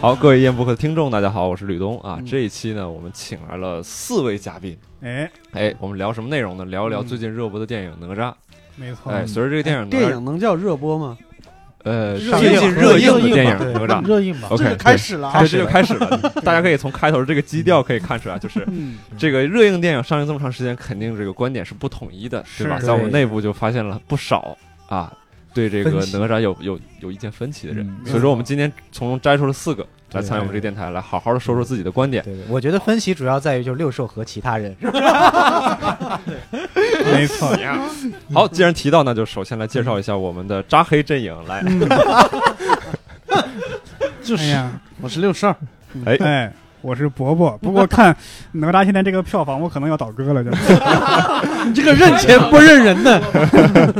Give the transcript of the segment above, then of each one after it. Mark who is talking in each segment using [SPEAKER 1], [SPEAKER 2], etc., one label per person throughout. [SPEAKER 1] 好，各位燕播客的听众，大家好，我是吕东啊。
[SPEAKER 2] 嗯
[SPEAKER 1] 这一期呢，我们请来了四位嘉宾。
[SPEAKER 3] 哎，
[SPEAKER 1] 哎，我们聊什么内容呢？聊一聊最近热播的电影《哪吒》。
[SPEAKER 3] 没错，
[SPEAKER 1] 哎，随着这个电影哪
[SPEAKER 2] 电
[SPEAKER 1] 吒，
[SPEAKER 2] 影能叫热播吗？
[SPEAKER 1] 呃，
[SPEAKER 3] 热
[SPEAKER 1] 最
[SPEAKER 3] 映
[SPEAKER 1] 近
[SPEAKER 3] 吧
[SPEAKER 1] 热映的
[SPEAKER 3] 热映
[SPEAKER 1] 电影
[SPEAKER 3] 吧对
[SPEAKER 1] 《哪吒》
[SPEAKER 3] 热映吧，
[SPEAKER 1] OK，
[SPEAKER 3] 这就开始了啊，
[SPEAKER 1] 对，这就开始了。 大家可以从开头这个基调可以看出来，就是
[SPEAKER 2] 嗯，
[SPEAKER 1] 这个热映电影上映这么长时间，肯定这个观点是不统一的，对吧？
[SPEAKER 3] 是
[SPEAKER 1] 在我们
[SPEAKER 2] 对
[SPEAKER 1] 内部就发现了不少啊，对这个
[SPEAKER 4] 分歧
[SPEAKER 1] 哪吒有有有意见分歧的人。
[SPEAKER 4] 嗯
[SPEAKER 1] 所以说，我们今天从中摘出了四个来
[SPEAKER 4] 对
[SPEAKER 1] 参与我们这个电台，来好好的说说自己的观点。
[SPEAKER 4] 对对，我觉得分歧主要在于就是六兽和其他人，
[SPEAKER 3] 没 错，哎
[SPEAKER 1] 好，既然提到，那就首先来介绍一下我们的扎黑阵营。来，
[SPEAKER 3] 就
[SPEAKER 2] 哎呀，我是六兽 儿，
[SPEAKER 3] 哎。我是伯伯，不过看 哪吒现在这个票房，我可能要倒戈 了，就
[SPEAKER 2] 你这个认钱不认人的，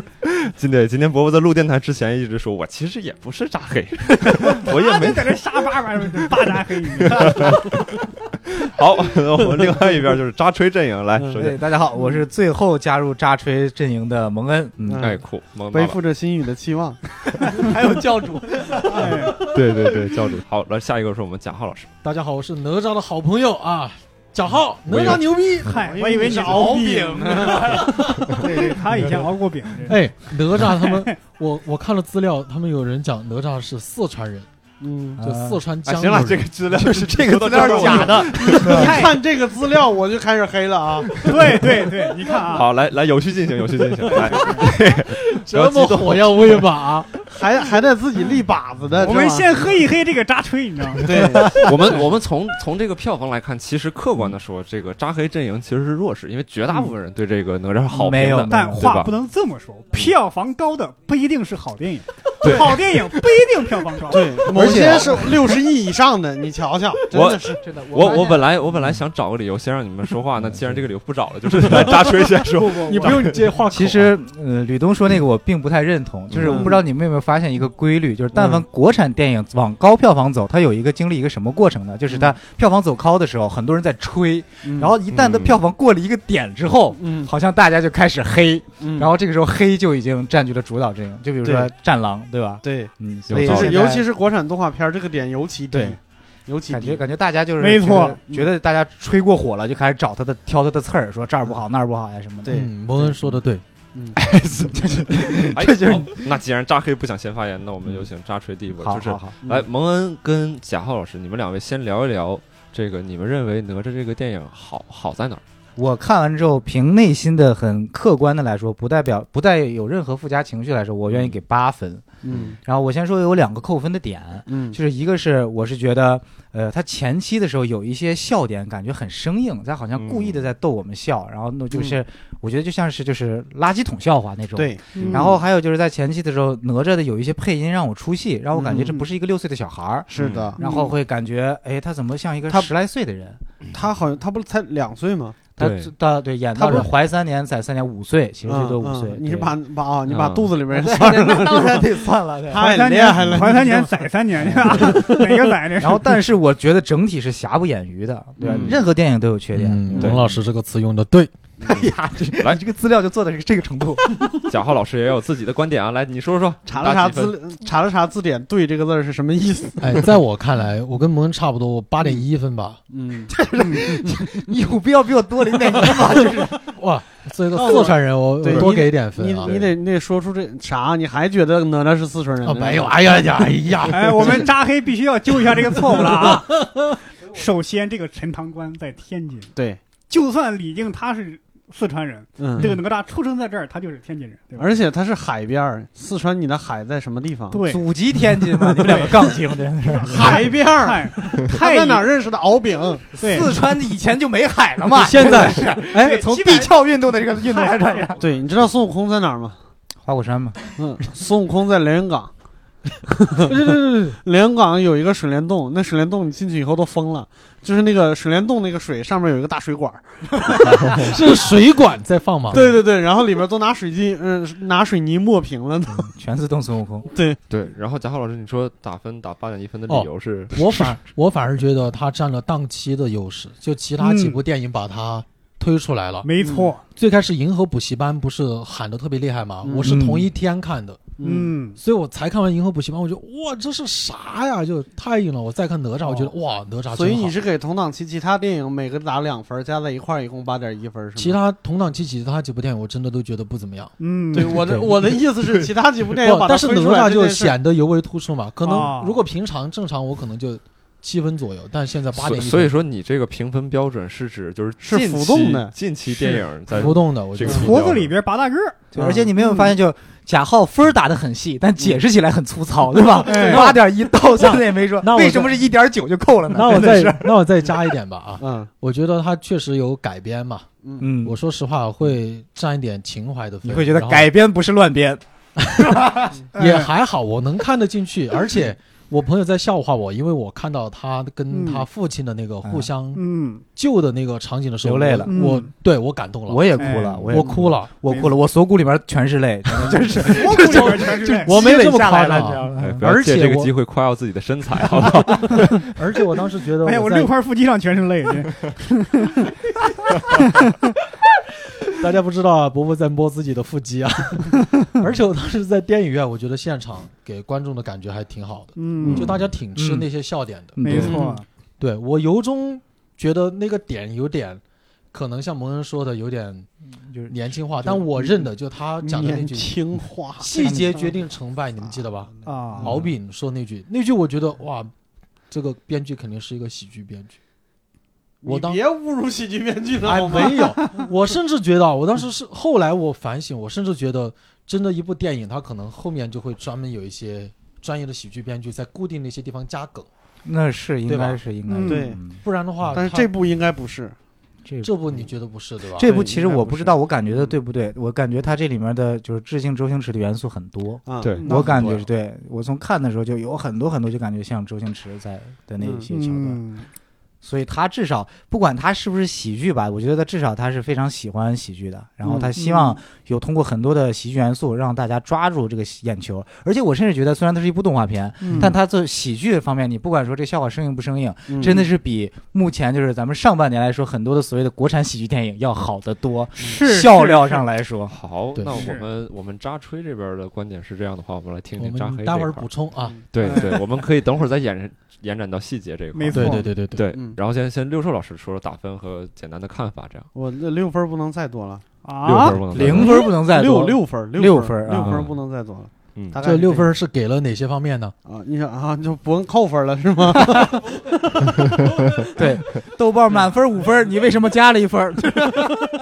[SPEAKER 1] 今天今天伯伯在录电台之前一直说，我其实也不是扎黑，我也
[SPEAKER 3] 他
[SPEAKER 1] 没
[SPEAKER 3] 就在这沙巴巴巴扎黑鱼，
[SPEAKER 1] 好。那我们另外一边就是扎吹阵营。来，
[SPEAKER 2] 嗯
[SPEAKER 1] 首
[SPEAKER 4] 对，
[SPEAKER 1] 先，
[SPEAKER 4] 大家好，我是最后加入扎吹阵营的蒙恩，嗯，
[SPEAKER 1] 哎，酷，萌
[SPEAKER 2] 背
[SPEAKER 1] 爸爸。
[SPEAKER 2] 负着心语的期望，
[SPEAKER 5] 嗯
[SPEAKER 2] 还有教主，
[SPEAKER 3] 哎
[SPEAKER 1] 对对对，教主。好，来下一个是我们蒋浩老师。
[SPEAKER 5] 大家好，我是哪吒的好朋友啊，贾浩，
[SPEAKER 1] 我
[SPEAKER 5] 哪
[SPEAKER 1] 以为
[SPEAKER 5] 吒牛逼！
[SPEAKER 3] 嗨，
[SPEAKER 2] 我以为
[SPEAKER 3] 我以为
[SPEAKER 2] 你
[SPEAKER 3] 你
[SPEAKER 2] 是
[SPEAKER 3] 是
[SPEAKER 2] 熬
[SPEAKER 3] 熬
[SPEAKER 2] 饼
[SPEAKER 3] 饼呢，对对，他以前熬过饼，这
[SPEAKER 5] 哎，哪吒他们，我我看了资料，他们有人讲哪吒是四川人，
[SPEAKER 2] 嗯，
[SPEAKER 4] 啊
[SPEAKER 5] 就四川
[SPEAKER 1] 哎，
[SPEAKER 5] 江
[SPEAKER 1] 行
[SPEAKER 5] 油
[SPEAKER 1] 了，
[SPEAKER 5] 人。
[SPEAKER 1] 这个资料就是这个
[SPEAKER 2] 有
[SPEAKER 1] 资
[SPEAKER 2] 点
[SPEAKER 1] 料是
[SPEAKER 2] 假
[SPEAKER 1] 假的。
[SPEAKER 2] 的，一看这个资料我就开始黑 了啊，
[SPEAKER 3] 对对对，你看啊，
[SPEAKER 1] 好，来来，有序进行，有序进行。来，
[SPEAKER 5] 这么火药味吧？啊
[SPEAKER 2] 还还在自己立靶子的，
[SPEAKER 3] 我们
[SPEAKER 2] 是吧
[SPEAKER 3] 先黑一黑这个扎吹，你知道吗？
[SPEAKER 2] 对，
[SPEAKER 1] 我们我们从从这个票房来看，其实客观的说，这个扎黑阵营其实是弱势，因为绝大部分人对这个哪吒是好
[SPEAKER 4] 没
[SPEAKER 1] 评
[SPEAKER 4] 有
[SPEAKER 1] 的。嗯
[SPEAKER 3] 但
[SPEAKER 1] 对吧
[SPEAKER 3] 话不能这么说，票房高的不一定是好电影
[SPEAKER 1] 对，
[SPEAKER 3] 好电影不一定票房高。
[SPEAKER 2] 对，某些是六十亿以上的，你瞧瞧，真的是
[SPEAKER 5] 真的，
[SPEAKER 1] 我
[SPEAKER 5] 发
[SPEAKER 1] 我
[SPEAKER 5] 现
[SPEAKER 1] 本来我本来想找个理由先让你们说
[SPEAKER 4] 嗯
[SPEAKER 1] 话，那既然这个理由不找 了，就是来扎吹先说。
[SPEAKER 5] 你不用接话口啊
[SPEAKER 4] 其实，呃，吕东说那个我并不太认同，就是
[SPEAKER 1] 嗯
[SPEAKER 4] 我不知道你们有没有发现一个规律，就是但凡
[SPEAKER 5] 嗯
[SPEAKER 4] 国产电影往高票房走，它有一个经历一个什么过程呢？就是
[SPEAKER 5] 嗯
[SPEAKER 4] 它票房走高的时候，很多人在吹，然后一旦它
[SPEAKER 1] 嗯
[SPEAKER 4] 票房过了一个点之后，
[SPEAKER 2] 嗯，
[SPEAKER 4] 好像大家就开始黑，
[SPEAKER 2] 嗯
[SPEAKER 4] 然后这个时候黑就已经占据了主导阵营，就比如说
[SPEAKER 2] 对
[SPEAKER 4] 《战狼》，对吧？
[SPEAKER 2] 对，
[SPEAKER 4] 嗯，
[SPEAKER 1] 有
[SPEAKER 4] 所以
[SPEAKER 1] 道
[SPEAKER 2] 就
[SPEAKER 1] 理
[SPEAKER 2] 是
[SPEAKER 4] 现在
[SPEAKER 2] 尤其是国产动画片儿这个点尤其低
[SPEAKER 4] 对，
[SPEAKER 2] 尤其
[SPEAKER 4] 感觉
[SPEAKER 2] 低，
[SPEAKER 4] 感觉大家就是
[SPEAKER 3] 没
[SPEAKER 4] 觉
[SPEAKER 3] 错
[SPEAKER 4] 得觉得大家吹过火了，就开始找他的挑他的刺儿，说这儿不好那儿不好呀什么的。
[SPEAKER 2] 对
[SPEAKER 5] 嗯，蒙恩说的对，
[SPEAKER 2] 嗯，
[SPEAKER 1] 哎
[SPEAKER 4] 这就是
[SPEAKER 1] 好那既然扎黑不想先发言，那我们有请扎吹第一波，
[SPEAKER 4] 嗯好
[SPEAKER 1] 就是
[SPEAKER 4] 好好，
[SPEAKER 1] 来蒙恩跟贾浩老师，你们两位先聊一聊这个，你们认为哪吒这个电影好好在哪儿？
[SPEAKER 4] 我看完之后，凭内心的很客观的来说，不代表不带有任何附加情绪来说，我愿意给八分。
[SPEAKER 2] 嗯
[SPEAKER 4] 然后我先说有两个扣分的点，
[SPEAKER 2] 嗯，
[SPEAKER 4] 就是一个是我是觉得，呃，他前期的时候有一些笑点，感觉很生硬，他好像故意的
[SPEAKER 1] 嗯
[SPEAKER 4] 在逗我们笑，然后那就是、我觉得就像是就是垃圾桶笑话那种。
[SPEAKER 2] 嗯对，
[SPEAKER 5] 嗯
[SPEAKER 4] 然后还有就是在前期的时候，哪吒的有一些配音让我出戏，让我感觉这不是一个六岁的小孩儿，
[SPEAKER 2] 嗯
[SPEAKER 4] 嗯
[SPEAKER 2] 是的，嗯
[SPEAKER 4] 然后会感觉哎，他怎么像一个
[SPEAKER 2] 他
[SPEAKER 4] 十来岁的人？
[SPEAKER 2] 他好像他不是才两岁吗？
[SPEAKER 4] 他
[SPEAKER 1] 对嗯
[SPEAKER 4] 他对演
[SPEAKER 2] 他
[SPEAKER 4] 到
[SPEAKER 2] 不是
[SPEAKER 4] 人怀三年，载三年五岁，其实最
[SPEAKER 2] 嗯
[SPEAKER 4] 多五岁
[SPEAKER 2] 嗯。你是
[SPEAKER 4] 对
[SPEAKER 2] 把把啊，你把
[SPEAKER 1] 嗯
[SPEAKER 2] 肚子里 面
[SPEAKER 4] 对
[SPEAKER 2] 算上
[SPEAKER 4] 那
[SPEAKER 2] 了，
[SPEAKER 4] 当然得算了，对。
[SPEAKER 3] 怀
[SPEAKER 2] 嗯太
[SPEAKER 3] 三
[SPEAKER 2] 厉
[SPEAKER 3] 年
[SPEAKER 2] 害了，
[SPEAKER 3] 怀三年宰三年，哪个宰这是
[SPEAKER 4] 然后，但是我觉得整体是瑕不掩瑜的，对吧啊
[SPEAKER 2] 嗯？
[SPEAKER 4] 任何电影都有缺点。
[SPEAKER 5] 嗯，
[SPEAKER 1] 对
[SPEAKER 5] 蒙老师这个词用的对，
[SPEAKER 4] 哎呀，这
[SPEAKER 1] 来
[SPEAKER 4] 你这个资料就做的是这个程度。
[SPEAKER 1] 贾浩老师也有自己的观点啊，来你说说，
[SPEAKER 2] 查了
[SPEAKER 1] 打
[SPEAKER 2] 查
[SPEAKER 1] 几分，
[SPEAKER 2] 字，查了查字典，对这个字儿是什么意思？
[SPEAKER 5] 哎，在我看来，我跟蒙恩差不多，我八点一分吧。
[SPEAKER 2] 嗯，
[SPEAKER 4] 你有必要比我多领点分吗？就是
[SPEAKER 5] 哇，作为一个四川人，我
[SPEAKER 2] 对
[SPEAKER 5] 我多给一点分
[SPEAKER 2] 你
[SPEAKER 5] 啊。
[SPEAKER 2] 你得你嗯得说出这啥？你还觉得哪吒是四川人
[SPEAKER 5] 啊，
[SPEAKER 2] 呢？
[SPEAKER 5] 没有，哎呀呀，哎呀，
[SPEAKER 3] 哎，我们扎黑必须要纠一下这个错误了啊！首先，这个陈塘关在天津，
[SPEAKER 2] 对，
[SPEAKER 3] 就算李靖他是四川人，
[SPEAKER 2] 嗯，
[SPEAKER 3] 这个哪吒出生在这儿，他就是天津人，对吧？
[SPEAKER 2] 而且它是海边儿，四川你的海在什么地方？
[SPEAKER 3] 对，
[SPEAKER 4] 祖籍天津嘛，你们两个杠精，真 的是。哎
[SPEAKER 2] 海边儿，
[SPEAKER 3] 太
[SPEAKER 2] 他
[SPEAKER 3] 太
[SPEAKER 2] 在哪儿认识的敖丙？
[SPEAKER 3] 对，
[SPEAKER 4] 四川以前就没海了嘛，
[SPEAKER 5] 现在
[SPEAKER 4] 是
[SPEAKER 2] 哎，
[SPEAKER 4] 从地壳运动的这个运动来着。
[SPEAKER 2] 对，你知道孙悟空在哪儿吗？
[SPEAKER 4] 花果 山嘛，
[SPEAKER 2] 嗯，孙悟空在连云港。 连云港有一个水帘洞，那水帘洞你进去以后都疯了，就是那个水帘洞那个水上面有一个大水管儿，
[SPEAKER 5] 是水管在放吗？
[SPEAKER 2] 对对对，然后里面都拿水晶，嗯、拿水泥抹平了呢。
[SPEAKER 4] 全自动孙悟空。
[SPEAKER 1] 对，然后贾浩老师，你说打分打八点一分的理
[SPEAKER 5] 哦
[SPEAKER 1] 由是？
[SPEAKER 5] 我反我反而觉得他占了档期的优势，就其他几部电影把他推出
[SPEAKER 2] 嗯
[SPEAKER 5] 来了。
[SPEAKER 3] 没错，
[SPEAKER 5] 最开始《银河补习班》不是喊的特别厉害吗？
[SPEAKER 2] 嗯
[SPEAKER 5] 我是同一天看的，
[SPEAKER 3] 嗯，
[SPEAKER 5] 所以我才看完《银河补习班》，我觉得哇，这是啥呀？就太硬了。我再看哪吒，我觉得哇，哪吒真好。
[SPEAKER 2] 所以你是给同档期其他电影每个打两分，加在一块儿一共八点一分，是吗？
[SPEAKER 5] 其他同档期其他几部电影，我真的都觉得不怎么样。
[SPEAKER 3] 嗯，
[SPEAKER 2] 对我的
[SPEAKER 5] 对
[SPEAKER 2] 我的意思是，其他几部电影
[SPEAKER 5] 不
[SPEAKER 2] 把，它
[SPEAKER 5] 但是
[SPEAKER 2] 分
[SPEAKER 5] 哪
[SPEAKER 2] 出来
[SPEAKER 5] 吒
[SPEAKER 2] 这件事
[SPEAKER 5] 就
[SPEAKER 2] 儿
[SPEAKER 5] 显得尤为突出嘛。可
[SPEAKER 3] 哦
[SPEAKER 5] 能如果平常正常，我可能就七分左右，但现在八
[SPEAKER 1] 所
[SPEAKER 5] 点一，
[SPEAKER 1] 所以说你这个评分标准是指就是
[SPEAKER 2] 是
[SPEAKER 1] 近
[SPEAKER 2] 浮
[SPEAKER 1] 期
[SPEAKER 2] 动的
[SPEAKER 1] 近期电影在
[SPEAKER 5] 浮动的，我觉得
[SPEAKER 1] 这 个
[SPEAKER 3] 矬子里边拔大个儿，嗯
[SPEAKER 4] 对而且你没有发现，就贾浩分儿打得很细，但解释起来很粗糙，对吧？
[SPEAKER 3] 嗯
[SPEAKER 4] 八点一到现在也没说
[SPEAKER 5] 那，我
[SPEAKER 4] 为什么是一点九就扣了呢？
[SPEAKER 5] 那我
[SPEAKER 4] 真的
[SPEAKER 5] 再
[SPEAKER 4] 是，
[SPEAKER 5] 那我再加一点吧啊！
[SPEAKER 2] 嗯
[SPEAKER 5] 我觉得它确实有改编嘛。
[SPEAKER 4] 嗯
[SPEAKER 5] 我说实话，会占一点情怀的分。
[SPEAKER 4] 你会觉得
[SPEAKER 5] 然后
[SPEAKER 4] 改编不是 乱编，
[SPEAKER 3] 嗯
[SPEAKER 5] 也还好，我能看得进去，而且我朋友在笑话我，因为我看到他跟他父亲的那个互相
[SPEAKER 3] 嗯，
[SPEAKER 5] 救的那个场景的时候，
[SPEAKER 4] 流泪了
[SPEAKER 5] 我我
[SPEAKER 3] 嗯
[SPEAKER 5] 对我感动了，
[SPEAKER 4] 我也哭
[SPEAKER 3] 哎
[SPEAKER 4] 了，
[SPEAKER 5] 我
[SPEAKER 4] 也
[SPEAKER 5] 哭，了，
[SPEAKER 4] 我哭了，我锁骨里面全是泪，真的就是
[SPEAKER 3] 矬子里边全是 泪
[SPEAKER 5] 我没有这么
[SPEAKER 4] 积累下来
[SPEAKER 5] 夸张
[SPEAKER 4] 了你知道
[SPEAKER 5] 啊，
[SPEAKER 4] 吗
[SPEAKER 1] 哎，不要
[SPEAKER 5] 而
[SPEAKER 1] 借这
[SPEAKER 5] 且
[SPEAKER 1] 个
[SPEAKER 5] 我
[SPEAKER 1] 机会夸耀自己的身材，好不好？
[SPEAKER 5] 而且我当时觉得，
[SPEAKER 3] 哎呀，我
[SPEAKER 5] 在
[SPEAKER 3] 六块腹肌上全是泪， 这
[SPEAKER 5] 大家不知道啊，伯伯在摸自己的腹肌啊， 而且我当时在电影院，我觉得现场给观众的感觉还挺好的，
[SPEAKER 3] 嗯，
[SPEAKER 5] 就大家挺吃
[SPEAKER 4] 嗯
[SPEAKER 5] 那些笑点的，
[SPEAKER 3] 没
[SPEAKER 4] 对
[SPEAKER 3] 错，
[SPEAKER 5] 对我由衷觉得那个点有点。可能像蒙恩说的有点
[SPEAKER 4] 就是
[SPEAKER 5] 年轻化，但我认的就他嗯讲的那
[SPEAKER 2] 年
[SPEAKER 5] 句
[SPEAKER 2] 轻化，
[SPEAKER 5] 细节决定成败，你们记得吧？
[SPEAKER 3] 啊，
[SPEAKER 5] 敖丙说那句，那句我觉得哇，这个编剧肯定是一个喜剧编剧。我当
[SPEAKER 2] 你别侮辱喜剧编剧了，
[SPEAKER 5] 哎
[SPEAKER 2] 好吗
[SPEAKER 5] 没有，我甚至觉得啊，我当时是后来我反省，我甚至觉得，真的一部电影它可能后面就会专门有一些专业的喜剧编剧在固定的一些地方加梗，
[SPEAKER 4] 那是应
[SPEAKER 5] 对吧
[SPEAKER 4] 该是应该是
[SPEAKER 3] 嗯
[SPEAKER 2] 对
[SPEAKER 4] 嗯
[SPEAKER 5] 不然的话，
[SPEAKER 2] 但是
[SPEAKER 5] 它
[SPEAKER 2] 这部应该不是，
[SPEAKER 4] 这
[SPEAKER 5] 这部你觉得不是对吧？
[SPEAKER 4] 这
[SPEAKER 2] 对
[SPEAKER 4] 部其实
[SPEAKER 2] 应该
[SPEAKER 4] 我
[SPEAKER 2] 不
[SPEAKER 4] 不知
[SPEAKER 2] 是嗯
[SPEAKER 4] 道，我感觉的对不对？我感觉它这里面的就是致敬周星驰的元素很多。
[SPEAKER 2] 啊，
[SPEAKER 1] 对
[SPEAKER 3] 那
[SPEAKER 4] 我
[SPEAKER 3] 很
[SPEAKER 4] 感
[SPEAKER 5] 多
[SPEAKER 4] 觉
[SPEAKER 5] 呀
[SPEAKER 4] 是对我从看的时候就有很多很多，就感觉像周星驰在的那
[SPEAKER 2] 嗯
[SPEAKER 4] 些桥段。
[SPEAKER 3] 嗯，
[SPEAKER 4] 所以他至少不管他是不是喜剧吧，我觉得至少他是非常喜欢喜剧的。
[SPEAKER 2] 嗯
[SPEAKER 4] 然后他希望有通过很多的喜剧元素让大家抓住这个喜眼球。而且我甚至觉得，虽然它是一部动画片，
[SPEAKER 3] 嗯
[SPEAKER 4] 但它做喜剧方面，你不管说这笑话生硬不生硬，
[SPEAKER 2] 嗯
[SPEAKER 4] 真的是比目前就是咱们上半年来说很多的所谓的国产喜剧电影要好得多。
[SPEAKER 3] 是
[SPEAKER 4] 笑料上来说，
[SPEAKER 1] 好，
[SPEAKER 5] 对
[SPEAKER 1] 那
[SPEAKER 3] 是
[SPEAKER 1] 我们我们扎吹这边的观点是这样的话，我们来听
[SPEAKER 5] 我
[SPEAKER 1] 听扎黑
[SPEAKER 5] 们
[SPEAKER 1] 这
[SPEAKER 5] 待会儿
[SPEAKER 1] 块
[SPEAKER 5] 补充啊。
[SPEAKER 2] 嗯
[SPEAKER 1] 对对，我们可以等会儿再延延展到细节这一块
[SPEAKER 3] 没
[SPEAKER 1] 儿。
[SPEAKER 3] 错
[SPEAKER 5] 对对对对对，
[SPEAKER 1] 对
[SPEAKER 2] 嗯，
[SPEAKER 1] 然后先先六兽老师说说打分和简单的看法，这样
[SPEAKER 2] 我那六分不能再多了，
[SPEAKER 1] 六
[SPEAKER 3] 啊
[SPEAKER 1] 分，不能再多
[SPEAKER 4] 零分不能再
[SPEAKER 2] 六
[SPEAKER 4] 多。
[SPEAKER 2] 六分
[SPEAKER 4] 六
[SPEAKER 2] 分
[SPEAKER 4] 分啊
[SPEAKER 2] 六分不能再多了，
[SPEAKER 1] 嗯
[SPEAKER 2] 大概
[SPEAKER 5] 这
[SPEAKER 2] 是
[SPEAKER 5] 六
[SPEAKER 2] 样
[SPEAKER 5] 分是给了哪些方面呢？
[SPEAKER 2] 啊，你想啊，就不用扣分了是 吗？
[SPEAKER 4] 对，豆瓣满分五分，你为什么加了一分？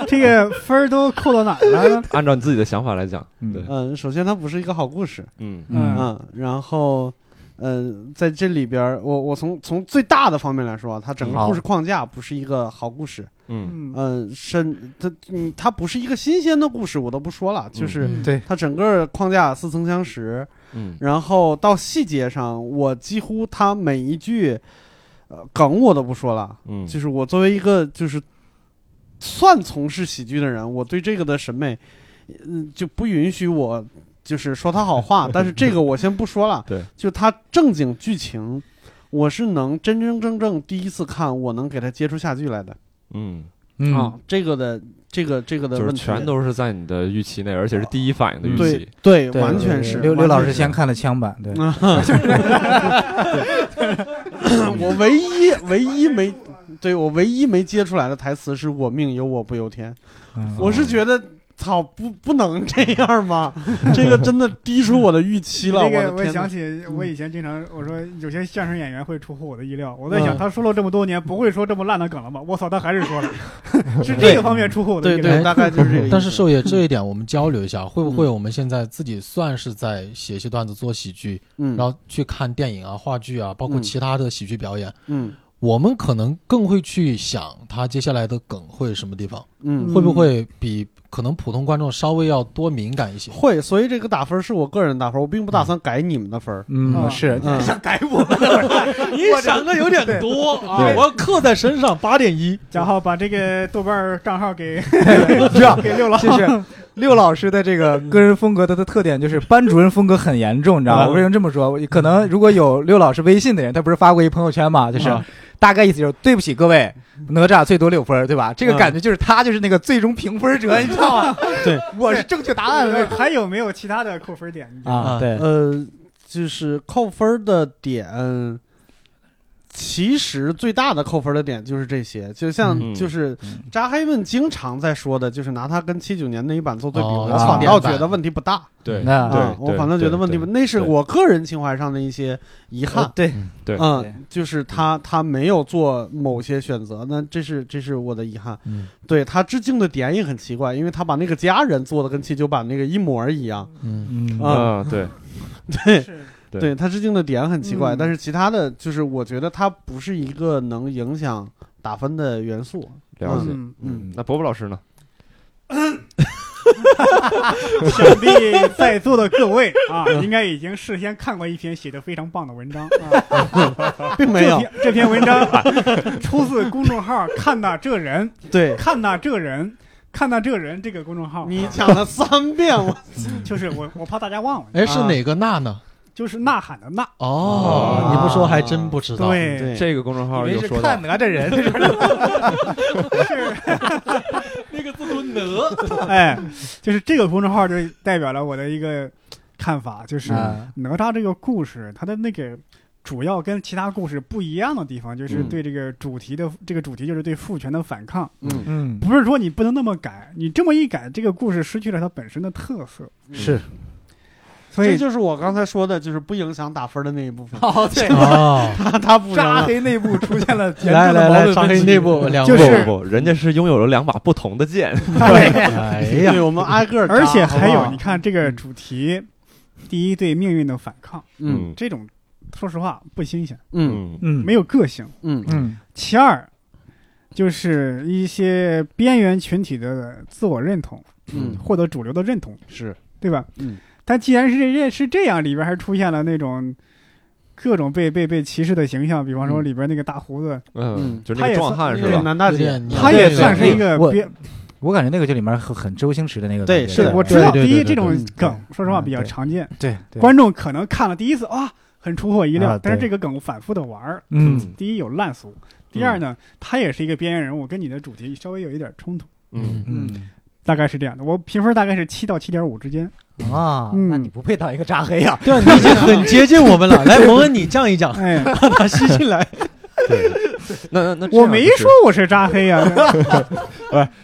[SPEAKER 3] 这个分儿都扣到哪儿了呢？
[SPEAKER 1] 按照你自己的想法来讲，
[SPEAKER 4] 嗯
[SPEAKER 1] 对，
[SPEAKER 2] 嗯，首先它不是一个好故事，
[SPEAKER 1] 嗯
[SPEAKER 4] 嗯
[SPEAKER 2] 嗯，然后，嗯、在这里边儿，我我从从最大的方面来说啊，它整个
[SPEAKER 4] 好
[SPEAKER 2] 故事框架不是一个好故事，
[SPEAKER 1] 嗯
[SPEAKER 3] 嗯
[SPEAKER 2] 嗯、甚它嗯它不是一个新鲜的故事，我都不说了，就是。
[SPEAKER 5] 嗯
[SPEAKER 4] 对，
[SPEAKER 2] 它整个框架似曾相识，
[SPEAKER 1] 嗯
[SPEAKER 2] 然后到细节上，我几乎它每一句，呃，梗我都不说了，
[SPEAKER 1] 嗯，
[SPEAKER 2] 就是我作为一个就是算从事喜剧的人，我对这个的审美，嗯，就不允许我就是说他 好话，但是这个我先不说了。
[SPEAKER 1] 对，
[SPEAKER 2] 就他正经剧情，我是能真真正正第一次看，我能给他接出下句来的、
[SPEAKER 1] 嗯，
[SPEAKER 4] 嗯
[SPEAKER 2] 啊，，这个的这个这个的
[SPEAKER 1] 就
[SPEAKER 2] 问
[SPEAKER 1] 是
[SPEAKER 2] 题，
[SPEAKER 1] 全都是在你的预期内，而且是第一反应的预
[SPEAKER 2] 对
[SPEAKER 1] 期。
[SPEAKER 2] 对，
[SPEAKER 4] 嗯对
[SPEAKER 2] 嗯完
[SPEAKER 4] 对
[SPEAKER 2] 全
[SPEAKER 4] 对
[SPEAKER 2] 是
[SPEAKER 4] 刘刘老
[SPEAKER 2] 完
[SPEAKER 4] 师
[SPEAKER 2] 全是
[SPEAKER 4] 先看了枪版，对，
[SPEAKER 2] 我唯一唯一没。对我唯一没接出来的台词是我命由我不由天，
[SPEAKER 4] 嗯
[SPEAKER 2] 我是觉得，操，不不能这样吧？这个真的低出我的预期了。
[SPEAKER 3] 这个
[SPEAKER 2] 我
[SPEAKER 3] 我
[SPEAKER 2] 的天嗯
[SPEAKER 3] 想
[SPEAKER 2] 哪！
[SPEAKER 3] 起我以前经常我说有些相声演员会出乎我的意料，我在
[SPEAKER 5] 嗯
[SPEAKER 3] 想他说了这么多年不会说这么烂的梗了吧？我操，他还是 说了，是这个方面出乎我的
[SPEAKER 2] 对
[SPEAKER 3] 意料
[SPEAKER 2] 对，。大概就是这 个意思。
[SPEAKER 5] 但是寿爷这一点我们交流一下，会不会
[SPEAKER 2] 嗯
[SPEAKER 5] 我们现在自己算是在写一些段子、做喜剧，
[SPEAKER 2] 嗯，
[SPEAKER 5] 然后去看电影啊、话剧啊，包括
[SPEAKER 2] 嗯
[SPEAKER 5] 其他的喜剧表演，
[SPEAKER 2] 嗯
[SPEAKER 5] 我们可能更会去想他接下来的梗会什么地方，
[SPEAKER 2] 嗯
[SPEAKER 5] 会不会比可能普通观众稍微要多敏感一些？
[SPEAKER 2] 嗯会，所以这个打分是我个人打分，我并不打算改你们的分儿。
[SPEAKER 4] 嗯
[SPEAKER 3] 啊
[SPEAKER 4] 是
[SPEAKER 2] 嗯，
[SPEAKER 3] 改我，
[SPEAKER 5] 你想的有点多啊
[SPEAKER 1] 对
[SPEAKER 5] 要刻在身上八点 一。
[SPEAKER 3] 然后把这个豆瓣儿账 号给
[SPEAKER 4] 这样
[SPEAKER 3] 给六老师，
[SPEAKER 4] 就是六老师的这个个人风格，他的特点就是班主任风格很严重，你知道吗？
[SPEAKER 2] 嗯
[SPEAKER 4] 我为什么这么说？我可能如果有六老师微信的人，他不是发过一朋友圈嘛，就是
[SPEAKER 2] 嗯
[SPEAKER 4] 大概意思就是对不起各位，哪吒最多六分儿，对吧？这个感觉就是他就是那个最终评分者，你知道吗？
[SPEAKER 2] 对，
[SPEAKER 4] 我是正确答案
[SPEAKER 3] 呃还有没有其他的扣分点？
[SPEAKER 4] 啊，对，
[SPEAKER 2] 呃，就是扣分的点，其实最大的扣分的点就是这些，就像
[SPEAKER 1] 嗯
[SPEAKER 2] 就是
[SPEAKER 4] 嗯
[SPEAKER 2] 扎黑们经常在说的，就是拿它跟七九年那一版做对比，
[SPEAKER 5] 哦
[SPEAKER 2] 我反倒觉得问题不大，
[SPEAKER 1] 对
[SPEAKER 4] 那
[SPEAKER 1] 对
[SPEAKER 2] 啊，我反倒觉得问题不，那是
[SPEAKER 1] 对
[SPEAKER 2] 我个人情怀上的一些遗憾。
[SPEAKER 4] 对，
[SPEAKER 1] 对
[SPEAKER 4] 对
[SPEAKER 2] 嗯，就是他他没有做某些选择，那这是这是我的遗憾。
[SPEAKER 5] 嗯
[SPEAKER 2] 对他致敬的点也很奇怪，因为他把那个家人做的跟七九版那个一模一样。
[SPEAKER 5] 嗯
[SPEAKER 4] 嗯
[SPEAKER 2] 啊
[SPEAKER 1] 啊，对，
[SPEAKER 2] 对
[SPEAKER 3] 是
[SPEAKER 1] 对
[SPEAKER 2] 对他致敬的点很奇怪，
[SPEAKER 3] 嗯
[SPEAKER 2] 但是其他的就是我觉得它不是一个能影响打分的元素。
[SPEAKER 1] 了解。
[SPEAKER 3] 嗯，
[SPEAKER 2] 嗯，
[SPEAKER 1] 那伯伯老师呢？
[SPEAKER 3] 想必在座的各位啊，应该已经事先看过一篇写的非常棒的文章啊。
[SPEAKER 2] 嗯并没
[SPEAKER 3] 这
[SPEAKER 2] 有。
[SPEAKER 3] 篇这篇文章出自公众号“看那这人”，
[SPEAKER 2] 对
[SPEAKER 3] 看那这人，看那这人这个公众号，
[SPEAKER 2] 你讲了三遍， 我
[SPEAKER 3] 就是我，我怕大家忘了，
[SPEAKER 5] 哎，是哪个娜呢？
[SPEAKER 3] 就是呐喊的呐，
[SPEAKER 5] 哦，
[SPEAKER 2] 啊
[SPEAKER 5] 你不说还真不知道。
[SPEAKER 3] 对，
[SPEAKER 2] 哎
[SPEAKER 1] 这个公众号
[SPEAKER 4] 以
[SPEAKER 1] 哦有
[SPEAKER 4] 为是
[SPEAKER 1] 说到
[SPEAKER 4] 看哪吒人，是吧
[SPEAKER 5] 那个字读哪？
[SPEAKER 3] 哎，就是这个公众号就代表了我的一个看法，就是
[SPEAKER 4] 啊
[SPEAKER 3] 哪吒这个故事，它的那个主要跟其他故事不一样的地方，就是
[SPEAKER 1] 嗯
[SPEAKER 3] 对这个主题的这个主题就是对父权的反抗，
[SPEAKER 2] 嗯
[SPEAKER 4] 嗯，
[SPEAKER 3] 不是说你不能那么改，你这么一改，这个故事失去了它本身的特色，
[SPEAKER 4] 是，
[SPEAKER 3] 所
[SPEAKER 2] 这
[SPEAKER 3] 以
[SPEAKER 2] 就是我刚才说的，就是不影响打分的那一部分。
[SPEAKER 4] 哦，对，
[SPEAKER 5] 哦，
[SPEAKER 2] 他他不
[SPEAKER 4] 扎
[SPEAKER 2] 扎
[SPEAKER 4] 黑内部出现了严重的
[SPEAKER 5] 来来
[SPEAKER 4] 矛
[SPEAKER 5] 来，
[SPEAKER 4] 盾
[SPEAKER 5] 张
[SPEAKER 4] 分
[SPEAKER 5] 黑
[SPEAKER 4] 歧
[SPEAKER 5] 内部两
[SPEAKER 3] 就
[SPEAKER 5] 位
[SPEAKER 3] 是
[SPEAKER 1] 不不不，人家是拥有了两把不同的剑。
[SPEAKER 5] 哎呀，
[SPEAKER 2] 对我们挨个儿扎，
[SPEAKER 3] 而且
[SPEAKER 2] 好不
[SPEAKER 3] 还
[SPEAKER 2] 嗯
[SPEAKER 3] 有，
[SPEAKER 2] 好
[SPEAKER 3] 你看这个主题，第一对命运的反抗，
[SPEAKER 2] 嗯
[SPEAKER 3] 这种说实话不新鲜，
[SPEAKER 2] 嗯
[SPEAKER 1] 嗯
[SPEAKER 4] 嗯，
[SPEAKER 3] 没有个性。
[SPEAKER 2] 嗯
[SPEAKER 4] 嗯，
[SPEAKER 3] 其二，就是一些边缘群体的自我认同，
[SPEAKER 2] 嗯
[SPEAKER 3] 获得主流的认同，
[SPEAKER 2] 是
[SPEAKER 3] 对吧？
[SPEAKER 2] 嗯。
[SPEAKER 3] 但既然是这是这样，里边还出现了那种各种被被被歧视的形象，比方说
[SPEAKER 2] 嗯
[SPEAKER 3] 里边那个大胡子，
[SPEAKER 1] 嗯，
[SPEAKER 2] 嗯
[SPEAKER 1] 就是那个壮汉
[SPEAKER 3] 他
[SPEAKER 1] 是
[SPEAKER 3] 也
[SPEAKER 2] 对
[SPEAKER 1] 吧？
[SPEAKER 2] 南大
[SPEAKER 5] 有
[SPEAKER 2] 姐
[SPEAKER 5] 点，
[SPEAKER 3] 他也
[SPEAKER 5] 对
[SPEAKER 3] 算是一个
[SPEAKER 4] 我
[SPEAKER 3] 边。
[SPEAKER 4] 我感觉那个就里面很很周星驰的那个感觉，
[SPEAKER 2] 对是的
[SPEAKER 3] 我知道，
[SPEAKER 5] 对对
[SPEAKER 3] 第一
[SPEAKER 5] 对
[SPEAKER 3] 这
[SPEAKER 5] 对
[SPEAKER 3] 种
[SPEAKER 2] 对
[SPEAKER 3] 梗，说实话
[SPEAKER 4] 嗯
[SPEAKER 3] 比较
[SPEAKER 4] 对
[SPEAKER 3] 常见，
[SPEAKER 4] 对，对
[SPEAKER 3] 观众可能看了第一次啊，很出乎我意料
[SPEAKER 4] 啊，
[SPEAKER 3] 但是
[SPEAKER 4] 对
[SPEAKER 3] 这个梗反复的玩儿，
[SPEAKER 4] 嗯
[SPEAKER 3] 第一有烂俗，第二呢，他也是一个边缘人物，跟你的主题稍微有一点冲突，
[SPEAKER 1] 嗯，
[SPEAKER 4] 嗯
[SPEAKER 3] 大概是这样的。我评分大概是七到七点五之间。
[SPEAKER 4] 啊，
[SPEAKER 3] 嗯
[SPEAKER 4] 那你不配当一个扎黑呀？
[SPEAKER 5] 对， 你已经 很接近我们了。来，蒙恩，你降一降，
[SPEAKER 3] 哎，
[SPEAKER 5] 把他吸进来。
[SPEAKER 1] 对。对那那那这
[SPEAKER 3] 我
[SPEAKER 1] 样
[SPEAKER 3] 没
[SPEAKER 1] 就是
[SPEAKER 3] 说我是扎黑啊 呀，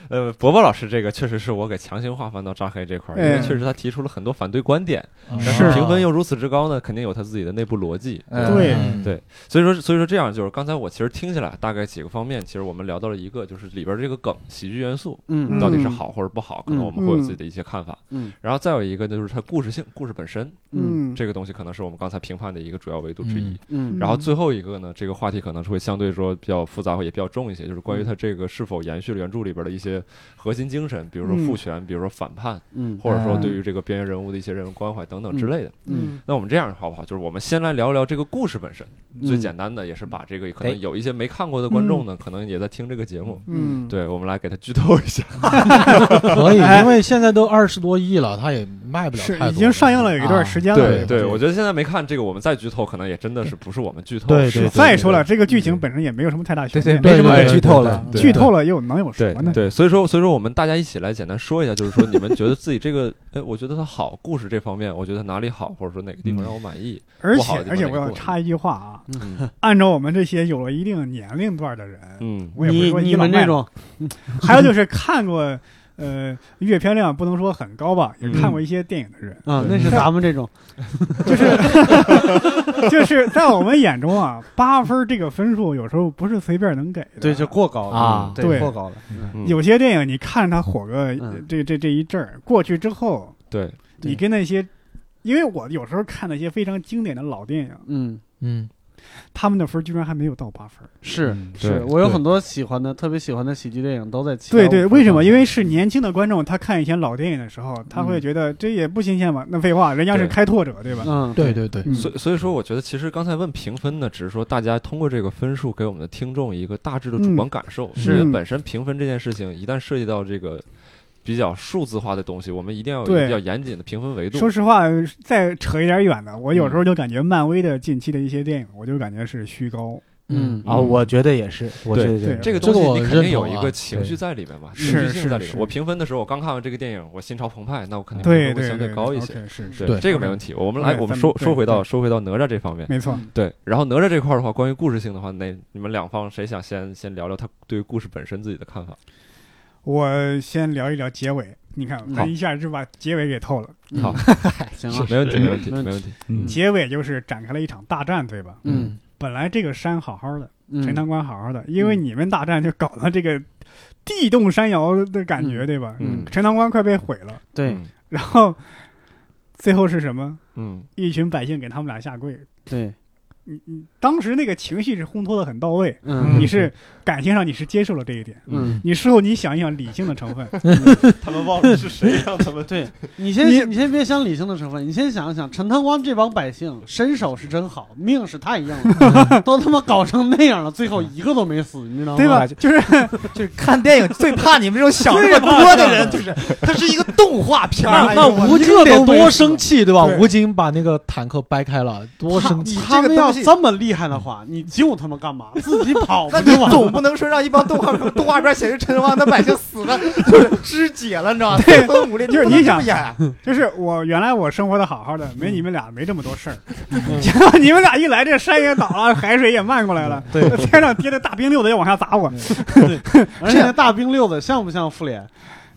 [SPEAKER 1] 呃，伯伯老师这个确实是我给强行划分到扎黑这块儿，因
[SPEAKER 3] 哎
[SPEAKER 1] 为确实他提出了很多反对观点，
[SPEAKER 5] 嗯
[SPEAKER 1] 但
[SPEAKER 3] 是
[SPEAKER 1] 评分又如此之高呢，肯定有他自己的内部逻辑。
[SPEAKER 4] 嗯
[SPEAKER 3] 对
[SPEAKER 1] 对所以说所以说这样就是刚才我其实听起来大概几个方面，其实我们聊到了一个就是里边这个梗喜剧元素
[SPEAKER 2] 嗯
[SPEAKER 1] 到底是
[SPEAKER 3] 嗯
[SPEAKER 1] 好或者不好，可能我们会有自己的一些看法。
[SPEAKER 2] 嗯
[SPEAKER 1] 然后再有一个就是它故事性，故事本身
[SPEAKER 2] 嗯
[SPEAKER 3] 嗯，
[SPEAKER 1] 这个东西可能是我们刚才评判的一个主要维度之一。
[SPEAKER 5] 嗯
[SPEAKER 2] 嗯
[SPEAKER 1] 然后最后一个呢，这个话题可能是会相对说比较复杂，也比较重一些，就是关于它这个是否延续了原著里边的一些核心精神，比如说
[SPEAKER 3] 嗯
[SPEAKER 1] 父权，比如说反叛，
[SPEAKER 2] 嗯
[SPEAKER 1] 或者说
[SPEAKER 4] 嗯
[SPEAKER 1] 对于这个边缘人物的一些人文关怀等等之类的。
[SPEAKER 2] 嗯
[SPEAKER 1] 那我们这样好不好？就是我们先来聊一聊这个故事本身，
[SPEAKER 2] 嗯
[SPEAKER 1] 最简单的也是把这个可
[SPEAKER 4] 哎
[SPEAKER 1] 能有一些没看过的观众呢，可能也在听这个节目，
[SPEAKER 3] 嗯，
[SPEAKER 1] 对我们来给他剧透一下。
[SPEAKER 5] 可以，
[SPEAKER 4] 哎
[SPEAKER 5] 因为现在都二十多亿了，他也卖不了啊
[SPEAKER 3] 是
[SPEAKER 5] 太多。
[SPEAKER 3] 已经上映了有一段时
[SPEAKER 5] 间。
[SPEAKER 3] 间了。
[SPEAKER 1] 啊对
[SPEAKER 5] 对
[SPEAKER 1] 对，我觉得现在没看这个，我们再剧透，可能也真的是不是我们剧透。
[SPEAKER 5] 对
[SPEAKER 1] 是
[SPEAKER 5] 对
[SPEAKER 3] 再说了，这个剧情本身也没有什么太大悬
[SPEAKER 4] 对对，
[SPEAKER 3] 念，
[SPEAKER 4] 没什么
[SPEAKER 5] 对
[SPEAKER 4] 可
[SPEAKER 5] 对
[SPEAKER 4] 剧透了，
[SPEAKER 1] 对
[SPEAKER 3] 剧透了又能有什么呢？
[SPEAKER 1] 对，所以说所以说我们大家一起来简单说一下，就是说你们觉得自己这个，哎，我觉得它好，故事这方面，我觉得哪里好，或者说哪个地方让我满意。
[SPEAKER 3] 而
[SPEAKER 1] 不
[SPEAKER 3] 且
[SPEAKER 1] 好的地方
[SPEAKER 3] 而且
[SPEAKER 1] 那
[SPEAKER 3] 我
[SPEAKER 1] 个
[SPEAKER 3] 要
[SPEAKER 1] 过程
[SPEAKER 3] 插一句话啊，
[SPEAKER 1] 嗯
[SPEAKER 3] 按照我们这些有了一定年龄段的人，
[SPEAKER 1] 嗯
[SPEAKER 3] 我也不是
[SPEAKER 2] 你
[SPEAKER 3] 说
[SPEAKER 2] 你
[SPEAKER 3] 倚老
[SPEAKER 2] 们
[SPEAKER 3] 卖
[SPEAKER 2] 这
[SPEAKER 3] 老
[SPEAKER 2] 种
[SPEAKER 3] 还有就是看过，呃，阅片量不能说很高吧，也
[SPEAKER 1] 嗯
[SPEAKER 3] 看过一些电影的人，
[SPEAKER 2] 啊，那是咱们这种，
[SPEAKER 3] 就是在我们眼中啊，八分这个分数有时候不是随便能给的。
[SPEAKER 2] 对，就过高了
[SPEAKER 4] 啊
[SPEAKER 2] 对，
[SPEAKER 3] 对
[SPEAKER 2] 过高了。
[SPEAKER 1] 嗯
[SPEAKER 3] 有些电影，你看它火个、
[SPEAKER 2] 嗯
[SPEAKER 3] 这这这一阵儿过去之后，
[SPEAKER 1] 对，
[SPEAKER 2] 对
[SPEAKER 3] 你跟那些，因为我有时候看那些非常经典的老电影，
[SPEAKER 2] 嗯，
[SPEAKER 5] 嗯，
[SPEAKER 3] 他们的分儿居然还没有到八分儿。
[SPEAKER 2] 是
[SPEAKER 4] 嗯
[SPEAKER 2] 是
[SPEAKER 1] 对
[SPEAKER 2] 我有
[SPEAKER 1] 对
[SPEAKER 2] 很多喜欢的，特别喜欢的喜剧电影都在七到五
[SPEAKER 3] 对
[SPEAKER 2] 分。
[SPEAKER 3] 对，为什么？因为是年轻的观众，他看以前老电影的时候，他会觉得这也不新鲜嘛。那废话，人家是
[SPEAKER 1] 嗯对
[SPEAKER 3] 开拓者，对吧？
[SPEAKER 2] 嗯，
[SPEAKER 5] 对对对，
[SPEAKER 3] 嗯
[SPEAKER 1] 所以所以说，我觉得其实刚才问评分呢，只是说大家通过这个分数给我们的听众一个大致的主
[SPEAKER 3] 嗯
[SPEAKER 1] 观感受。因
[SPEAKER 5] 是
[SPEAKER 1] 为本身评分这件事情，一旦涉及到这个比较数字化的东西，我们一定要有一个
[SPEAKER 3] 对
[SPEAKER 1] 比较严谨的评分维度。
[SPEAKER 3] 说实话，
[SPEAKER 1] 嗯
[SPEAKER 3] 再扯一点远的，我有时候就感觉漫威的近期的一些电影，我就感觉是虚高。
[SPEAKER 2] 嗯
[SPEAKER 4] 啊，我觉得也是，我觉得
[SPEAKER 3] 对
[SPEAKER 1] 这个
[SPEAKER 5] 这
[SPEAKER 1] 东
[SPEAKER 5] 个
[SPEAKER 1] 西
[SPEAKER 5] 我
[SPEAKER 1] 你肯定
[SPEAKER 5] 认
[SPEAKER 1] 有
[SPEAKER 5] 同
[SPEAKER 1] 一
[SPEAKER 5] 啊
[SPEAKER 1] 个情绪
[SPEAKER 5] 对
[SPEAKER 1] 在里面嘛，
[SPEAKER 3] 是
[SPEAKER 1] 情绪性在里面。
[SPEAKER 3] 是是
[SPEAKER 1] 我评分的时候，我刚看完这个电影，我心潮澎湃，那我肯定
[SPEAKER 3] 对
[SPEAKER 1] 评分嗯会
[SPEAKER 3] 对
[SPEAKER 1] 相
[SPEAKER 3] 对，
[SPEAKER 1] 对高一些。嗯
[SPEAKER 3] OK，是是，
[SPEAKER 1] 对，这个没
[SPEAKER 3] OK
[SPEAKER 1] 问题。我们来，
[SPEAKER 3] 对
[SPEAKER 1] 我们
[SPEAKER 3] 咱们
[SPEAKER 1] 说
[SPEAKER 3] 对
[SPEAKER 1] 说回到
[SPEAKER 3] 对
[SPEAKER 1] 说回到哪吒这方面。
[SPEAKER 3] 没错，
[SPEAKER 1] 对，然后哪吒这块儿的话，关于故事性的话，那你们两方谁想先先聊聊他对于故事本身自己的看法？
[SPEAKER 3] 我先聊一聊结尾。你看，
[SPEAKER 1] 好
[SPEAKER 3] 咱一下就把结尾给透了。
[SPEAKER 2] 嗯
[SPEAKER 1] 好，
[SPEAKER 2] 行啊，
[SPEAKER 1] 没问题，
[SPEAKER 2] 嗯
[SPEAKER 1] 没问题，
[SPEAKER 2] 没
[SPEAKER 1] 没
[SPEAKER 2] 问题
[SPEAKER 1] 问题。
[SPEAKER 4] 嗯
[SPEAKER 3] 结尾就是展开了一场大战，对吧？
[SPEAKER 2] 嗯
[SPEAKER 3] 本来这个山好好的，
[SPEAKER 2] 嗯，
[SPEAKER 3] 陈塘关好好的，因为你们大战就搞到这个地动山摇的感觉，
[SPEAKER 2] 嗯
[SPEAKER 3] 对吧？
[SPEAKER 1] 嗯
[SPEAKER 3] 陈塘关快被毁了，
[SPEAKER 2] 对
[SPEAKER 1] 嗯
[SPEAKER 3] 然后最后是什么？
[SPEAKER 1] 嗯，
[SPEAKER 3] 一群百姓给他们俩下跪。
[SPEAKER 2] 对，
[SPEAKER 3] 你你当时那个情绪是烘托的很到位，
[SPEAKER 2] 嗯
[SPEAKER 3] 你是感情上你是接受了这一点，
[SPEAKER 2] 嗯，
[SPEAKER 3] 你事后你想一想理性的成分，
[SPEAKER 1] 他们忘了是谁让他们
[SPEAKER 2] 对你先
[SPEAKER 3] 你
[SPEAKER 2] 你先别想理性的成分，你先想一想，陈塘关这帮百姓身手是真好，命是太硬 了，都他妈搞成那样了，最后一个都没死，你知道吗？
[SPEAKER 3] 对吧？
[SPEAKER 4] 吧
[SPEAKER 3] 就是
[SPEAKER 4] 哦 就是看电影最怕你们这种想这么多的人，就是它是一个动画片儿
[SPEAKER 5] 那
[SPEAKER 4] 哎
[SPEAKER 5] 那
[SPEAKER 4] 呦我
[SPEAKER 5] 吴京得多生气对吧？
[SPEAKER 3] 对
[SPEAKER 5] 吴京把那个坦克掰开了，多生
[SPEAKER 2] 你
[SPEAKER 5] 气！
[SPEAKER 2] 他们要这么厉害的话，你救他们干 嘛？自己跑
[SPEAKER 4] 嗯那
[SPEAKER 2] 不
[SPEAKER 4] 你
[SPEAKER 2] 就完了？
[SPEAKER 4] 总不能说让一帮动画片动画片写着陈王的百姓死 了，就是肢解了，你知道吗？
[SPEAKER 3] 对
[SPEAKER 4] 分分五裂，
[SPEAKER 3] 就是
[SPEAKER 4] 不能
[SPEAKER 3] 你
[SPEAKER 4] 这么
[SPEAKER 3] 想
[SPEAKER 4] 演，嗯
[SPEAKER 3] 就是我原来我生活的好好的，没你们俩没这么多事儿， 结果你们俩一来，这山也倒了，海水也漫过来了，
[SPEAKER 5] 对
[SPEAKER 3] 天上跌的大冰溜子要往下砸我，
[SPEAKER 4] 嗯
[SPEAKER 2] 而且那大兵六子像不像复联？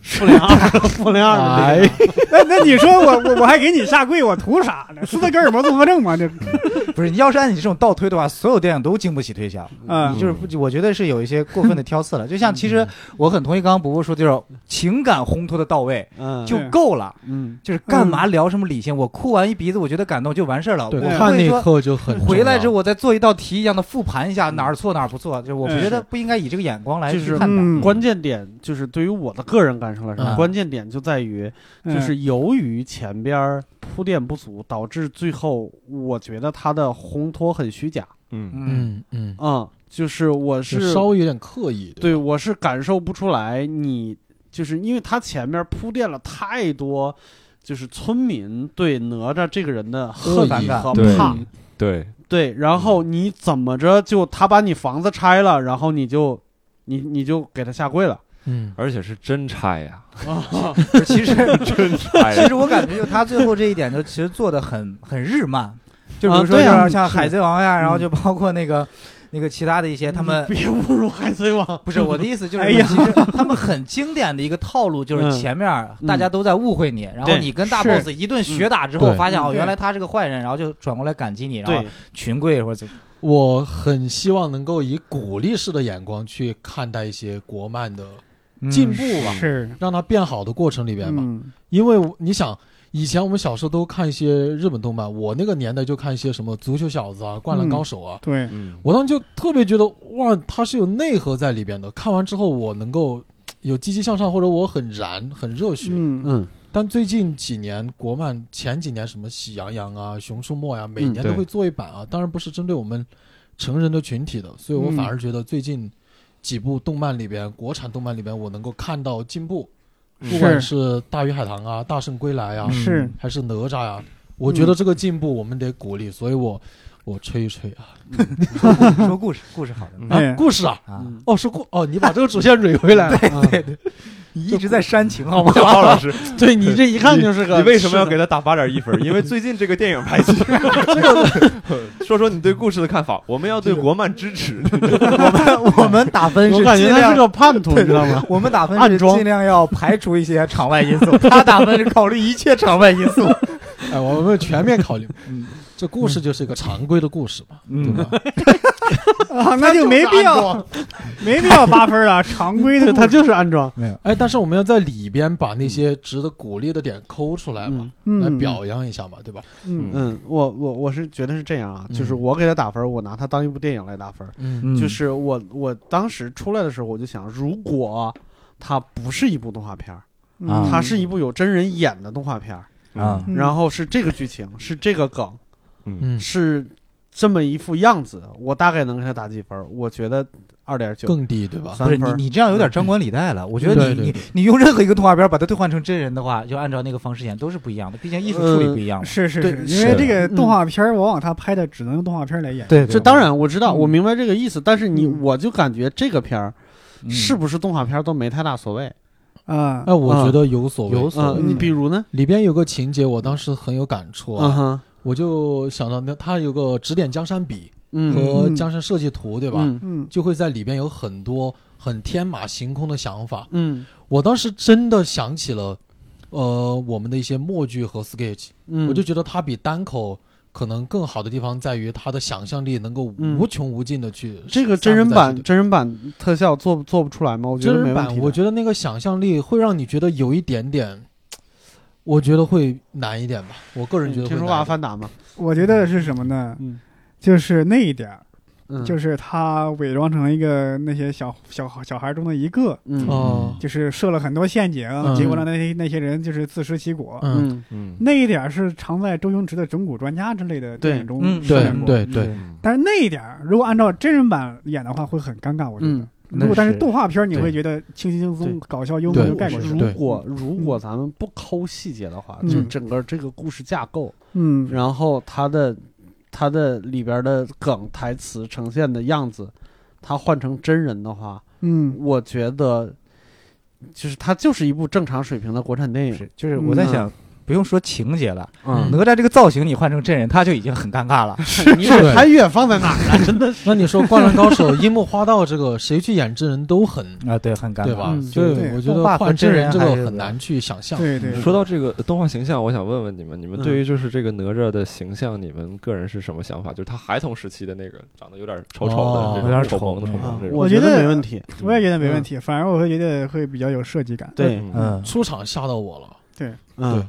[SPEAKER 2] 复联 二，复联二的那
[SPEAKER 5] 哎
[SPEAKER 2] 个，
[SPEAKER 3] 那那你说我我我还给你下跪，我图啥呢？斯德哥尔摩综合症吗？这
[SPEAKER 4] 不是你要是按你这种倒推的话，所有电影都经不起推敲。
[SPEAKER 3] 啊
[SPEAKER 1] 嗯
[SPEAKER 4] 就是不我觉得是有一些过分的挑刺了。就像其
[SPEAKER 5] 嗯
[SPEAKER 4] 实我很同意刚刚伯伯说，就是情感烘托的到位
[SPEAKER 2] 嗯，
[SPEAKER 4] 就够了，
[SPEAKER 2] 嗯
[SPEAKER 4] 就是干嘛聊什么理性？我哭完一鼻子，我觉得感动就完事儿了。
[SPEAKER 5] 对
[SPEAKER 4] 我不
[SPEAKER 5] 看那
[SPEAKER 4] 会
[SPEAKER 5] 一
[SPEAKER 4] 说
[SPEAKER 5] 刻就很
[SPEAKER 4] 回来之后
[SPEAKER 5] 后，
[SPEAKER 4] 我再做一道题一样的复盘一下哪儿错哪儿不错。就是我
[SPEAKER 3] 嗯
[SPEAKER 4] 觉得不应该以这个眼光来
[SPEAKER 2] 就
[SPEAKER 4] 去
[SPEAKER 2] 是嗯
[SPEAKER 4] 看嗯待。
[SPEAKER 2] 关键点就是对于我的个人感受来说，
[SPEAKER 5] 嗯
[SPEAKER 2] 关键点就在于，
[SPEAKER 3] 嗯
[SPEAKER 4] 嗯
[SPEAKER 2] 就是由于前边儿铺垫不足，导致最后我觉得他的烘托很虚假。
[SPEAKER 1] 嗯
[SPEAKER 4] 嗯，
[SPEAKER 5] 嗯嗯，
[SPEAKER 2] 嗯，就是我
[SPEAKER 5] 就是稍微有点刻意，
[SPEAKER 2] 对
[SPEAKER 5] 吧，
[SPEAKER 2] 我是感受不出来你，就是因为他前面铺垫了太多，就是村民对哪吒这个人的
[SPEAKER 5] 恶
[SPEAKER 2] 恨
[SPEAKER 5] 意
[SPEAKER 2] 意和
[SPEAKER 1] 对
[SPEAKER 2] 怕。
[SPEAKER 1] 对，
[SPEAKER 2] 对，然后你怎么着就他把你房子拆了，然后你就你你就给他下跪了。
[SPEAKER 5] 嗯，
[SPEAKER 1] 而且是真拆呀，
[SPEAKER 4] 不是 其实
[SPEAKER 1] 真拆
[SPEAKER 4] 其
[SPEAKER 1] 呀，
[SPEAKER 4] 实我感觉就他最后这一点，就其实做的很很日漫，就比如说
[SPEAKER 2] 啊对啊
[SPEAKER 4] 就是像海贼王呀，
[SPEAKER 2] 是嗯
[SPEAKER 4] 然后就包括那个那个其他的一些他们
[SPEAKER 2] 你。别侮辱海贼王。
[SPEAKER 4] 不是我的意思，就是
[SPEAKER 3] 哎呀
[SPEAKER 4] 其实他们很经典的一个套路，就
[SPEAKER 2] 嗯
[SPEAKER 4] 是前面大家都在误会你，然后
[SPEAKER 2] 对嗯
[SPEAKER 4] 你跟大
[SPEAKER 3] 是
[SPEAKER 4] boss 一顿血打之后，
[SPEAKER 5] 对
[SPEAKER 4] 发现哦
[SPEAKER 3] 对
[SPEAKER 4] 原来他是个坏人，然后就转过来感激你，然后
[SPEAKER 2] 对，
[SPEAKER 4] 群跪或者怎么
[SPEAKER 5] 我很希望能够以鼓励式的眼光去看待一些国漫的
[SPEAKER 4] 嗯
[SPEAKER 5] 进步
[SPEAKER 4] 啊
[SPEAKER 5] 吧，
[SPEAKER 3] 是
[SPEAKER 5] 让它变好的过程里边吧，
[SPEAKER 3] 嗯
[SPEAKER 5] 因为我你想。以前我们小时候都看一些日本动漫，我那个年代就看一些什么《足球小子》啊、《灌篮高手》啊，
[SPEAKER 3] 对，
[SPEAKER 1] 嗯，
[SPEAKER 5] 我当时就特别觉得哇，它是有内核在里边的。看完之后，我能够嘖有积极向上，或者我很燃、很热血。
[SPEAKER 3] 嗯
[SPEAKER 2] 嗯，
[SPEAKER 5] 但最近几年国漫，前几年什么《喜羊羊》啊、《熊出没》呀，每年
[SPEAKER 1] 对
[SPEAKER 5] 都会做一版啊。当然不是针对我们成人的群体的，所以我
[SPEAKER 3] 嗯
[SPEAKER 5] 反而觉得最近几部动漫里边，国产动漫里边，我能够看到进步，
[SPEAKER 1] 嗯
[SPEAKER 5] 不管是《大鱼海棠》啊、《大圣归来》啊，
[SPEAKER 4] 嗯
[SPEAKER 3] 是
[SPEAKER 5] 还是《哪吒》呀，我觉得这个进步我们得鼓励，所以我我吹一吹啊
[SPEAKER 4] 嗯说故事，故事好的
[SPEAKER 1] 嗯
[SPEAKER 3] 哎
[SPEAKER 5] 啊，故事啊。
[SPEAKER 4] 啊，
[SPEAKER 2] 嗯
[SPEAKER 5] 哦，是故哦，你把这个主线 捋回来了。
[SPEAKER 4] 你一直在煽情 好吗？
[SPEAKER 1] 高老师，
[SPEAKER 2] 对你这一看就是个
[SPEAKER 1] 你为什么要
[SPEAKER 2] 是
[SPEAKER 1] 给
[SPEAKER 2] 的
[SPEAKER 1] 他打八点一分？因为最近这个电影拍 戏，说说你对故事的看法。我们要对国漫支持，
[SPEAKER 4] 我们我们打分
[SPEAKER 2] 我
[SPEAKER 4] 是
[SPEAKER 2] 感觉
[SPEAKER 4] 尽
[SPEAKER 2] 他
[SPEAKER 4] 量
[SPEAKER 2] 是个叛 徒，你知道吗？
[SPEAKER 4] 我们打分
[SPEAKER 2] 暗
[SPEAKER 4] 是
[SPEAKER 2] 装
[SPEAKER 4] 尽量要排除一些场外因 素，他打分是考虑一切场外因素。
[SPEAKER 5] 哎，我们全面考虑，
[SPEAKER 4] 嗯
[SPEAKER 5] 这故事就是一个常规的故事嘛，
[SPEAKER 4] 嗯
[SPEAKER 5] 对吧？
[SPEAKER 3] 啊，那就没必要， 没必要八分了，常规的
[SPEAKER 2] 对，
[SPEAKER 3] 路
[SPEAKER 2] 他就是安装。
[SPEAKER 4] 没有，
[SPEAKER 5] 哎，但是我们要在里边把
[SPEAKER 4] 嗯
[SPEAKER 5] 那些值得鼓励的点抠出来嘛，来
[SPEAKER 3] 嗯
[SPEAKER 5] 表扬一下嘛，对吧？
[SPEAKER 3] 嗯
[SPEAKER 2] 嗯，我我我是觉得是这样啊，
[SPEAKER 5] 嗯
[SPEAKER 2] 就是我给他打分，我拿他当一部电影来打分。
[SPEAKER 5] 嗯
[SPEAKER 4] 嗯
[SPEAKER 2] 就是我我当时出来的时候，我就想，如果它不是一部动画片儿，
[SPEAKER 3] 嗯
[SPEAKER 4] 啊
[SPEAKER 2] 它是一部有真人演的动画片儿，
[SPEAKER 4] 啊
[SPEAKER 3] 嗯
[SPEAKER 2] 然后是这个剧情，是这个梗，
[SPEAKER 1] 嗯
[SPEAKER 5] 嗯
[SPEAKER 2] 是这么一副样子，我大概能给他打几分？我觉得二点九，
[SPEAKER 5] 更低，对吧？嗯
[SPEAKER 2] 三
[SPEAKER 4] 不是
[SPEAKER 2] 分
[SPEAKER 4] 你
[SPEAKER 2] 儿，嗯
[SPEAKER 4] 你这样有点张冠李戴了。我觉得
[SPEAKER 5] 对
[SPEAKER 4] 你
[SPEAKER 5] 对
[SPEAKER 4] 你
[SPEAKER 5] 对
[SPEAKER 4] 你用任何一个动画片把它兑换成真人的话，就按照那个方式演都是不一样的，毕
[SPEAKER 2] 嗯
[SPEAKER 4] 竟艺术处理不一样嘛。
[SPEAKER 3] 是是
[SPEAKER 2] 对
[SPEAKER 3] 是，因为
[SPEAKER 4] 是嗯
[SPEAKER 3] 这个动画片儿往往他拍的只能用动画片儿来演。
[SPEAKER 4] 对，
[SPEAKER 2] 呃这当然我知道，
[SPEAKER 3] 嗯
[SPEAKER 2] 我明白这个意思，但是你
[SPEAKER 3] 嗯
[SPEAKER 2] 我就感觉这个片儿
[SPEAKER 4] 嗯
[SPEAKER 2] 是不是动画片儿都没太大所谓。
[SPEAKER 3] 啊
[SPEAKER 5] 哎，，我
[SPEAKER 2] 啊
[SPEAKER 5] 觉得有所谓，
[SPEAKER 4] 嗯有所
[SPEAKER 2] 嗯，你比如呢？
[SPEAKER 5] 里边有个情节，我当时很有感触
[SPEAKER 2] 嗯
[SPEAKER 5] 啊，
[SPEAKER 2] 哼，
[SPEAKER 5] 我就想到那他有个指点江山笔
[SPEAKER 2] 嗯，
[SPEAKER 5] 和江山设计图，对
[SPEAKER 2] 对
[SPEAKER 5] 吧？
[SPEAKER 3] 嗯
[SPEAKER 5] 就会在里边有很多很天马行空的想法。
[SPEAKER 2] 嗯
[SPEAKER 5] 我当时真的想起了，呃，我们的一些默剧和 sketch，、
[SPEAKER 2] 嗯，
[SPEAKER 5] 我就觉得它比单口可能更好的地方在于它的想象力能够
[SPEAKER 2] 嗯
[SPEAKER 5] 无穷无尽的去、
[SPEAKER 2] 这个真人
[SPEAKER 5] 散布
[SPEAKER 2] 版
[SPEAKER 5] 在
[SPEAKER 2] 真人版特效做不做不出来吗？我
[SPEAKER 5] 这
[SPEAKER 2] 觉
[SPEAKER 5] 里
[SPEAKER 2] 得
[SPEAKER 5] 真
[SPEAKER 2] 没
[SPEAKER 5] 人
[SPEAKER 2] 问
[SPEAKER 5] 版，
[SPEAKER 2] 题的。
[SPEAKER 5] 我觉得那个想象力会让你觉得有一点点，我觉得会难一点吧。我个人觉得会
[SPEAKER 2] 嗯听
[SPEAKER 5] 难
[SPEAKER 2] 说
[SPEAKER 5] 一
[SPEAKER 2] 过阿
[SPEAKER 5] 点。
[SPEAKER 2] 凡达吗？
[SPEAKER 3] 我觉得是什么呢？
[SPEAKER 2] 嗯
[SPEAKER 3] 就是那一点儿，
[SPEAKER 2] 嗯，
[SPEAKER 3] 就是他伪装成一个那些小小小孩中的一个，
[SPEAKER 2] 嗯
[SPEAKER 5] 哦，
[SPEAKER 3] 就是设了很多陷阱，
[SPEAKER 5] 嗯
[SPEAKER 3] 结果让那些那些人就是自食其果。
[SPEAKER 5] 嗯，
[SPEAKER 2] 嗯
[SPEAKER 1] 嗯
[SPEAKER 3] 那一点儿是常在周星驰的《整蛊专家》之类的
[SPEAKER 2] 对
[SPEAKER 3] 电影中
[SPEAKER 4] 嗯
[SPEAKER 3] 出
[SPEAKER 5] 对
[SPEAKER 3] 现过。
[SPEAKER 5] 对对，
[SPEAKER 1] 嗯
[SPEAKER 3] 但是那一点儿，如果按照真人版演的话，会很尴尬，我觉得
[SPEAKER 2] 嗯。，
[SPEAKER 3] 如果
[SPEAKER 4] 那
[SPEAKER 3] 但是
[SPEAKER 4] 是
[SPEAKER 3] 动画片，你
[SPEAKER 5] 对
[SPEAKER 3] 会觉得轻轻松
[SPEAKER 2] 对
[SPEAKER 3] 松、搞笑幽默
[SPEAKER 5] 对
[SPEAKER 3] 就
[SPEAKER 2] 如
[SPEAKER 3] 盖
[SPEAKER 5] 我
[SPEAKER 3] 过
[SPEAKER 5] 是
[SPEAKER 3] 去
[SPEAKER 5] 对
[SPEAKER 3] 了。
[SPEAKER 2] 如果如果咱们不抠细节的话，
[SPEAKER 3] 嗯
[SPEAKER 2] 就整个这个故事架构，
[SPEAKER 3] 嗯，
[SPEAKER 2] 然后它的它的里边的梗、台词呈现的样子，它换成真人的话，
[SPEAKER 3] 嗯
[SPEAKER 2] 我觉得就是它就是一部正常水平的国产电影。
[SPEAKER 4] 是就是我在
[SPEAKER 2] 嗯
[SPEAKER 4] 想，不用说情节了，
[SPEAKER 2] 嗯
[SPEAKER 4] 哪，吒这个造型你换成真人，他就已经很尴尬了。
[SPEAKER 2] 你这还远放在哪儿了？真的是。
[SPEAKER 5] 那你说《灌篮高手》、樱木花道这个谁去演真人都很
[SPEAKER 4] 啊，对，很尴尬，
[SPEAKER 5] 对吧？
[SPEAKER 2] 嗯
[SPEAKER 5] 所以
[SPEAKER 3] 对
[SPEAKER 5] 我觉
[SPEAKER 4] 动
[SPEAKER 5] 得
[SPEAKER 4] 画和
[SPEAKER 5] 换真
[SPEAKER 4] 真
[SPEAKER 5] 人
[SPEAKER 4] 人
[SPEAKER 5] 这
[SPEAKER 4] 还
[SPEAKER 5] 个
[SPEAKER 4] 是
[SPEAKER 5] 很难去想象。
[SPEAKER 3] 对对，
[SPEAKER 1] 说到这个动画形象，我想问问你们，你们
[SPEAKER 2] 嗯
[SPEAKER 1] 对于就是这个哪吒的形象，你们个人是什么想法？就是他孩童时期的那个长得有点丑丑
[SPEAKER 5] 哦
[SPEAKER 1] 的，
[SPEAKER 4] 有点
[SPEAKER 1] 丑
[SPEAKER 4] 丑
[SPEAKER 1] 萌的丑萌这种，
[SPEAKER 2] 嗯我
[SPEAKER 3] 我觉
[SPEAKER 2] 得
[SPEAKER 3] 得
[SPEAKER 2] 没问题。
[SPEAKER 3] 我也觉得没问题，反而我会觉得会比较有设计感。
[SPEAKER 2] 对，
[SPEAKER 1] 嗯
[SPEAKER 4] 嗯，
[SPEAKER 5] 出场吓到我了，
[SPEAKER 2] 嗯
[SPEAKER 5] 对，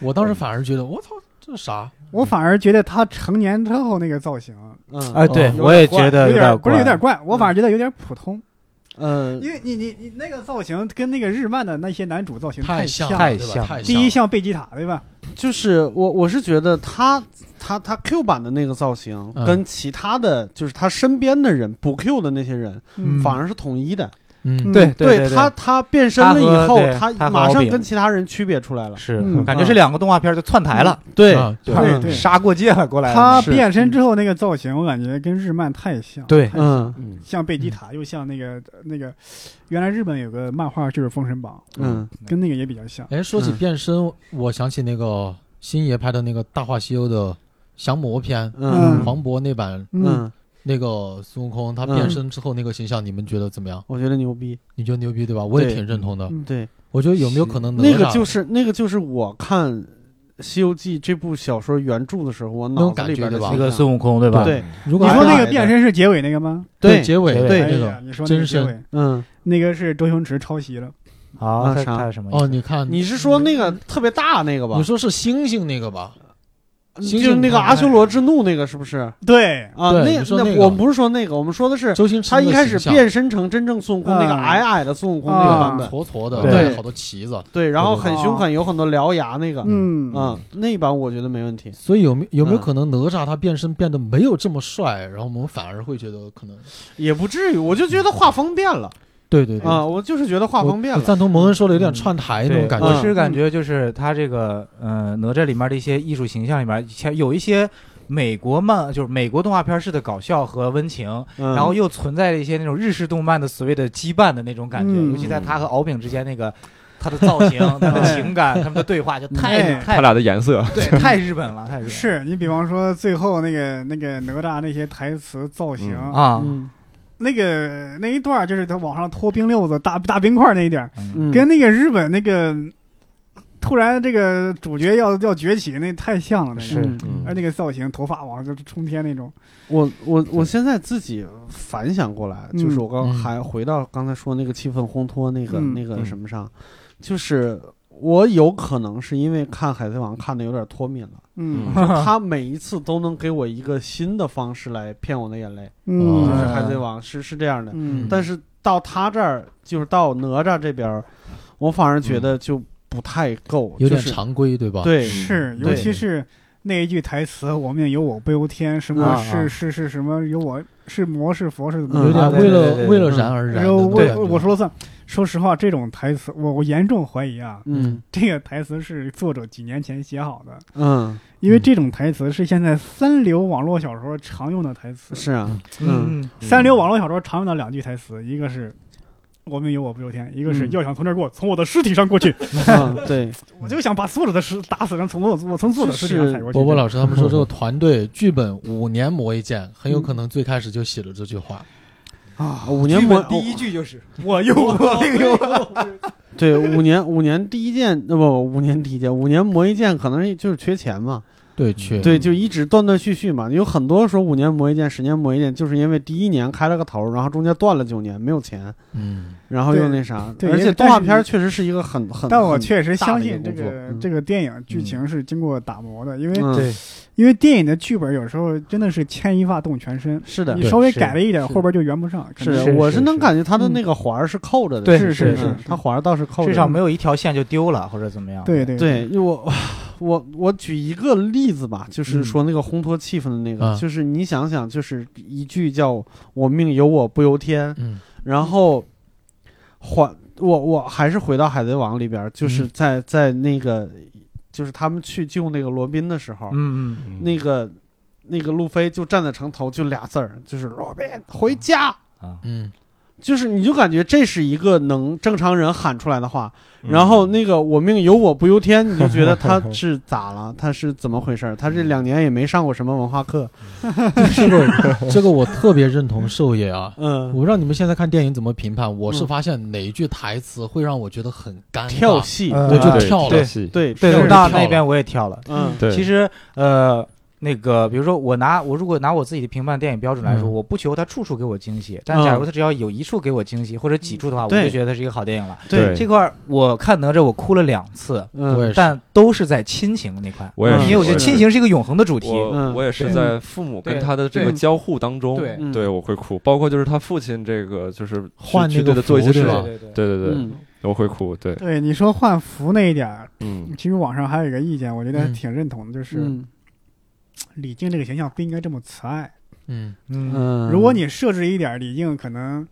[SPEAKER 5] 我当时反而觉得我操，这啥？
[SPEAKER 3] 我反而觉得他成年之后那个造型
[SPEAKER 2] 嗯，
[SPEAKER 4] 哎，对
[SPEAKER 2] 有
[SPEAKER 4] 我也
[SPEAKER 2] 点怪
[SPEAKER 4] 觉得
[SPEAKER 3] 有
[SPEAKER 4] 点
[SPEAKER 3] 不是有点
[SPEAKER 4] 怪，
[SPEAKER 3] 怪，我反而觉得有点普通，
[SPEAKER 2] 嗯
[SPEAKER 3] 因为你你你那个造型跟那个日漫的那些男主造型
[SPEAKER 5] 太
[SPEAKER 3] 像
[SPEAKER 5] 像
[SPEAKER 3] 了。
[SPEAKER 5] 了，
[SPEAKER 4] 太
[SPEAKER 5] 对吧
[SPEAKER 4] 像
[SPEAKER 5] 太像了。
[SPEAKER 3] 第一像贝吉塔对吧？
[SPEAKER 2] 就是我我是觉得他他他 Q 版的那个造型
[SPEAKER 5] 嗯
[SPEAKER 2] 跟其他的、就是他身边的人不 Q 的那些人、
[SPEAKER 4] 嗯
[SPEAKER 2] 反而是统一的。
[SPEAKER 5] 嗯，
[SPEAKER 3] 嗯
[SPEAKER 4] 对对
[SPEAKER 2] 他他变身了以后，
[SPEAKER 4] 他和对他和
[SPEAKER 2] 马
[SPEAKER 4] 敖
[SPEAKER 2] 上
[SPEAKER 4] 丙
[SPEAKER 2] 跟其他人区别出来了。
[SPEAKER 4] 是
[SPEAKER 3] 嗯
[SPEAKER 4] 感觉是两个动画片就窜台了，
[SPEAKER 2] 对
[SPEAKER 5] 啊对
[SPEAKER 2] 嗯
[SPEAKER 3] 对对
[SPEAKER 4] 杀过界了过来了。
[SPEAKER 3] 他
[SPEAKER 2] 是
[SPEAKER 3] 变身之后那个造型，我感觉跟日漫太像，
[SPEAKER 4] 嗯对
[SPEAKER 2] 嗯
[SPEAKER 1] 嗯
[SPEAKER 3] 像贝吉塔，又像那个那个，原来日本有个漫画就是《封神榜
[SPEAKER 2] 嗯》，
[SPEAKER 3] 跟那个也比较像。
[SPEAKER 5] 哎，说起
[SPEAKER 2] 嗯
[SPEAKER 5] 变身，我想起那个星爷拍的那个《大话西游》的降魔篇，
[SPEAKER 2] 嗯
[SPEAKER 3] 嗯
[SPEAKER 5] 黄渤那版
[SPEAKER 3] 嗯，
[SPEAKER 2] 嗯，
[SPEAKER 5] 那个孙悟空他
[SPEAKER 2] 嗯
[SPEAKER 5] 变身之后那个形象，你们觉得怎么样？
[SPEAKER 2] 我觉得牛逼。
[SPEAKER 5] 你觉得牛逼对吧？我也
[SPEAKER 2] 对
[SPEAKER 5] 挺认同的。
[SPEAKER 3] 嗯
[SPEAKER 2] 对，
[SPEAKER 5] 我觉得有没有可能哪吒
[SPEAKER 2] 那个就是那个就是我看《西游记》这部小说原著的时候，我
[SPEAKER 5] 那
[SPEAKER 2] 脑
[SPEAKER 5] 种
[SPEAKER 2] 子
[SPEAKER 5] 感
[SPEAKER 2] 里边
[SPEAKER 5] 觉
[SPEAKER 2] 的
[SPEAKER 5] 对吧
[SPEAKER 4] 那
[SPEAKER 2] 形
[SPEAKER 4] 个
[SPEAKER 2] 象
[SPEAKER 4] 孙悟空对吧？
[SPEAKER 2] 对
[SPEAKER 5] 如
[SPEAKER 3] 你
[SPEAKER 5] 果
[SPEAKER 2] 哎
[SPEAKER 3] 说
[SPEAKER 5] 按
[SPEAKER 3] 那
[SPEAKER 5] 照
[SPEAKER 3] 个变身是结尾那个吗？
[SPEAKER 5] 对
[SPEAKER 2] 对
[SPEAKER 5] 结尾
[SPEAKER 4] 结尾
[SPEAKER 3] 哎
[SPEAKER 5] 那
[SPEAKER 3] 呀
[SPEAKER 5] 个，
[SPEAKER 3] 你说那个
[SPEAKER 5] 真
[SPEAKER 3] 结
[SPEAKER 5] 身
[SPEAKER 3] 尾，
[SPEAKER 2] 嗯，
[SPEAKER 3] 那个是周星驰抄袭了。
[SPEAKER 4] 啊，
[SPEAKER 2] 啊
[SPEAKER 4] 他
[SPEAKER 2] 啥
[SPEAKER 4] 他是什么意思？
[SPEAKER 5] 哦，你看
[SPEAKER 2] 你是说那个特别大那个吧
[SPEAKER 5] 嗯你？说是星星那个吧？
[SPEAKER 2] 就
[SPEAKER 5] 星
[SPEAKER 2] 是
[SPEAKER 5] 星
[SPEAKER 2] 那个
[SPEAKER 5] 看
[SPEAKER 2] 阿修罗之怒那个是不是？
[SPEAKER 3] 对，
[SPEAKER 2] 啊，
[SPEAKER 5] 对
[SPEAKER 2] 那
[SPEAKER 5] 你说那
[SPEAKER 2] 我们
[SPEAKER 5] 个
[SPEAKER 2] 不是说那个，我们说的是
[SPEAKER 5] 周星驰
[SPEAKER 2] 他一开始
[SPEAKER 5] 的形象
[SPEAKER 2] 变身成真正孙悟空那个
[SPEAKER 3] 啊
[SPEAKER 2] 矮矮的孙悟空那个
[SPEAKER 3] 啊
[SPEAKER 2] 版本，
[SPEAKER 5] 矬矬的，
[SPEAKER 4] 对
[SPEAKER 5] 带好多旗子。
[SPEAKER 2] 对，然后很凶
[SPEAKER 3] 哦
[SPEAKER 2] 狠，有很多獠牙那个，
[SPEAKER 3] 嗯
[SPEAKER 2] 嗯，那一版我觉得没问题。
[SPEAKER 5] 所以有没有没有
[SPEAKER 2] 嗯
[SPEAKER 5] 可能哪吒他变身变得没有这么帅，然后我们反而会觉得可能
[SPEAKER 2] 也不至于，我就觉得画风变了
[SPEAKER 5] 对对对
[SPEAKER 2] 啊，我就是觉得画
[SPEAKER 5] 我
[SPEAKER 2] 风变
[SPEAKER 5] 我
[SPEAKER 2] 了，
[SPEAKER 5] 赞同蒙恩说的有点串台那
[SPEAKER 4] 对
[SPEAKER 5] 种感
[SPEAKER 4] 我
[SPEAKER 2] 嗯
[SPEAKER 5] 觉。
[SPEAKER 4] 是感觉就是他这个，呃，哪吒里面的一些艺术形象里面，以前有一些美国漫，就是美国动画片式的搞笑和温情，
[SPEAKER 2] 然
[SPEAKER 4] 然后又存在了一些那种日式动漫的所谓的羁绊的那种感觉，
[SPEAKER 3] 嗯
[SPEAKER 4] 尤其在他和敖丙之间那个他的造型、他的情感、他们的对话，就太
[SPEAKER 3] 哎
[SPEAKER 1] 他
[SPEAKER 4] 太
[SPEAKER 1] 俩的颜色，
[SPEAKER 4] 对太日本了，太日本了
[SPEAKER 3] 是你比方说最后那个那个哪吒那些台词造型，
[SPEAKER 1] 嗯
[SPEAKER 4] 啊，
[SPEAKER 2] 嗯
[SPEAKER 3] 那个那一段儿就是他往上脱冰溜子、大大冰块那一点儿，
[SPEAKER 2] 嗯
[SPEAKER 3] 跟那个日本那个突然这个主角要要崛起那太像了，那
[SPEAKER 4] 是
[SPEAKER 3] 个，
[SPEAKER 2] 嗯
[SPEAKER 1] 嗯
[SPEAKER 3] 而那个造型，头发往上就冲天那种，
[SPEAKER 2] 我我我现在自己反想过来，
[SPEAKER 3] 嗯
[SPEAKER 2] 就是我刚
[SPEAKER 5] 嗯
[SPEAKER 2] 还回到刚才说那个气氛烘托那个
[SPEAKER 3] 嗯
[SPEAKER 2] 那个
[SPEAKER 1] 嗯
[SPEAKER 2] 什么上，就是我有可能是因为看《海贼王》看的有点脱敏了。
[SPEAKER 3] 嗯
[SPEAKER 2] 就他每一次都能给我一个新的方式来骗我的眼泪，
[SPEAKER 5] 嗯
[SPEAKER 2] 就是
[SPEAKER 5] 嗯
[SPEAKER 2] 海贼王是是这样的，
[SPEAKER 3] 嗯
[SPEAKER 2] 但是到他这儿就是到哪吒这边儿，我反而觉得就不太够，
[SPEAKER 5] 有点
[SPEAKER 2] 就是
[SPEAKER 5] 常规，对吧？，
[SPEAKER 2] 嗯对，
[SPEAKER 3] 是，
[SPEAKER 1] 对
[SPEAKER 3] 尤其是那一句台词“我命由我不由天”，什么
[SPEAKER 2] 啊
[SPEAKER 3] 是、
[SPEAKER 4] 啊
[SPEAKER 3] 是是什么由我是魔是佛是怎么
[SPEAKER 2] 嗯
[SPEAKER 5] 有
[SPEAKER 3] 着？
[SPEAKER 5] 点
[SPEAKER 4] 对
[SPEAKER 5] 为
[SPEAKER 4] 对
[SPEAKER 5] 了、
[SPEAKER 4] 对对
[SPEAKER 5] 为了
[SPEAKER 2] 嗯
[SPEAKER 5] 燃而燃
[SPEAKER 3] 然
[SPEAKER 5] 的
[SPEAKER 3] 后
[SPEAKER 5] 那种
[SPEAKER 3] 我
[SPEAKER 5] 感觉。
[SPEAKER 3] 我我说了算。说实话，这种台词我我严重怀疑啊，
[SPEAKER 2] 嗯
[SPEAKER 3] 这个台词是作者几年前写好的，
[SPEAKER 2] 嗯，
[SPEAKER 3] 因为
[SPEAKER 4] 嗯
[SPEAKER 3] 这种台词是现在三流网络小说常用的台词。
[SPEAKER 2] 是啊，嗯，
[SPEAKER 4] 嗯，
[SPEAKER 3] 三流网络小说常用的两句台词，一个是“我命由我不由天”，一个是“
[SPEAKER 2] 嗯
[SPEAKER 3] 要想从这儿过，从我的尸体上 过去”
[SPEAKER 2] 嗯对，
[SPEAKER 3] 我就想把作者的尸打死，然后从我我从作者尸体上踩过去。
[SPEAKER 5] 波波老师他们说，这个团队剧本五年磨一剑，很有可能最开始就写了这句话。
[SPEAKER 2] 啊，五年磨
[SPEAKER 4] 第一句就是
[SPEAKER 3] 我又我命由我，
[SPEAKER 2] 对五年五年第一件，那不五年第一件，五年磨一剑可能就是缺钱嘛，
[SPEAKER 5] 对，去
[SPEAKER 2] 对，就一直断断续续嘛，有很多说五年磨一剑，十年磨一剑，就是因为第一年开了个头，然后中间断了九年，没有钱，
[SPEAKER 5] 嗯，
[SPEAKER 2] 然后又那啥，
[SPEAKER 3] 对
[SPEAKER 2] 而且
[SPEAKER 3] 也
[SPEAKER 2] 动画
[SPEAKER 3] 但是
[SPEAKER 2] 片确实是一个很很，
[SPEAKER 3] 但我
[SPEAKER 2] 很
[SPEAKER 3] 确实相信
[SPEAKER 2] 大的
[SPEAKER 3] 这
[SPEAKER 2] 一个工
[SPEAKER 3] 个
[SPEAKER 2] 作
[SPEAKER 3] 这个电影剧情是经过打磨的，因为
[SPEAKER 2] 嗯
[SPEAKER 4] 对，
[SPEAKER 3] 因为电影的剧本有时候真的是牵一发动全身，
[SPEAKER 2] 是的
[SPEAKER 3] 你
[SPEAKER 4] 对
[SPEAKER 3] 稍微
[SPEAKER 4] 是
[SPEAKER 3] 改了一点，
[SPEAKER 2] 是
[SPEAKER 3] 后边就圆不上。可
[SPEAKER 2] 是
[SPEAKER 3] 能
[SPEAKER 2] 的
[SPEAKER 4] 是，
[SPEAKER 2] 我
[SPEAKER 4] 是
[SPEAKER 2] 是能
[SPEAKER 4] 是嗯
[SPEAKER 2] 感觉它的那个环儿是扣着的，
[SPEAKER 4] 对
[SPEAKER 2] 嗯
[SPEAKER 4] 是
[SPEAKER 3] 是
[SPEAKER 4] 是
[SPEAKER 2] 嗯它环儿倒是扣着的，
[SPEAKER 4] 至少没有一条线就丢了或者怎么样。
[SPEAKER 3] 对
[SPEAKER 5] 嗯
[SPEAKER 3] 对
[SPEAKER 2] 对，因为我我我举一个例子吧，就是说那个烘托气氛的那个，
[SPEAKER 5] 嗯啊
[SPEAKER 2] 就是你想想，就是一句叫“我命由我不由天
[SPEAKER 5] 嗯，”，
[SPEAKER 2] 然后还我我还是回到《海贼王》里边儿，就是
[SPEAKER 5] 嗯
[SPEAKER 2] 在在那个就是他们去救那个罗宾的时候，
[SPEAKER 4] 嗯，嗯
[SPEAKER 2] 那个那个路飞就站在城头，就俩字儿，就是罗宾回家。
[SPEAKER 4] 啊，
[SPEAKER 5] 嗯，
[SPEAKER 2] 就是你就感觉这是一个能正常人喊出来的话，
[SPEAKER 1] 嗯
[SPEAKER 2] 然后那个我命由我不由天，你就觉得他是咋了？他是怎么回事儿？他这两年也没上过什么文化课，
[SPEAKER 5] 这个这个我特别认同寿爷啊。我
[SPEAKER 2] 嗯，
[SPEAKER 5] 不知道你们现在看电影怎么评判，我是
[SPEAKER 2] 嗯
[SPEAKER 5] 发现哪一句台词会让我觉得很尴尬，
[SPEAKER 2] 跳戏，
[SPEAKER 4] 嗯
[SPEAKER 5] 对，就
[SPEAKER 1] 对
[SPEAKER 5] 跳
[SPEAKER 1] 对
[SPEAKER 5] 了。
[SPEAKER 1] 戏
[SPEAKER 2] 对
[SPEAKER 4] 对，
[SPEAKER 2] 跳
[SPEAKER 4] 武
[SPEAKER 2] 戏
[SPEAKER 4] 大那边我也跳了。
[SPEAKER 2] 嗯
[SPEAKER 1] 对，
[SPEAKER 4] 其实呃，那个比如说我拿我如果拿我自己的评判电影标准来说，
[SPEAKER 5] 嗯
[SPEAKER 4] 我不求它处处给我惊喜，但
[SPEAKER 2] 嗯
[SPEAKER 4] 假如它只要有一处给我惊喜或者几处的话，我
[SPEAKER 2] 对
[SPEAKER 4] 就觉得它是一个好电影了。
[SPEAKER 1] 对
[SPEAKER 4] 这块儿我看哪吒我哭了两次，
[SPEAKER 2] 嗯
[SPEAKER 5] 我也是
[SPEAKER 4] 但都是在亲情那块，
[SPEAKER 1] 我也是
[SPEAKER 4] 因为我觉
[SPEAKER 1] 嗯我也
[SPEAKER 4] 得
[SPEAKER 1] 是
[SPEAKER 4] 亲情是一个永恒的主题。
[SPEAKER 1] 我
[SPEAKER 2] 嗯
[SPEAKER 1] 我也是
[SPEAKER 4] 对
[SPEAKER 1] 在父母跟
[SPEAKER 4] 对
[SPEAKER 1] 他的这
[SPEAKER 4] 对
[SPEAKER 1] 个交互当中，
[SPEAKER 4] 对
[SPEAKER 2] 嗯
[SPEAKER 1] 对我会哭，包括就是他父亲这个就是去
[SPEAKER 5] 换那
[SPEAKER 1] 去
[SPEAKER 5] 个
[SPEAKER 1] 对他做一些
[SPEAKER 5] 服
[SPEAKER 1] 事
[SPEAKER 5] 对
[SPEAKER 1] 情
[SPEAKER 5] 吧，
[SPEAKER 4] 对对
[SPEAKER 1] 对对对，
[SPEAKER 2] 嗯
[SPEAKER 1] 我会哭，对，
[SPEAKER 3] 对，你说换服那一点儿，
[SPEAKER 1] 嗯，
[SPEAKER 3] 其实网上还有一个意见，我觉得
[SPEAKER 5] 嗯
[SPEAKER 3] 挺认同的，就是
[SPEAKER 2] 嗯
[SPEAKER 3] 李靖这个形象不应该这么慈爱。
[SPEAKER 5] 嗯，
[SPEAKER 4] 嗯
[SPEAKER 2] 嗯，
[SPEAKER 3] 如果你设置一点儿，李靖可能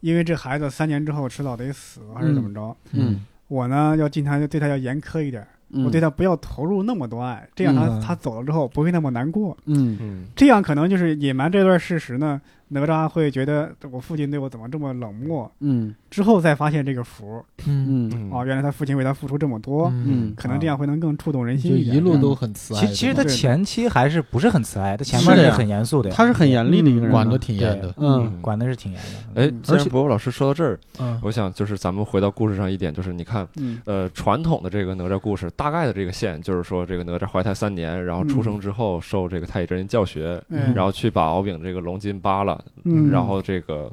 [SPEAKER 3] 因为这孩子三年之后迟早得死，还是怎么着？
[SPEAKER 2] 嗯
[SPEAKER 3] 我呢要尽他对他要严苛一点儿，
[SPEAKER 2] 嗯
[SPEAKER 3] 我对他不要投入那么多爱，这样他、
[SPEAKER 4] 嗯
[SPEAKER 3] 他走了之后不会那么难过。
[SPEAKER 2] 嗯
[SPEAKER 1] 嗯
[SPEAKER 3] 这样可能就是隐瞒这段事实呢，哪吒会觉得我父亲对我怎么这么冷漠，
[SPEAKER 2] 嗯
[SPEAKER 3] 之后再发现这个福
[SPEAKER 5] 嗯
[SPEAKER 2] 嗯
[SPEAKER 1] 嗯
[SPEAKER 3] 哦，原来他父亲为他付出这么多，
[SPEAKER 5] 嗯
[SPEAKER 2] 嗯，
[SPEAKER 3] 可能这样会能更触动人
[SPEAKER 5] 就
[SPEAKER 3] 心一点。
[SPEAKER 5] 一路
[SPEAKER 3] 这
[SPEAKER 5] 都
[SPEAKER 3] 样
[SPEAKER 5] 很慈爱
[SPEAKER 4] 其
[SPEAKER 5] 的嘛。
[SPEAKER 4] 实其实他
[SPEAKER 3] 对
[SPEAKER 4] 前期还是不是很慈爱，他前面
[SPEAKER 5] 是的
[SPEAKER 4] 是
[SPEAKER 5] 呀
[SPEAKER 4] 很严肃的，
[SPEAKER 2] 他是很严厉的一个人啊呢，
[SPEAKER 5] 管得挺严的。
[SPEAKER 2] 嗯
[SPEAKER 4] 管的是挺严的。
[SPEAKER 1] 哎，既
[SPEAKER 2] 而
[SPEAKER 1] 然
[SPEAKER 2] 且
[SPEAKER 1] 博博老师说到这儿，
[SPEAKER 5] 嗯
[SPEAKER 1] 我想就是咱们回到故事上一点，就是你看，
[SPEAKER 2] 嗯
[SPEAKER 1] 呃，传统的这个哪吒故事大概的这个线就是说，这个哪吒怀胎三年，然后出生之后受这个太乙真人教学，
[SPEAKER 3] 嗯
[SPEAKER 1] 然后去把敖丙这个龙筋扒了，
[SPEAKER 3] 嗯
[SPEAKER 1] 然后这个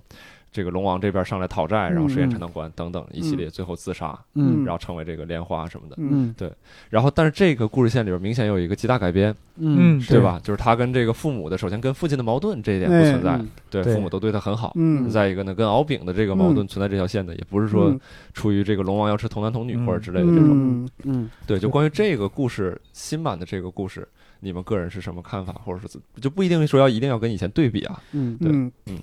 [SPEAKER 1] 这个龙王这边上来讨债，然后实现陈道观等等一系列，最后自杀，
[SPEAKER 2] 嗯
[SPEAKER 3] 嗯
[SPEAKER 1] 然后成为这个莲花什么的。
[SPEAKER 3] 嗯
[SPEAKER 2] 嗯
[SPEAKER 1] 然后，但是这个故事线里边明显有一个极大改编，
[SPEAKER 2] 嗯
[SPEAKER 1] 对吧？就是他跟这个父母的，首先跟父亲的矛盾这一点不存在，
[SPEAKER 2] 嗯
[SPEAKER 1] 对
[SPEAKER 4] 对
[SPEAKER 1] 父母都对他很好。
[SPEAKER 3] 嗯
[SPEAKER 1] 再一个呢，跟敖丙的这个矛盾存在这条线呢，也不是说
[SPEAKER 3] 嗯
[SPEAKER 1] 出于这个龙王要吃童男童女
[SPEAKER 4] 嗯
[SPEAKER 1] 或者之类的这种。
[SPEAKER 3] 嗯
[SPEAKER 2] 嗯
[SPEAKER 1] 对，就关于这个故事，新版的这个故事，你们个人是什么看法，或者是怎就不一定说要一定要跟以前对比啊？
[SPEAKER 2] 嗯
[SPEAKER 1] 对
[SPEAKER 3] 嗯
[SPEAKER 1] 嗯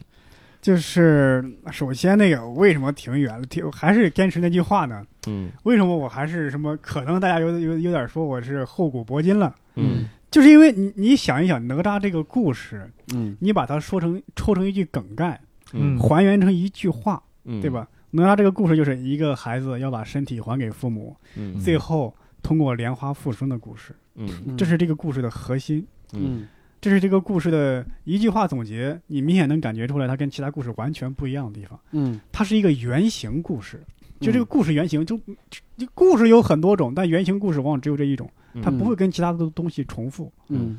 [SPEAKER 3] 就是首先那个为什么停远了？停还是坚持那句话呢？
[SPEAKER 1] 嗯
[SPEAKER 3] 为什么我还是什么？可能大家有有有点说我是厚古薄今了，
[SPEAKER 1] 嗯
[SPEAKER 3] 就是因为你你想一想哪吒这个故事，
[SPEAKER 2] 嗯
[SPEAKER 3] 你把它说成抽成一句梗概，
[SPEAKER 1] 嗯
[SPEAKER 3] 还原成一句话，
[SPEAKER 1] 嗯，
[SPEAKER 3] 对？吧？哪吒这个故事就是一个孩子要把身体还给父母，
[SPEAKER 1] 嗯
[SPEAKER 3] 最后通过莲花复生的故事，
[SPEAKER 1] 嗯
[SPEAKER 2] 嗯，
[SPEAKER 3] 这是这个故事的核心，
[SPEAKER 1] 嗯
[SPEAKER 2] 嗯
[SPEAKER 3] 这是这个故事的一句话总结。你明显能感觉出来，它跟其他故事完全不一样的地方。
[SPEAKER 2] 嗯
[SPEAKER 3] 它是一个原型故事，就这个故事原型就，就故事有很多种，但原型故事往往只有这一种，它
[SPEAKER 2] 嗯
[SPEAKER 3] 不会跟其他的东西重复，
[SPEAKER 2] 嗯，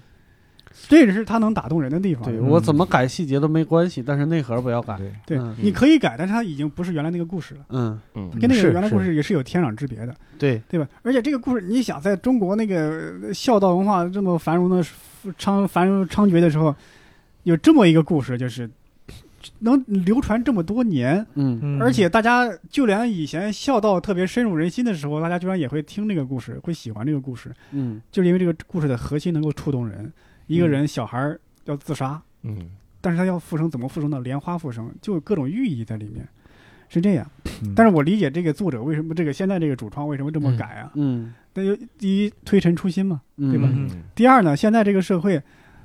[SPEAKER 3] 这也是它能打动人的地方。
[SPEAKER 2] 对
[SPEAKER 4] 嗯
[SPEAKER 2] 我怎么改细节都没关系，但是内核不要改，
[SPEAKER 4] 对，
[SPEAKER 3] 对
[SPEAKER 2] 嗯
[SPEAKER 3] 你可以改，但是它已经不是原来那个故事了，
[SPEAKER 2] 嗯
[SPEAKER 1] 嗯
[SPEAKER 3] 跟那个
[SPEAKER 4] 是
[SPEAKER 3] 原来故
[SPEAKER 4] 是
[SPEAKER 3] 事也是有天壤之别的，
[SPEAKER 2] 对，
[SPEAKER 3] 对吧？而且这个故事，你想在中国那个呃孝道文化这呃么繁荣的时昌繁荣猖獗的时候，有这么一个故事，就是能流传这么多年，
[SPEAKER 2] 嗯
[SPEAKER 4] 嗯
[SPEAKER 3] 而且大家就连以前孝道特别深入人心的时候，大家居然也会听这个故事，会喜欢这个故事，
[SPEAKER 2] 嗯
[SPEAKER 3] 就是因为这个故事的核心能够触动人。一
[SPEAKER 4] 嗯
[SPEAKER 3] 个人小孩儿要自杀，
[SPEAKER 1] 嗯，
[SPEAKER 3] 但是他要复生，怎么复生呢？莲花复生，就有各种寓意在里面，是这样。
[SPEAKER 4] 嗯
[SPEAKER 3] 但是我理解这个作者为什么这个现在这个主创为什么这么改啊？
[SPEAKER 2] 嗯
[SPEAKER 3] 那就第一推陈出新嘛，
[SPEAKER 2] 嗯，
[SPEAKER 3] 对吧
[SPEAKER 4] 嗯
[SPEAKER 3] 第二呢，现在这个社会，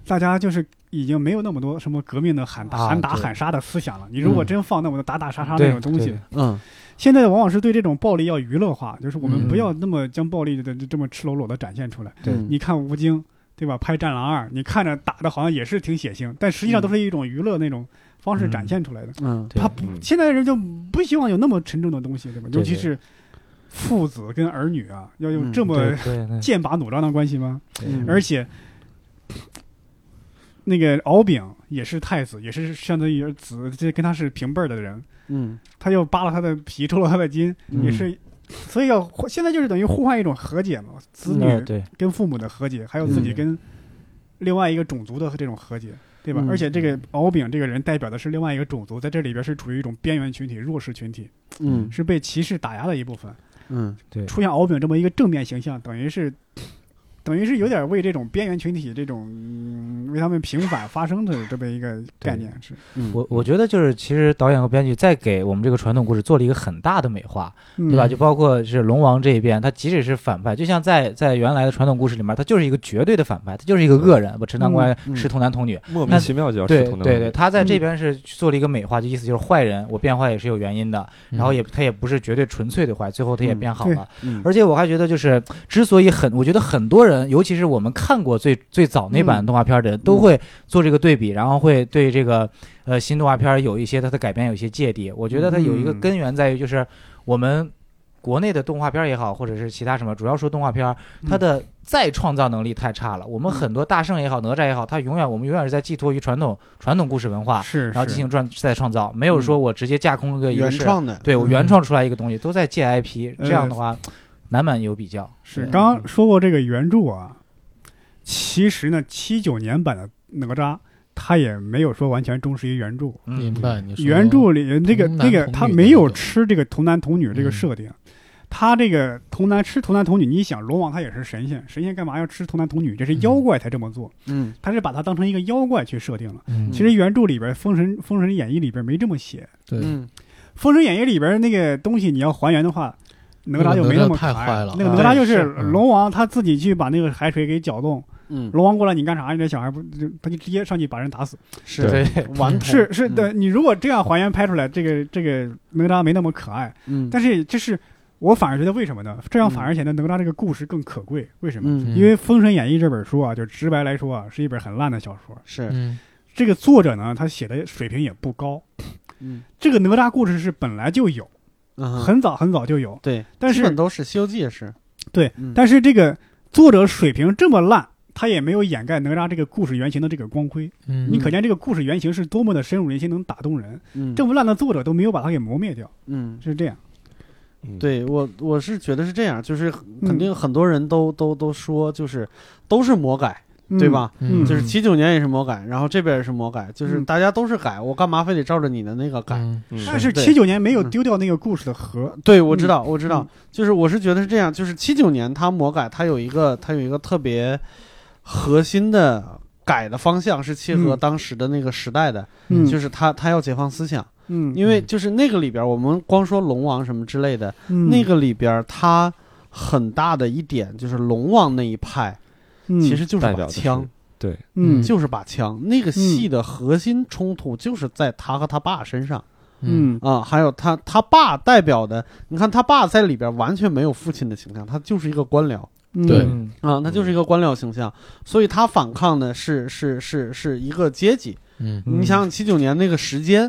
[SPEAKER 3] 大家就是已经没有那么多什么革命的喊打、
[SPEAKER 4] 啊
[SPEAKER 3] 喊打
[SPEAKER 4] 对
[SPEAKER 3] 喊杀的思想了。你如果
[SPEAKER 2] 嗯
[SPEAKER 3] 真放那么多打打杀杀
[SPEAKER 4] 对
[SPEAKER 3] 那种东西，
[SPEAKER 4] 对
[SPEAKER 2] 嗯
[SPEAKER 3] 现在往往是对这种暴力要娱乐化，就是我们
[SPEAKER 4] 嗯
[SPEAKER 3] 不要那么将暴力的这么赤裸裸的展现出来。
[SPEAKER 4] 对
[SPEAKER 2] 嗯
[SPEAKER 3] 你看吴京，对吧？拍《战狼二》，你看着打的好像也是挺血腥，但实际上都是一种娱乐那种方式展现出来的。
[SPEAKER 2] 嗯
[SPEAKER 5] 对
[SPEAKER 3] 他不，
[SPEAKER 1] 嗯
[SPEAKER 3] 现在人就不希望有那么沉重的东西，对吧？
[SPEAKER 4] 对
[SPEAKER 3] 尤其是父子跟儿女啊，要有
[SPEAKER 2] 嗯
[SPEAKER 3] 这么
[SPEAKER 4] 对对对
[SPEAKER 3] 剑拔弩张的关系吗？
[SPEAKER 2] 嗯
[SPEAKER 3] 而且那个敖丙也是太子，也是相当于子，这跟他是平辈儿的人，
[SPEAKER 2] 嗯
[SPEAKER 3] 他又扒了他的皮，抽了他的筋，
[SPEAKER 2] 嗯
[SPEAKER 3] 也是，所以要互现在就是等于互换一种和解嘛，子
[SPEAKER 4] 嗯
[SPEAKER 3] 女
[SPEAKER 4] 对
[SPEAKER 3] 跟父母的和解，还有自己
[SPEAKER 4] 嗯
[SPEAKER 3] 跟另外一个种族的这种和解。对吧？
[SPEAKER 2] 嗯
[SPEAKER 3] 而且这个敖丙这个人代表的是另外一个种族，在这里边是处于一种边缘群体、弱势群体，
[SPEAKER 2] 嗯
[SPEAKER 3] 是被歧视打压的一部分。
[SPEAKER 2] 嗯
[SPEAKER 4] 对，
[SPEAKER 3] 出现敖丙这么一个正面形象，等于是，等于是有点为这种边缘群体这种、嗯、为他们平反发声的这么一个概念是，
[SPEAKER 2] 嗯，
[SPEAKER 4] 我我觉得就是，其实导演和编剧在给我们这个传统故事做了一个很大的美化，对吧？就包括是龙王这一边，他即使是反派，就像在在原来的传统故事里面，他就是一个绝对的反派，他就是一个恶人，把陈塘关
[SPEAKER 2] 嗯嗯
[SPEAKER 4] 是童男童女，
[SPEAKER 1] 莫名
[SPEAKER 4] 那
[SPEAKER 1] 其妙就要吃
[SPEAKER 4] 对
[SPEAKER 1] 同的
[SPEAKER 4] 对对，他在这
[SPEAKER 3] 嗯
[SPEAKER 4] 边是做了一个美化，就意思就是坏人，我变坏也是有原因的，
[SPEAKER 5] 嗯
[SPEAKER 4] 然后也他也不是绝对纯粹的坏，最后他也
[SPEAKER 2] 嗯
[SPEAKER 4] 变好
[SPEAKER 3] 对
[SPEAKER 4] 了。而且我还觉得，就是之所以很，我觉得很多人，尤其是我们看过最最早那版
[SPEAKER 3] 嗯
[SPEAKER 4] 动画片的人，都会做这个对比，然后会对这个呃新动画片有一些它的改编有一些芥蒂。我觉得它有一个
[SPEAKER 3] 嗯
[SPEAKER 4] 根源在于，就是我们国内的动画片也好，或者是其他什么，主要说动画片，
[SPEAKER 3] 嗯
[SPEAKER 4] 它的再创造能力太差了。我们很多大圣也好，哪吒也好，它永远我们永远是在寄托于传统传统故事文化，
[SPEAKER 3] 是，
[SPEAKER 4] 然后进
[SPEAKER 3] 是
[SPEAKER 4] 行创再创造，没有说我直接架空个一个
[SPEAKER 2] 原
[SPEAKER 4] 事
[SPEAKER 2] 创的，
[SPEAKER 4] 对我
[SPEAKER 3] 嗯
[SPEAKER 4] 原创出来一个东西，都在借 IP，
[SPEAKER 3] 呃
[SPEAKER 4] 这样的话，难免有比较。
[SPEAKER 3] 是
[SPEAKER 4] 对
[SPEAKER 3] 刚刚说过这个原著啊，其实呢，七九年版的哪吒。他也没有说完全忠实于原著，
[SPEAKER 5] 明白你说嗯
[SPEAKER 3] 原著里这个
[SPEAKER 5] 童
[SPEAKER 3] 这
[SPEAKER 5] 男
[SPEAKER 3] 个
[SPEAKER 5] 童
[SPEAKER 3] 他
[SPEAKER 5] 女
[SPEAKER 3] 没
[SPEAKER 5] 的
[SPEAKER 3] 有
[SPEAKER 5] 那种
[SPEAKER 3] 吃这个童男童女这个
[SPEAKER 5] 嗯
[SPEAKER 3] 设定，他这个童男吃童男童女，你想龙王他也是神仙，神仙干嘛要吃童男童女？这是妖
[SPEAKER 4] 嗯
[SPEAKER 3] 怪才这么做，
[SPEAKER 2] 嗯
[SPEAKER 3] 他是把它当成一个妖怪去设定了。
[SPEAKER 4] 嗯
[SPEAKER 3] 其实原著里边《封神》《封神演义》里边没这么写，
[SPEAKER 5] 对
[SPEAKER 2] 嗯
[SPEAKER 3] 《封神演义》里边那个东西你要还原的话，哪吒就没那么可
[SPEAKER 5] 那个哪吒太
[SPEAKER 3] 爱
[SPEAKER 5] 坏了
[SPEAKER 3] 那个哪吒就是
[SPEAKER 4] 嗯
[SPEAKER 3] 龙王他自己去把那个海水给搅动，
[SPEAKER 2] 嗯，
[SPEAKER 3] 龙王过来你干啥？你这小孩不就他就直接上去把人打死。
[SPEAKER 2] 是
[SPEAKER 4] 对，
[SPEAKER 2] 顽童
[SPEAKER 3] 是是的，你如果这样还原拍出来，这个这个哪吒没那么可爱。
[SPEAKER 2] 嗯，
[SPEAKER 3] 但是这是我反而觉得为什么呢？这样
[SPEAKER 2] 嗯
[SPEAKER 3] 反而显得哪吒这个故事更可贵。为什么？
[SPEAKER 2] 嗯
[SPEAKER 3] 因为《封神演义》这本书啊，就直白来说啊，是一本很烂的小说。
[SPEAKER 2] 是
[SPEAKER 5] 嗯
[SPEAKER 3] 这个作者呢，他写的水平也不高。
[SPEAKER 2] 嗯
[SPEAKER 3] 这个哪吒故事是本来就有，很早很早就有，
[SPEAKER 2] 对，
[SPEAKER 3] 但
[SPEAKER 2] 基本
[SPEAKER 3] 是
[SPEAKER 2] 都是《西游记》也是，
[SPEAKER 3] 对
[SPEAKER 2] 嗯，
[SPEAKER 3] 但是这个作者水平这么烂，他也没有掩盖哪吒这个故事原型的这个光辉。
[SPEAKER 5] 嗯，
[SPEAKER 3] 你可见这个故事原型是多么的深入人心，能打动人。
[SPEAKER 2] 嗯
[SPEAKER 3] 这么烂的作者都没有把它给磨灭掉，
[SPEAKER 2] 嗯。
[SPEAKER 3] 是这样。
[SPEAKER 1] 嗯，
[SPEAKER 2] 对我，我是觉得是这样，就是
[SPEAKER 3] 嗯
[SPEAKER 2] 肯定很多人都、都都说，就是都是魔改，对吧？
[SPEAKER 5] 嗯
[SPEAKER 2] 就是七九年也是魔改，然后这边也是魔改，就是
[SPEAKER 3] 嗯
[SPEAKER 2] 大家都是改，我干嘛非得照着你的那个改？
[SPEAKER 5] 嗯
[SPEAKER 1] 嗯，
[SPEAKER 3] 嗯？但是
[SPEAKER 2] 对
[SPEAKER 3] 七九年没有丢掉那个故事的核。
[SPEAKER 2] 对，我知道，我知道，
[SPEAKER 3] 嗯
[SPEAKER 2] 就是我是觉得是这样，就是七九年它魔改，它有一个它有一个特别核心的改的方向是切合
[SPEAKER 3] 嗯
[SPEAKER 2] 当时的那个时代的，
[SPEAKER 3] 嗯，
[SPEAKER 2] 就是是它它要解放思想，
[SPEAKER 3] 嗯，
[SPEAKER 2] 因为就是那个里边儿我们光说龙王什么之类的，
[SPEAKER 3] 嗯
[SPEAKER 2] 那个里边儿它很大的一点就是龙王那一派其实就是
[SPEAKER 1] 代
[SPEAKER 2] 把
[SPEAKER 1] 表的是
[SPEAKER 2] 枪，
[SPEAKER 3] 嗯
[SPEAKER 5] 嗯
[SPEAKER 2] 就是把枪。那个戏的核心冲突就是在他和他爸身上
[SPEAKER 5] 嗯
[SPEAKER 3] 嗯
[SPEAKER 2] 啊，还有他他爸代表的，你看他爸在里边完全没有父亲的形象，他就是一个官僚
[SPEAKER 3] 嗯
[SPEAKER 5] 对
[SPEAKER 4] 嗯
[SPEAKER 2] 啊，他就是一个官僚形象，所以他反抗的是是是是一个阶级。
[SPEAKER 5] 嗯
[SPEAKER 4] 嗯
[SPEAKER 2] 你想想七九年那个时间，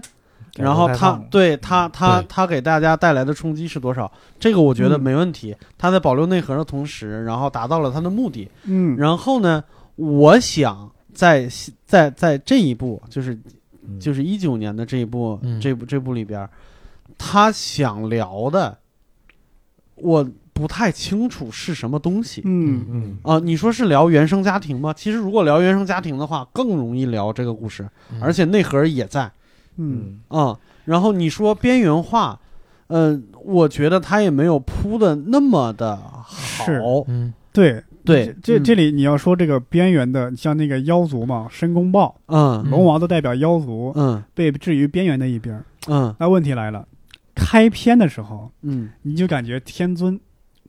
[SPEAKER 2] 然后
[SPEAKER 4] 改革开
[SPEAKER 2] 他
[SPEAKER 4] 放嗯
[SPEAKER 2] 对他他
[SPEAKER 5] 对
[SPEAKER 2] 他给大家带来的冲击是多少？这个我觉得
[SPEAKER 3] 嗯
[SPEAKER 2] 没问题。他在保留内核的同时，然后达到了他的目的。
[SPEAKER 3] 嗯，
[SPEAKER 2] 然后呢，我想在在在这一步，就是
[SPEAKER 4] 嗯
[SPEAKER 2] 就是一九年的这一部、
[SPEAKER 5] 嗯
[SPEAKER 2] 这部这部里边，他想聊的，我不太清楚是什么东西。
[SPEAKER 3] 嗯
[SPEAKER 1] 嗯，
[SPEAKER 2] 啊、你说是聊原生家
[SPEAKER 5] 嗯
[SPEAKER 2] 庭吗？其实如果聊原生家庭的话，更容易聊这个故事，而且内核也在。
[SPEAKER 3] 嗯，
[SPEAKER 2] 啊、然后你说边缘化，呃，我觉得他也没有铺的那么的好，
[SPEAKER 3] 是
[SPEAKER 5] 嗯
[SPEAKER 3] 对
[SPEAKER 2] 对，
[SPEAKER 3] 这
[SPEAKER 2] 嗯
[SPEAKER 3] 这里你要说这个边缘的，像那个妖族嘛，申公豹、
[SPEAKER 2] 嗯
[SPEAKER 3] 龙王都代表妖族，
[SPEAKER 2] 嗯
[SPEAKER 3] 被置于边缘的一边儿。
[SPEAKER 2] 嗯
[SPEAKER 3] 那问题来了，开篇的时候
[SPEAKER 2] 嗯，
[SPEAKER 3] 你就感觉天尊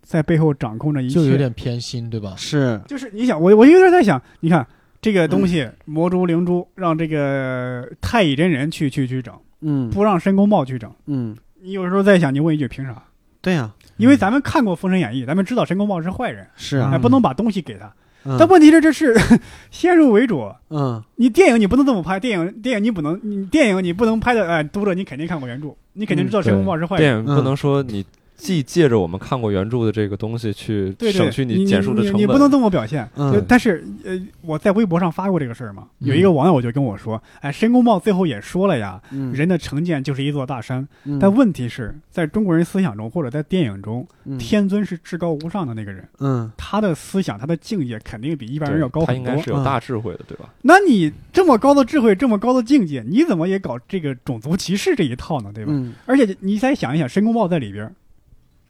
[SPEAKER 3] 在背后掌控着一切，
[SPEAKER 5] 就有点偏心，对吧？
[SPEAKER 2] 是，
[SPEAKER 3] 就是你想，我我有点在想，你看这个东西，魔珠灵珠让这个太乙真人去去去整，
[SPEAKER 2] 嗯
[SPEAKER 3] 不让申公豹去整。
[SPEAKER 2] 嗯，
[SPEAKER 3] 你有时候在想，你问一句凭啥？
[SPEAKER 2] 对呀、
[SPEAKER 3] 因
[SPEAKER 5] 嗯
[SPEAKER 3] 为咱们看过《封神演义》，咱们知道申公豹是坏人，
[SPEAKER 2] 是啊
[SPEAKER 3] 哎，，不能把东西给他。
[SPEAKER 2] 嗯
[SPEAKER 3] 但问题是，这是 先入为主。
[SPEAKER 2] 嗯
[SPEAKER 3] 你电影你不能这么拍，电影电影你不能，你电影你不能拍的，哎，读者你肯定看过原著，你肯定知
[SPEAKER 5] 嗯
[SPEAKER 3] 道申公豹是坏人。
[SPEAKER 1] 电影不能说你既借着我们看过原著的这个东西去
[SPEAKER 3] 对对，
[SPEAKER 1] 省去
[SPEAKER 3] 你
[SPEAKER 1] 简述的成本，
[SPEAKER 3] 你你不能这么表现。
[SPEAKER 2] 嗯
[SPEAKER 3] 就但是呃，我在微博上发过这个事儿嘛，有一个网友就跟我说，哎，申公豹最后也说了呀，
[SPEAKER 2] 嗯，
[SPEAKER 3] 人的成见就是一座大山。
[SPEAKER 2] 嗯
[SPEAKER 3] 但问题是在中国人思想中或者在电影中，
[SPEAKER 2] 嗯
[SPEAKER 3] 天尊是至高无上的那个人，
[SPEAKER 2] 嗯
[SPEAKER 3] 他的思想他的境界肯定比一般人要高
[SPEAKER 1] 对，他
[SPEAKER 3] 很
[SPEAKER 1] 应该
[SPEAKER 3] 多
[SPEAKER 1] 是。有大智慧的，对吧？
[SPEAKER 3] 那你这么高的智慧，这么高的境界，你怎么也搞这个种族歧视这一套呢？对吧？
[SPEAKER 2] 嗯
[SPEAKER 3] 而且你再想一想，申公豹在里边儿，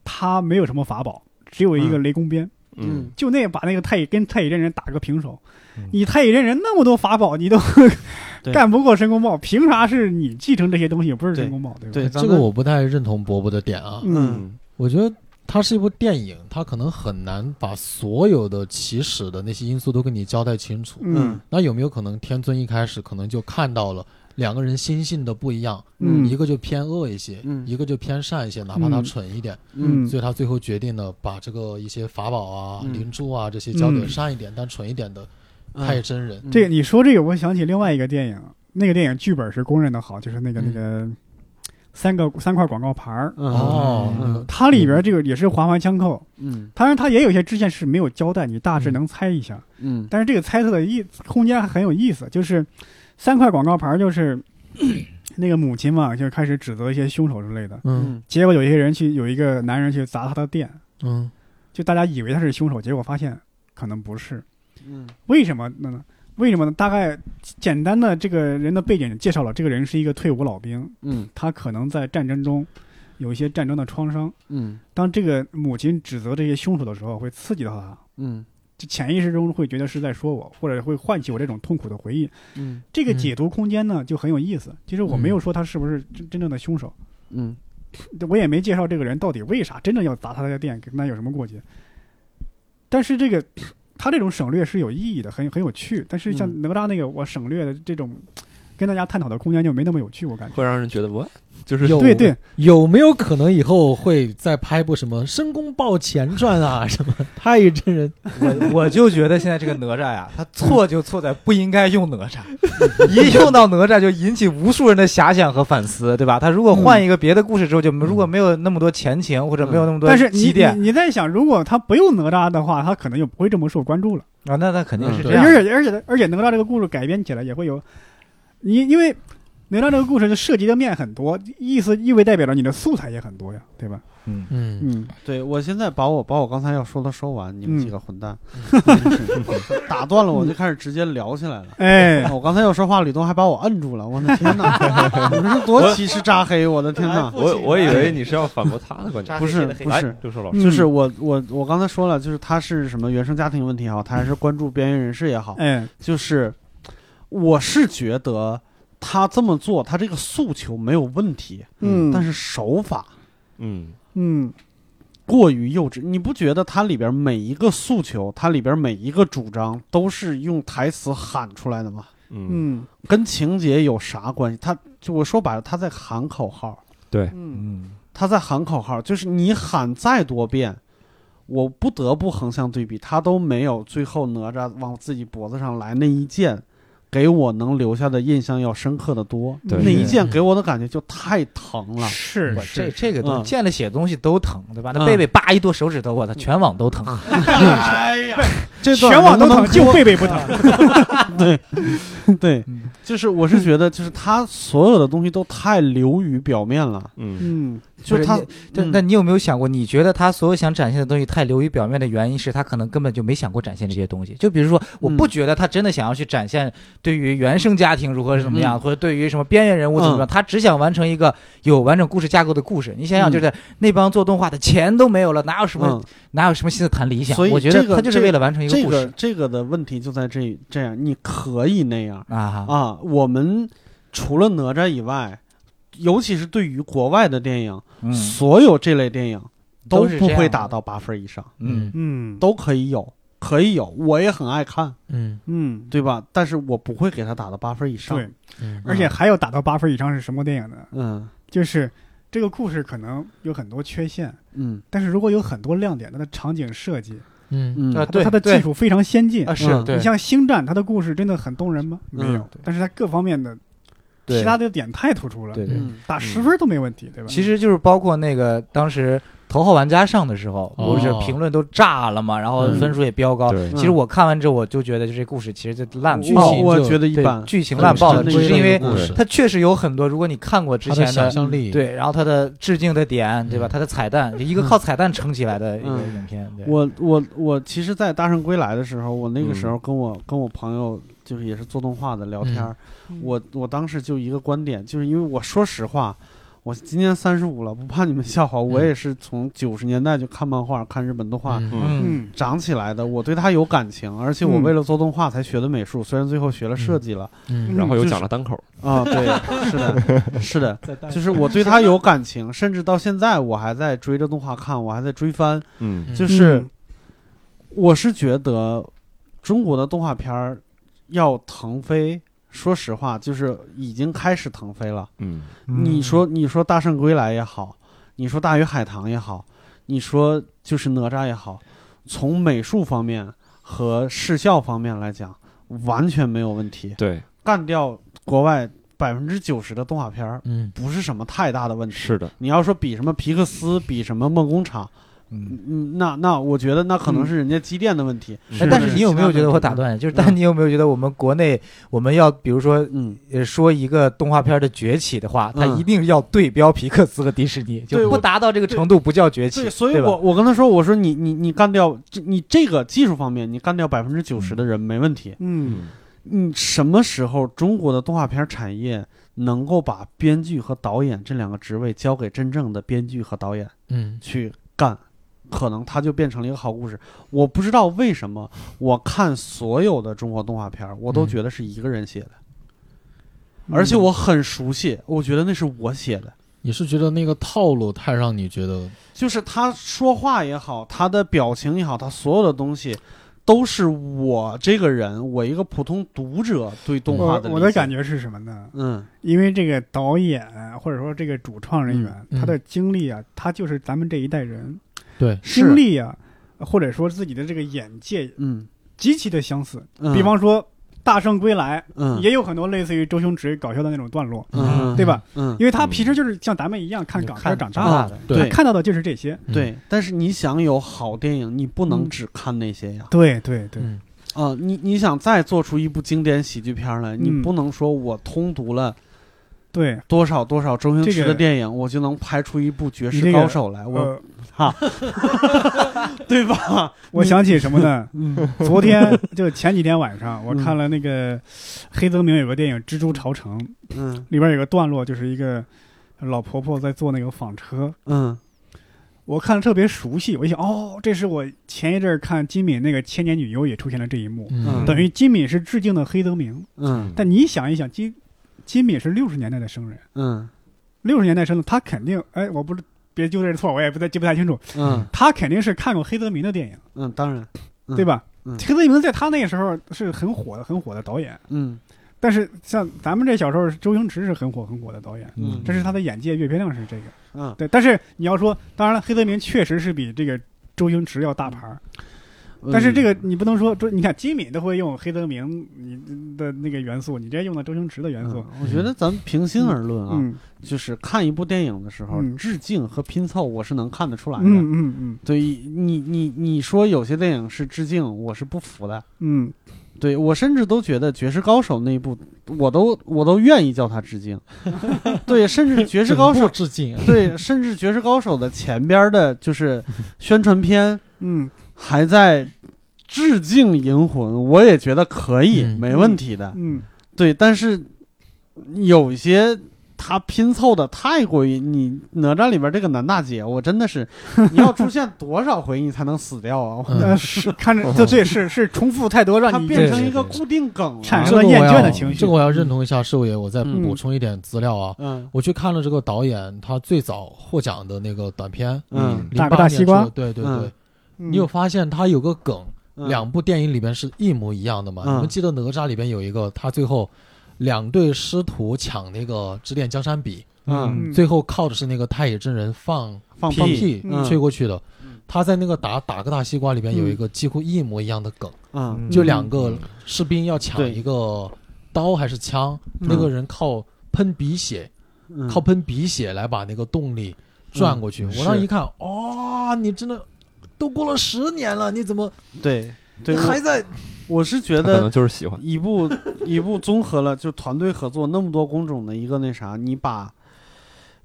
[SPEAKER 3] 他没有什么法宝，只有一个
[SPEAKER 2] 嗯
[SPEAKER 3] 雷公鞭。
[SPEAKER 2] 嗯
[SPEAKER 3] 就那把那个太乙跟太乙真人打个平手
[SPEAKER 1] 嗯，
[SPEAKER 3] 你太乙真人那么多法宝，你都
[SPEAKER 2] 对
[SPEAKER 3] 干不过申公豹，凭啥是你继承这些东西，不是申公豹，对吧？
[SPEAKER 2] 对，咱
[SPEAKER 5] 这个
[SPEAKER 2] 们
[SPEAKER 5] 我不太认同伯伯的点啊，
[SPEAKER 3] 嗯，
[SPEAKER 5] 我觉得它是一部电影，它可能很难把所有的起始的那些因素都跟你交代清楚。
[SPEAKER 3] 嗯
[SPEAKER 5] 那有没有可能天尊一开始可能就看到了两个人心性的不一样，
[SPEAKER 3] 嗯
[SPEAKER 5] 一个就偏恶一些，
[SPEAKER 2] 嗯
[SPEAKER 5] 一个就偏善一些，哪怕他蠢一点，
[SPEAKER 2] 嗯
[SPEAKER 5] 所以他最后决定了把这个一些法宝啊、
[SPEAKER 2] 嗯
[SPEAKER 5] 灵珠啊这些交给
[SPEAKER 3] 嗯
[SPEAKER 5] 善一点、但蠢一点的
[SPEAKER 2] 嗯
[SPEAKER 5] 太乙真人。
[SPEAKER 3] 这个你说这个，我想起另外一个电影，那个电影剧本是公认的好，就是那个
[SPEAKER 5] 嗯
[SPEAKER 3] 那个三个三块广告牌儿，
[SPEAKER 2] 嗯
[SPEAKER 5] 哦，
[SPEAKER 2] 嗯
[SPEAKER 5] 那个
[SPEAKER 3] 它里边这个也是环环相扣，
[SPEAKER 2] 嗯
[SPEAKER 3] 当然它也有些支线是没有交代，你大致能猜一下，
[SPEAKER 2] 嗯
[SPEAKER 3] 但是这个猜测的意空间还很有意思，就是三块广告牌儿就是 那个母亲嘛，就开始指责一些凶手之类的。
[SPEAKER 5] 嗯
[SPEAKER 2] 嗯
[SPEAKER 3] 结果有一些人去，有一个男人去砸他的店，
[SPEAKER 5] 嗯
[SPEAKER 3] 就大家以为他是凶手，结果发现可能不是。
[SPEAKER 2] 嗯
[SPEAKER 3] 为什么呢？为什么呢？大概简单的这个人的背景介绍了，这个人是一个退伍老兵，
[SPEAKER 2] 嗯
[SPEAKER 3] 他可能在战争中有一些战争的创伤。
[SPEAKER 2] 嗯
[SPEAKER 3] 当这个母亲指责这些凶手的时候，会刺激到他，
[SPEAKER 2] 嗯
[SPEAKER 3] 就潜意识中会觉得是在说我，或者会唤起我这种痛苦的回忆。
[SPEAKER 2] 嗯
[SPEAKER 3] 这个解读空间呢就很有意思。其实我没有说他是不是真真正的凶手，
[SPEAKER 2] 嗯
[SPEAKER 3] 我也没介绍这个人到底为啥真正要砸他的店，跟他有什么过节。但是这个他这种省略是有意义的，很很有趣。但是像
[SPEAKER 2] 嗯
[SPEAKER 3] 哪吒那个我省略的这种，跟大家探讨的空间就没那么有趣，我感觉。
[SPEAKER 1] 会让人觉得我就是
[SPEAKER 5] 有
[SPEAKER 3] 对对，
[SPEAKER 5] 有没有可能以后会再拍部什么《申公豹前传》啊，什么太乙真人？
[SPEAKER 4] 我我就觉得现在这个哪吒呀，他错 就错在不应该用哪 吒，一用到哪吒就引起无数人的遐想和反思，对吧？他如果换一个别的故事之后，就如果没有那么多前情或者没有那么多
[SPEAKER 3] 但是你
[SPEAKER 4] 积淀
[SPEAKER 3] 你你在想，如果他不用哪吒的话，他可能就不会这么受关注了。
[SPEAKER 4] 啊，那那肯定
[SPEAKER 5] 嗯
[SPEAKER 4] 是这
[SPEAKER 5] 对
[SPEAKER 4] 样。
[SPEAKER 3] 而且而且而且哪吒这个故事改编起来也会有，你因为哪吒这个故事就涉及的面很多，意思意味代表着你的素材也很多呀，对吧？
[SPEAKER 4] 嗯，
[SPEAKER 5] 嗯，
[SPEAKER 3] 嗯，
[SPEAKER 2] 对我现在把我把我刚才要说的说完，你们
[SPEAKER 3] 嗯
[SPEAKER 2] 几个混蛋，
[SPEAKER 5] 嗯
[SPEAKER 2] 打断了我就开始直接聊起来了。啊
[SPEAKER 3] 哎，
[SPEAKER 2] 我刚才要说话，李东还把我摁住了，我的天 哪！你们是多歧视扎黑，我的天哪！
[SPEAKER 1] 我我以为你是要反驳他的观点，
[SPEAKER 2] 不是不
[SPEAKER 1] 来
[SPEAKER 2] 是，
[SPEAKER 1] 六叔老师，
[SPEAKER 3] 嗯
[SPEAKER 2] 就是我我我刚才说了，就是他是什么原生家庭问题也好，他还是关注边缘人士也好，
[SPEAKER 3] 嗯哎，
[SPEAKER 2] 就是我是觉得他这么做，他这个诉求没有问题，
[SPEAKER 3] 嗯，
[SPEAKER 2] 但是手法
[SPEAKER 1] 嗯
[SPEAKER 3] 嗯
[SPEAKER 2] 过于幼稚。你不觉得它里边每一个诉求，它里边每一个主张都是用台词喊出来的吗？
[SPEAKER 1] 嗯
[SPEAKER 3] 嗯
[SPEAKER 2] 跟情节有啥关系？他就我说白了，他在喊口号。
[SPEAKER 3] 嗯
[SPEAKER 4] 嗯，
[SPEAKER 2] 他在喊口号，就是你喊再多遍，我不得不横向对比，他都没有最后哪吒往自己脖子上来那一剑，给我能留下的印象要深刻的多。
[SPEAKER 1] 对
[SPEAKER 2] 那一剑给我的感觉就太疼了。
[SPEAKER 3] 是
[SPEAKER 4] 我这
[SPEAKER 3] 是，
[SPEAKER 4] 这个东
[SPEAKER 2] 嗯
[SPEAKER 4] 西见了血东西都疼，对吧？那
[SPEAKER 2] 嗯
[SPEAKER 4] 贝贝叭一剁手指头，我操，全网都疼。
[SPEAKER 2] 哎呀，这段
[SPEAKER 3] 全网都
[SPEAKER 2] 能
[SPEAKER 3] 疼，
[SPEAKER 2] 播
[SPEAKER 3] 就贝贝不疼。
[SPEAKER 2] 对，就是我是觉得，就是他所有的东西都太流于表面了。
[SPEAKER 1] 嗯
[SPEAKER 3] 嗯
[SPEAKER 2] 就
[SPEAKER 4] 不是
[SPEAKER 2] 他
[SPEAKER 4] 你，对，
[SPEAKER 2] 嗯
[SPEAKER 4] 那你有没有想过，你觉得他所有想展现的东西太流于表面的原因是他可能根本就没想过展现这些东西？就比如说，我不
[SPEAKER 2] 嗯
[SPEAKER 4] 觉得他真的想要去展现对于原生家庭如何是怎么样，
[SPEAKER 2] 嗯
[SPEAKER 4] 或者对于什么边缘人物怎么样，他只想完成一个有完整故事架构的故事。你想想，
[SPEAKER 2] 嗯
[SPEAKER 4] 就是那帮做动画的钱都没有了，哪有什么、
[SPEAKER 2] 嗯，
[SPEAKER 4] 哪有什么心思谈理想？
[SPEAKER 2] 所以
[SPEAKER 4] 我觉
[SPEAKER 2] 这
[SPEAKER 4] 得
[SPEAKER 2] 个
[SPEAKER 4] 他就是
[SPEAKER 2] 这
[SPEAKER 4] 为了完成一
[SPEAKER 2] 这
[SPEAKER 4] 故
[SPEAKER 2] 个
[SPEAKER 4] 事、
[SPEAKER 2] 这个的问题就在这这样，你可以那样
[SPEAKER 4] 啊。
[SPEAKER 2] 啊。我们除了哪吒以外，尤其是对于国外的电影，
[SPEAKER 4] 嗯
[SPEAKER 2] 所有这类电影
[SPEAKER 4] 都是
[SPEAKER 2] 不
[SPEAKER 4] 这样
[SPEAKER 2] 会
[SPEAKER 4] 的
[SPEAKER 2] 打到八分以上，
[SPEAKER 4] 嗯
[SPEAKER 3] 嗯
[SPEAKER 2] 都可以有，可以有，我也很爱看，
[SPEAKER 5] 嗯
[SPEAKER 3] 嗯，
[SPEAKER 2] 对吧？但是我不会给他打到八分以上。
[SPEAKER 3] 对，
[SPEAKER 5] 嗯
[SPEAKER 3] 而且还有打到八分以上是什么电影呢？
[SPEAKER 2] 嗯
[SPEAKER 3] 就是这个故事可能有很多缺陷，
[SPEAKER 2] 嗯
[SPEAKER 3] 但是如果有很多亮点，它的场景设计，
[SPEAKER 5] 嗯
[SPEAKER 2] 嗯
[SPEAKER 4] 啊，
[SPEAKER 3] 它的
[SPEAKER 4] 对，
[SPEAKER 3] 它的技
[SPEAKER 4] 对
[SPEAKER 3] 术非常先进
[SPEAKER 4] 啊，。是
[SPEAKER 2] 嗯
[SPEAKER 5] 对
[SPEAKER 3] 你像《星战》，它的故事真的很动人吗？
[SPEAKER 2] 嗯
[SPEAKER 3] 没有，但是它各方面的
[SPEAKER 4] 对
[SPEAKER 3] 其他的点太突出了，
[SPEAKER 4] 对对
[SPEAKER 2] 嗯
[SPEAKER 3] 打十分都没问题，对吧？
[SPEAKER 4] 其实就是包括那个当时头号玩家上的时候，
[SPEAKER 5] 哦
[SPEAKER 4] 不是评论都炸了嘛，然后分数也飙高。
[SPEAKER 1] 对
[SPEAKER 2] 嗯
[SPEAKER 4] 其实我看完之后，我就觉得就这故事其实就烂
[SPEAKER 2] 剧
[SPEAKER 4] 爆
[SPEAKER 2] 情哦
[SPEAKER 4] 了，
[SPEAKER 2] 我
[SPEAKER 5] 就
[SPEAKER 2] 觉得一
[SPEAKER 4] 对，
[SPEAKER 2] 般。
[SPEAKER 4] 剧情烂爆了，
[SPEAKER 2] 真的
[SPEAKER 4] 只是因为
[SPEAKER 1] 故事
[SPEAKER 4] 它确实有很多，如果你看过之
[SPEAKER 5] 他的
[SPEAKER 4] 前
[SPEAKER 5] 想
[SPEAKER 4] 的。
[SPEAKER 5] 象力，
[SPEAKER 4] 对，然后它的致敬的点，对吧？
[SPEAKER 5] 嗯
[SPEAKER 4] 它的彩蛋，就一个靠彩蛋撑起来的一个
[SPEAKER 2] 嗯
[SPEAKER 4] 影片。对
[SPEAKER 2] 我我我其实，在《大圣归来》的时候，我那个
[SPEAKER 1] 嗯
[SPEAKER 2] 时候跟我、跟我朋友就是也是做动画的聊天儿，
[SPEAKER 3] 嗯
[SPEAKER 2] 我我当时就一个观点，就是因为我说实话，我今年三十五了，不怕你们笑话，我也是从九十年代就看漫画、看日本动画。
[SPEAKER 5] 嗯
[SPEAKER 1] 嗯
[SPEAKER 4] 嗯，
[SPEAKER 3] 嗯
[SPEAKER 2] 长起来的，我对它有感情，而且我
[SPEAKER 3] 嗯
[SPEAKER 2] 为了做动画才学的美术，虽然最后学了设计了
[SPEAKER 5] 嗯，
[SPEAKER 1] 然后又
[SPEAKER 2] 就是
[SPEAKER 1] 讲了单口，
[SPEAKER 2] 啊、对，是的，是的，
[SPEAKER 5] 再带
[SPEAKER 2] 就是我对它有感情，甚至到现在我还在追着动画看，我还在追番，
[SPEAKER 1] 嗯
[SPEAKER 5] 嗯
[SPEAKER 2] 就是、
[SPEAKER 3] 嗯
[SPEAKER 2] 我是觉得中国的动画片儿要腾飞，说实话，就是已经开始腾飞了。
[SPEAKER 1] 嗯
[SPEAKER 2] 你说，你说《大圣归来》也好，你说《大鱼海棠》也好，你说就是哪吒也好，从美术方面和视效方面来讲，完全没有问题，
[SPEAKER 1] 对，
[SPEAKER 2] 干掉国外百分之九十的动画片儿。
[SPEAKER 5] 嗯
[SPEAKER 2] 不是什么太大的问题。
[SPEAKER 1] 是的，
[SPEAKER 2] 你要说比什么皮克斯，比什么梦工厂，
[SPEAKER 4] 嗯，
[SPEAKER 2] 嗯，那那我觉得那可能是人家积淀的问题。
[SPEAKER 4] 哎
[SPEAKER 1] 是
[SPEAKER 4] 但
[SPEAKER 2] 的
[SPEAKER 4] 是你有没有觉得我打
[SPEAKER 2] 嗯
[SPEAKER 4] 断？就是，但你有没有觉得我们国内，我们要比如说
[SPEAKER 2] 嗯，
[SPEAKER 4] 呃，说一个动画片的崛起的话，它
[SPEAKER 2] 嗯
[SPEAKER 4] 一定要对标皮克斯和迪士尼，
[SPEAKER 2] 对
[SPEAKER 4] 就
[SPEAKER 2] 我
[SPEAKER 4] 不达到这个程度不叫崛起，
[SPEAKER 2] 对，所以
[SPEAKER 4] 对吧
[SPEAKER 2] 我我跟他说，我说你你你干掉这你这个技术方面，你干掉百分之九十的人没问题。
[SPEAKER 3] 嗯，
[SPEAKER 2] 你什么时候中国的动画片产业能够把编剧和导演这两个职位交给真正的编剧和导演
[SPEAKER 5] 嗯
[SPEAKER 2] 去干？可能它就变成了一个好故事。我不知道为什么，我看所有的中国动画片，我都
[SPEAKER 5] 嗯
[SPEAKER 2] 觉得是一个人写的，
[SPEAKER 4] 嗯
[SPEAKER 2] 而且我很熟悉，我觉得那是我写的。
[SPEAKER 5] 也是觉得那个套路太让你觉得
[SPEAKER 2] 就是他说话也好，他的表情也好，他所有的东西，都是我这个人，我一个普通读者对动画
[SPEAKER 3] 我
[SPEAKER 2] 的
[SPEAKER 3] 我的感
[SPEAKER 2] 觉，
[SPEAKER 3] 觉是什么呢？
[SPEAKER 2] 嗯
[SPEAKER 3] 因为这个导演或者说这个主创人员，
[SPEAKER 5] 嗯
[SPEAKER 3] 他的经历啊，他就是咱们这一代人
[SPEAKER 5] 对，
[SPEAKER 2] 是
[SPEAKER 3] 经历啊，或者说自己的这个眼界
[SPEAKER 2] 嗯
[SPEAKER 3] 极其的相似。
[SPEAKER 2] 嗯，
[SPEAKER 3] 比方说《大圣归来》，
[SPEAKER 2] 嗯
[SPEAKER 3] 也有很多类似于周星驰搞笑的那种段落，
[SPEAKER 2] 嗯
[SPEAKER 3] 对吧？
[SPEAKER 2] 嗯
[SPEAKER 3] 因为他平时就是像咱们一样看港片
[SPEAKER 4] 看
[SPEAKER 3] 长大
[SPEAKER 4] 大
[SPEAKER 3] 的，
[SPEAKER 4] 的，
[SPEAKER 2] 对
[SPEAKER 3] 看到嗯的就是这些。
[SPEAKER 2] 对，但是你想有好电影，你不
[SPEAKER 3] 嗯
[SPEAKER 2] 能只看那些呀
[SPEAKER 3] 对对对，
[SPEAKER 5] 嗯
[SPEAKER 2] 啊！你你想再做出一部经典喜剧片来，你
[SPEAKER 3] 嗯
[SPEAKER 2] 不能说我通读了
[SPEAKER 3] 对，
[SPEAKER 2] 多少多少周星驰
[SPEAKER 3] 这
[SPEAKER 2] 的
[SPEAKER 3] 个
[SPEAKER 2] 电影，我就能拍出一部绝
[SPEAKER 3] 你
[SPEAKER 2] 世
[SPEAKER 3] 这个呃
[SPEAKER 2] 高手来，我
[SPEAKER 3] 我
[SPEAKER 2] 对吧？
[SPEAKER 3] 我想起什么呢？
[SPEAKER 2] 嗯
[SPEAKER 3] 昨天就前几天晚上，我看了那个黑泽明有个电影《蜘蛛朝城》，
[SPEAKER 2] 嗯
[SPEAKER 3] 里边有个段落，就是一个老婆婆在坐那个纺车，
[SPEAKER 2] 嗯
[SPEAKER 3] 我看了特别熟悉。我一想，哦，这是我前一阵儿看金敏那个《千年女优》也出现了这一幕，
[SPEAKER 5] 嗯，
[SPEAKER 3] 等于金敏是致敬的黑泽明。
[SPEAKER 2] 嗯
[SPEAKER 3] 但你想一想，金金敏是六十年代的生人，
[SPEAKER 2] 嗯
[SPEAKER 3] 六十年代生的，他肯定，哎，我不是别纠正这错，我也不太记不太清楚，
[SPEAKER 2] 嗯
[SPEAKER 3] 他肯定是看过黑泽明的电影，
[SPEAKER 2] 嗯，当然，嗯
[SPEAKER 3] 对吧？
[SPEAKER 2] 嗯
[SPEAKER 3] 黑泽明在他那个时候是很火的，很火的导演。
[SPEAKER 2] 嗯
[SPEAKER 3] 但是像咱们这小时候，周星驰是很火很火的导演，
[SPEAKER 2] 嗯
[SPEAKER 3] 这是他的眼界阅片量是这个。
[SPEAKER 2] 嗯，
[SPEAKER 3] 对，但是你要说，当然了，黑泽明确实是比这个周星驰要大牌儿，
[SPEAKER 2] 嗯
[SPEAKER 3] 但是这个你不能说，周你看金敏都会用黑泽明你的那个元素，你直接用了周星驰的元
[SPEAKER 2] 嗯
[SPEAKER 3] 素，
[SPEAKER 2] 我觉得咱们平心而论啊，
[SPEAKER 3] 嗯
[SPEAKER 2] 就是看一部电影的时候，
[SPEAKER 3] 嗯
[SPEAKER 2] 致敬和拼凑我是能看得出来的。
[SPEAKER 3] 嗯嗯嗯
[SPEAKER 2] 对你，你你说有些电影是致敬，我是不服的。
[SPEAKER 3] 嗯，
[SPEAKER 2] 对我甚至都觉得《绝世高手》那一部，我都我都愿意叫他致敬。对，甚至《绝世高手》
[SPEAKER 5] 致敬，啊
[SPEAKER 2] 对，甚至《绝世高手》的前边的就是宣传片
[SPEAKER 3] 嗯，
[SPEAKER 2] 还在致敬《银魂》，我也觉得可以，
[SPEAKER 5] 嗯
[SPEAKER 2] 没问题的。
[SPEAKER 3] 嗯，
[SPEAKER 2] 对，但是有一些他拼凑的太过于你哪吒里边这个男大姐，我真的是你要出现多少回你才能死掉啊？
[SPEAKER 5] 嗯
[SPEAKER 3] 呃，是看着，就对，是是重复太多，
[SPEAKER 2] 它
[SPEAKER 3] 让你
[SPEAKER 2] 变
[SPEAKER 5] 对
[SPEAKER 2] 成
[SPEAKER 5] 对
[SPEAKER 2] 一个
[SPEAKER 5] 对
[SPEAKER 2] 固定梗了，
[SPEAKER 3] 产
[SPEAKER 5] 这
[SPEAKER 3] 生
[SPEAKER 5] 个
[SPEAKER 3] 了
[SPEAKER 5] 我
[SPEAKER 3] 厌倦
[SPEAKER 5] 要
[SPEAKER 3] 的情绪
[SPEAKER 5] 这个我要认同一下寿爷，我再
[SPEAKER 2] 嗯
[SPEAKER 5] 补充一点资料啊。
[SPEAKER 2] 嗯
[SPEAKER 5] 我去看了这个导演他最早获奖的那个短片，
[SPEAKER 2] 嗯
[SPEAKER 5] 08
[SPEAKER 3] 大个大西瓜
[SPEAKER 5] 年出的对对对
[SPEAKER 2] 嗯，
[SPEAKER 5] 你有发现他有个梗，
[SPEAKER 2] 嗯
[SPEAKER 5] 两部电影里边是一模一样的嘛？
[SPEAKER 2] 嗯
[SPEAKER 5] 你们记得哪吒里边有一个他最后两对师徒抢那个指点江山笔，
[SPEAKER 2] 嗯
[SPEAKER 3] 嗯
[SPEAKER 5] 最后靠的是那个太乙真人放
[SPEAKER 2] 放
[SPEAKER 5] 放屁
[SPEAKER 2] 嗯
[SPEAKER 5] 吹过去的
[SPEAKER 2] 嗯。
[SPEAKER 5] 他在那个打打个大西瓜里边有一个几乎一模一样的梗，
[SPEAKER 2] 嗯
[SPEAKER 5] 就两个士兵要抢
[SPEAKER 2] 对
[SPEAKER 5] 一个刀还是枪，
[SPEAKER 2] 嗯
[SPEAKER 5] 那个人靠喷鼻血，
[SPEAKER 2] 嗯
[SPEAKER 5] 靠喷鼻血来把那个动力转过去。
[SPEAKER 4] 嗯
[SPEAKER 5] 我当时
[SPEAKER 4] 是
[SPEAKER 5] 一看，哦，你真的都过了十年了，你怎么
[SPEAKER 2] 对对，
[SPEAKER 5] 还
[SPEAKER 2] 我
[SPEAKER 5] 在
[SPEAKER 2] 我是觉
[SPEAKER 1] 他可
[SPEAKER 2] 得
[SPEAKER 1] 能就是喜欢。
[SPEAKER 2] 一部一部综合了就团队合作那么多工种的一个那啥，你把。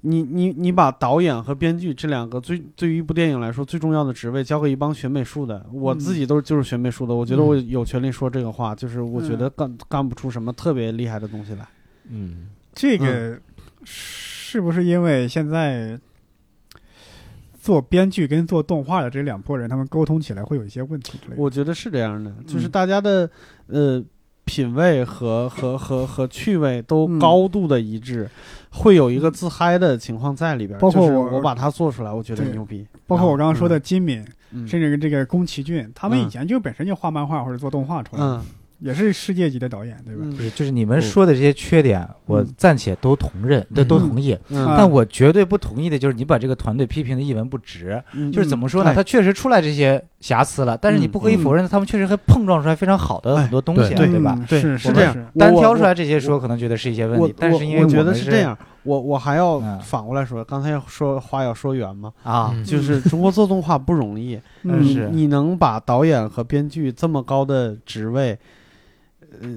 [SPEAKER 2] 你你你把导演和编剧这两个最对于一部电影来说最重要的职位交给一帮学美术的，我
[SPEAKER 3] 嗯
[SPEAKER 2] 自己都是就是学美术的，我觉得我有权利说这个话，就是我觉得干干不出什么特别厉害的东西来。
[SPEAKER 1] 嗯，
[SPEAKER 3] 这个是不是因为现在做编剧跟做动画的这两拨人，他们沟通起来会有一些问题之类的？
[SPEAKER 2] 我觉得是这样的，就是
[SPEAKER 3] 嗯
[SPEAKER 2] 大家的、呃品味和和和和趣味都
[SPEAKER 3] 嗯
[SPEAKER 2] 高度的一致，会有一个自嗨的情况在里边儿。
[SPEAKER 3] 包
[SPEAKER 2] 就
[SPEAKER 3] 括
[SPEAKER 2] 是
[SPEAKER 3] 我
[SPEAKER 2] 我把它做出来，我觉得
[SPEAKER 3] 对
[SPEAKER 2] 牛逼。
[SPEAKER 3] 包括我刚刚说的金敏，
[SPEAKER 2] 嗯
[SPEAKER 3] 甚至这个宫崎骏，他们
[SPEAKER 2] 嗯
[SPEAKER 3] 以前就本身就画漫画或者做动画出来，
[SPEAKER 2] 嗯
[SPEAKER 3] 也是世界级的导演，对吧？
[SPEAKER 2] 嗯
[SPEAKER 4] 不是，就是你们说的这些缺点，我暂且都同认，都都同意。
[SPEAKER 2] 嗯
[SPEAKER 3] 啊
[SPEAKER 4] 但我绝对不同意的就是你把这个团队批评的一文不值。
[SPEAKER 2] 嗯
[SPEAKER 4] 就是怎么说
[SPEAKER 2] 嗯
[SPEAKER 4] 呢？他确实出来这些瑕疵了，但是你不可以否认，他们确实还碰撞出来非常好的
[SPEAKER 2] 哎
[SPEAKER 4] 很多东西，啊
[SPEAKER 5] 对
[SPEAKER 4] 对吧？
[SPEAKER 3] 嗯
[SPEAKER 2] 对
[SPEAKER 3] 是
[SPEAKER 2] 是
[SPEAKER 4] 我
[SPEAKER 2] 这
[SPEAKER 4] 们
[SPEAKER 2] 样，我
[SPEAKER 4] 单
[SPEAKER 2] 我
[SPEAKER 4] 挑出来这些说，可能觉得是一些
[SPEAKER 2] 我
[SPEAKER 4] 问题
[SPEAKER 2] 我，
[SPEAKER 4] 但是因为
[SPEAKER 2] 我觉得
[SPEAKER 4] 们
[SPEAKER 2] 是
[SPEAKER 4] 是
[SPEAKER 2] 这样，我我还要
[SPEAKER 4] 嗯
[SPEAKER 2] 反过来说，刚才说话要说圆嘛，
[SPEAKER 4] 啊，
[SPEAKER 5] 嗯
[SPEAKER 2] 就是中国做动画不容易，
[SPEAKER 4] 嗯
[SPEAKER 2] 你
[SPEAKER 4] 是
[SPEAKER 2] 你能把导演和编剧这么高的职位，呃，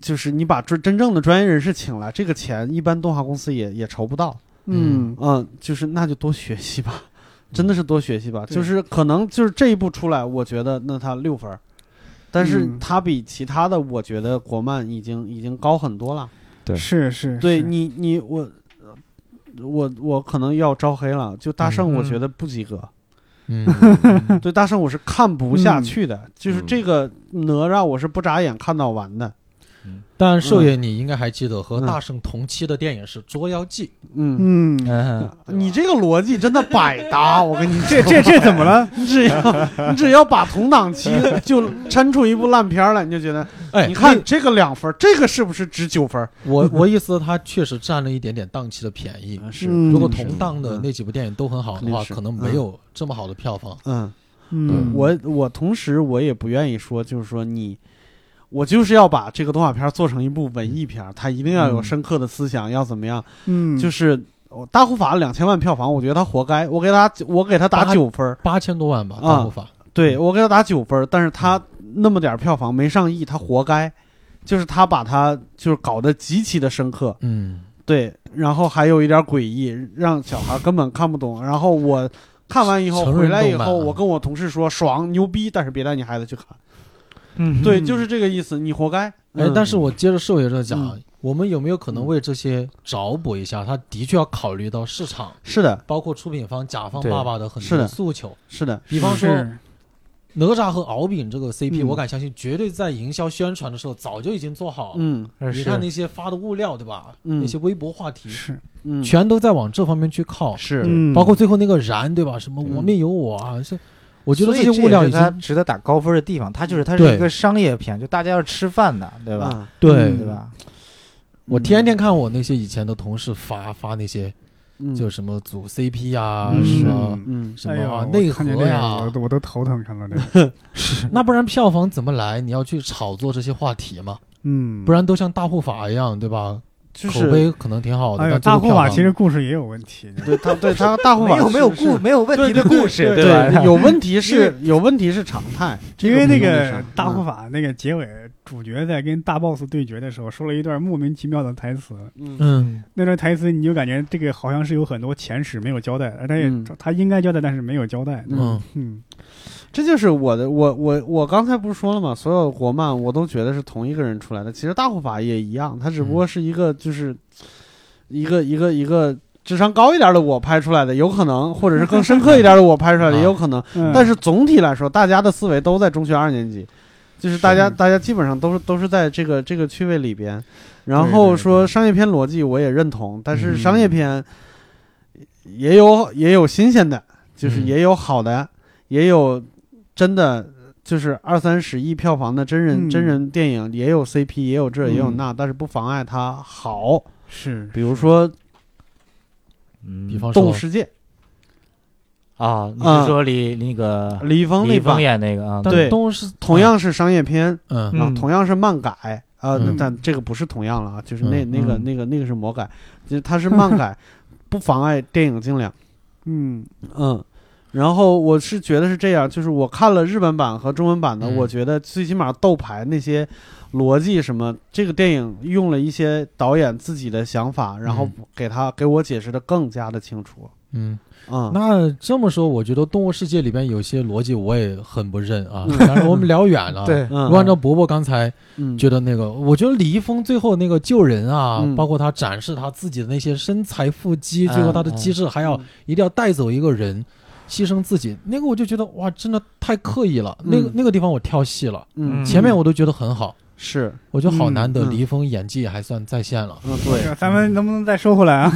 [SPEAKER 2] 就是你把专真正的专业人士请来，这个钱一般动画公司也也筹不到。
[SPEAKER 3] 嗯
[SPEAKER 2] 嗯，就是那就多学习吧，真的是多学习吧。
[SPEAKER 3] 对
[SPEAKER 2] 就是可能就是这一部出来，我觉得那它六分儿，但是
[SPEAKER 3] 嗯
[SPEAKER 2] 它比其他的我觉得国漫已经已经高很多了。
[SPEAKER 1] 对
[SPEAKER 3] 是是，
[SPEAKER 2] 对
[SPEAKER 3] 是
[SPEAKER 2] 你你我。我我可能要招黑了，就大圣，
[SPEAKER 5] 嗯
[SPEAKER 2] 我觉得不及格。
[SPEAKER 5] 嗯，
[SPEAKER 2] 对大圣我是看不下去的，就是
[SPEAKER 1] 嗯
[SPEAKER 2] 这个哪吒我是不眨眼看到完的。
[SPEAKER 5] 但寿爷你应该还记得和
[SPEAKER 2] 嗯
[SPEAKER 5] 大圣同期的电影是《捉妖记》，
[SPEAKER 2] 嗯，
[SPEAKER 3] 嗯，
[SPEAKER 4] 嗯，
[SPEAKER 2] 你这个逻辑真的百搭，我跟你说
[SPEAKER 3] 这这这怎 么了？
[SPEAKER 2] 你只要你只要把同档期就抻出一部烂片儿来，你就觉得，
[SPEAKER 5] 哎，
[SPEAKER 2] 嗯你看这个两分儿，这个是不是值九分儿？
[SPEAKER 5] 我我意思，他确实占了一点点档期的便宜。
[SPEAKER 2] 是
[SPEAKER 3] 嗯
[SPEAKER 5] 如果同档的
[SPEAKER 2] 嗯
[SPEAKER 5] 那几部电影都很好的
[SPEAKER 2] 肯定
[SPEAKER 5] 话，
[SPEAKER 2] 是
[SPEAKER 5] 可能没有这么好的票房。
[SPEAKER 2] 嗯，
[SPEAKER 3] 嗯，
[SPEAKER 2] 我我同时我也不愿意说，就是说你。我就是要把这个动画片儿做成一部文艺片儿，它一定要有深刻的思想，要怎么样？
[SPEAKER 3] 嗯，
[SPEAKER 2] 就是是哦大护法两千万票房，我觉得他活该，我给他我给他打
[SPEAKER 5] 八
[SPEAKER 2] 九分儿，
[SPEAKER 5] 八千多万吧，
[SPEAKER 2] 啊
[SPEAKER 5] 大护法。
[SPEAKER 2] 对我给他打九分儿，但是他
[SPEAKER 5] 嗯
[SPEAKER 2] 那么点儿票房没上亿，他活该，就是他把他就是搞得极其的深刻，
[SPEAKER 5] 嗯，
[SPEAKER 2] 对，然后还有一点诡异，让小孩根本看不懂，然后我。看完以后
[SPEAKER 5] 成人
[SPEAKER 2] 回来以
[SPEAKER 5] 动漫
[SPEAKER 2] 后，
[SPEAKER 5] 啊
[SPEAKER 2] 我跟我同事说爽牛逼，但是别带你孩子去看。
[SPEAKER 4] 嗯
[SPEAKER 2] 对，就是这个意思，你活该。
[SPEAKER 5] 哎
[SPEAKER 2] 嗯，
[SPEAKER 5] 但是我接着寿爷这讲啊
[SPEAKER 2] 嗯，
[SPEAKER 5] 我们有没有可能为这些找补一下？他的确要考虑到市场，
[SPEAKER 2] 是的，
[SPEAKER 5] 包括出品方、甲方
[SPEAKER 4] 对
[SPEAKER 5] 爸爸的很
[SPEAKER 2] 是的
[SPEAKER 5] 多诉求。
[SPEAKER 2] 是的，
[SPEAKER 5] 比方说
[SPEAKER 3] 是
[SPEAKER 5] 哪吒和敖丙这个 CP，
[SPEAKER 2] 嗯
[SPEAKER 5] 我敢相信，绝对在营销宣传的时候早就已经做好。
[SPEAKER 2] 嗯
[SPEAKER 5] 你看那些发的物料，对吧？
[SPEAKER 2] 嗯
[SPEAKER 5] 那些微博话题，
[SPEAKER 3] 是，
[SPEAKER 2] 嗯，
[SPEAKER 5] 全都在往这方面去靠。
[SPEAKER 2] 是
[SPEAKER 3] 嗯
[SPEAKER 5] 包括最后那个燃，对吧？什么
[SPEAKER 2] 嗯
[SPEAKER 5] 我命由我啊，这我觉得
[SPEAKER 4] 所以
[SPEAKER 5] 些
[SPEAKER 4] 这
[SPEAKER 5] 物料
[SPEAKER 4] 也
[SPEAKER 5] 已
[SPEAKER 4] 是它
[SPEAKER 5] 经
[SPEAKER 4] 值得打高分的地方，它就是它是
[SPEAKER 5] 对嗯
[SPEAKER 4] 一个商业片，就大家要吃饭的，对吧？
[SPEAKER 2] 啊
[SPEAKER 5] 对
[SPEAKER 4] 对吧？
[SPEAKER 5] 我天天看我那些以前的同事发发那些，
[SPEAKER 2] 嗯
[SPEAKER 5] 就什么组 CP 啊，
[SPEAKER 3] 嗯
[SPEAKER 5] 什么
[SPEAKER 2] 嗯
[SPEAKER 5] 什
[SPEAKER 3] 哎
[SPEAKER 5] 么
[SPEAKER 3] 呦
[SPEAKER 5] 啊
[SPEAKER 3] 我
[SPEAKER 5] 内核
[SPEAKER 3] 看见这个
[SPEAKER 5] 呀
[SPEAKER 3] 我，都我都头疼，看到这个，
[SPEAKER 5] 那不然票房怎么来？你要去炒作这些话题嘛，
[SPEAKER 3] 嗯，
[SPEAKER 5] 不然都像大护法一样，对吧？
[SPEAKER 2] 就
[SPEAKER 5] 口
[SPEAKER 2] 是
[SPEAKER 5] 碑可能挺好的，
[SPEAKER 3] 哎呦，
[SPEAKER 5] 但最
[SPEAKER 3] 大
[SPEAKER 5] 后
[SPEAKER 3] 护
[SPEAKER 5] 票
[SPEAKER 3] 法
[SPEAKER 5] 房
[SPEAKER 3] 其实故事也有问题。
[SPEAKER 2] 对他对他大护
[SPEAKER 4] 没
[SPEAKER 2] 法
[SPEAKER 4] 有
[SPEAKER 2] 是
[SPEAKER 4] 没有
[SPEAKER 2] 是
[SPEAKER 4] 故没有问题的故事，
[SPEAKER 2] 对
[SPEAKER 4] 吧？
[SPEAKER 2] 有问题是有问题是常态，这
[SPEAKER 3] 因为那
[SPEAKER 2] 没有
[SPEAKER 3] 个
[SPEAKER 2] 啥
[SPEAKER 3] 大护
[SPEAKER 2] 嗯
[SPEAKER 3] 法那个结尾，主角在跟大 boss 对决的时候，说了一段莫名其妙的台词。
[SPEAKER 2] 嗯
[SPEAKER 5] 嗯，
[SPEAKER 3] 那段台词你就感觉这个好像是有很多前史没有交代，而他也、
[SPEAKER 2] 嗯
[SPEAKER 3] 他应该交代，但是没有交代。
[SPEAKER 5] 嗯，
[SPEAKER 3] 嗯，
[SPEAKER 2] 这就是我的我我我刚才不是说了吗？所有国漫我都觉得是同一个人出来的，其实大护法也一样，他只不
[SPEAKER 4] 嗯
[SPEAKER 2] 过是一个就是一个一个一个智商高一点的我拍出来的，有可能，或者是更深刻一点的我拍出来的，
[SPEAKER 5] 啊
[SPEAKER 2] 也有可能。
[SPEAKER 3] 嗯
[SPEAKER 2] 但是总体来说，大家的思维都在中学二年级，就是大家
[SPEAKER 3] 是
[SPEAKER 2] 大家基本上都是都是在这个这个区位里边。
[SPEAKER 3] 对
[SPEAKER 2] 然
[SPEAKER 3] 对
[SPEAKER 2] 后说商业片逻辑我也认同，但是
[SPEAKER 5] 嗯
[SPEAKER 2] 商业片也有也有新鲜的，就是
[SPEAKER 5] 嗯
[SPEAKER 2] 也有好的，也有真的就是二三十亿票房的真人、
[SPEAKER 3] 嗯
[SPEAKER 2] 真人电影，也有 CP，也有这也有
[SPEAKER 3] 嗯
[SPEAKER 2] 那，但是不妨碍它好。
[SPEAKER 3] 是
[SPEAKER 2] 比如说《
[SPEAKER 5] 比方
[SPEAKER 2] 动物
[SPEAKER 5] 说
[SPEAKER 2] 世界
[SPEAKER 4] 啊，你
[SPEAKER 2] 啊
[SPEAKER 4] 是说李那个》，
[SPEAKER 2] 李易峰
[SPEAKER 4] 李
[SPEAKER 2] 那
[SPEAKER 4] 易峰
[SPEAKER 2] 版
[SPEAKER 4] 演那个啊？
[SPEAKER 5] 但
[SPEAKER 2] 对
[SPEAKER 5] 都是
[SPEAKER 2] 同，样是商业片，
[SPEAKER 5] 嗯
[SPEAKER 2] 啊
[SPEAKER 4] 嗯，
[SPEAKER 2] 同样是漫改啊，呃
[SPEAKER 5] 嗯
[SPEAKER 2] 但这个不是同样了啊，就是那
[SPEAKER 5] 嗯
[SPEAKER 2] 那个
[SPEAKER 4] 嗯
[SPEAKER 2] 那个那个是魔改，就是它是漫 改，不妨碍电影精良。
[SPEAKER 3] 嗯
[SPEAKER 2] 嗯，然后我是觉得是这样，就是我看了日本版和中文版的，
[SPEAKER 5] 嗯
[SPEAKER 2] 我觉得最起码斗牌那些逻辑什么，这个电影用了一些导演自己的想法，然后给他给我解释的更加的清楚。
[SPEAKER 5] 嗯，
[SPEAKER 2] 嗯，
[SPEAKER 5] 那这么说，我觉得《动物世界》里边有些逻辑我也很不认啊
[SPEAKER 2] 嗯。
[SPEAKER 5] 但是我们聊远了，。
[SPEAKER 4] 对，
[SPEAKER 2] 嗯
[SPEAKER 5] 如果按照伯伯刚才
[SPEAKER 2] 嗯
[SPEAKER 5] 觉得那个，我觉得李易峰最后那个救人啊，
[SPEAKER 2] 嗯
[SPEAKER 5] 包括他展示他自己的那些身材腹肌，
[SPEAKER 4] 嗯
[SPEAKER 5] 最后他的机智，还要、
[SPEAKER 2] 嗯
[SPEAKER 5] 一定要带走一个人，牺牲自己，那个我就觉得哇，真的太刻意了。
[SPEAKER 2] 嗯
[SPEAKER 5] 那个那个地方我跳戏了，
[SPEAKER 2] 嗯
[SPEAKER 5] 前面我都觉得很好，
[SPEAKER 2] 是
[SPEAKER 5] 我觉得好难得，
[SPEAKER 2] 嗯嗯
[SPEAKER 5] 李易峰演技还算在线了。
[SPEAKER 2] 嗯对。
[SPEAKER 3] 啊咱们能不能再收回来啊？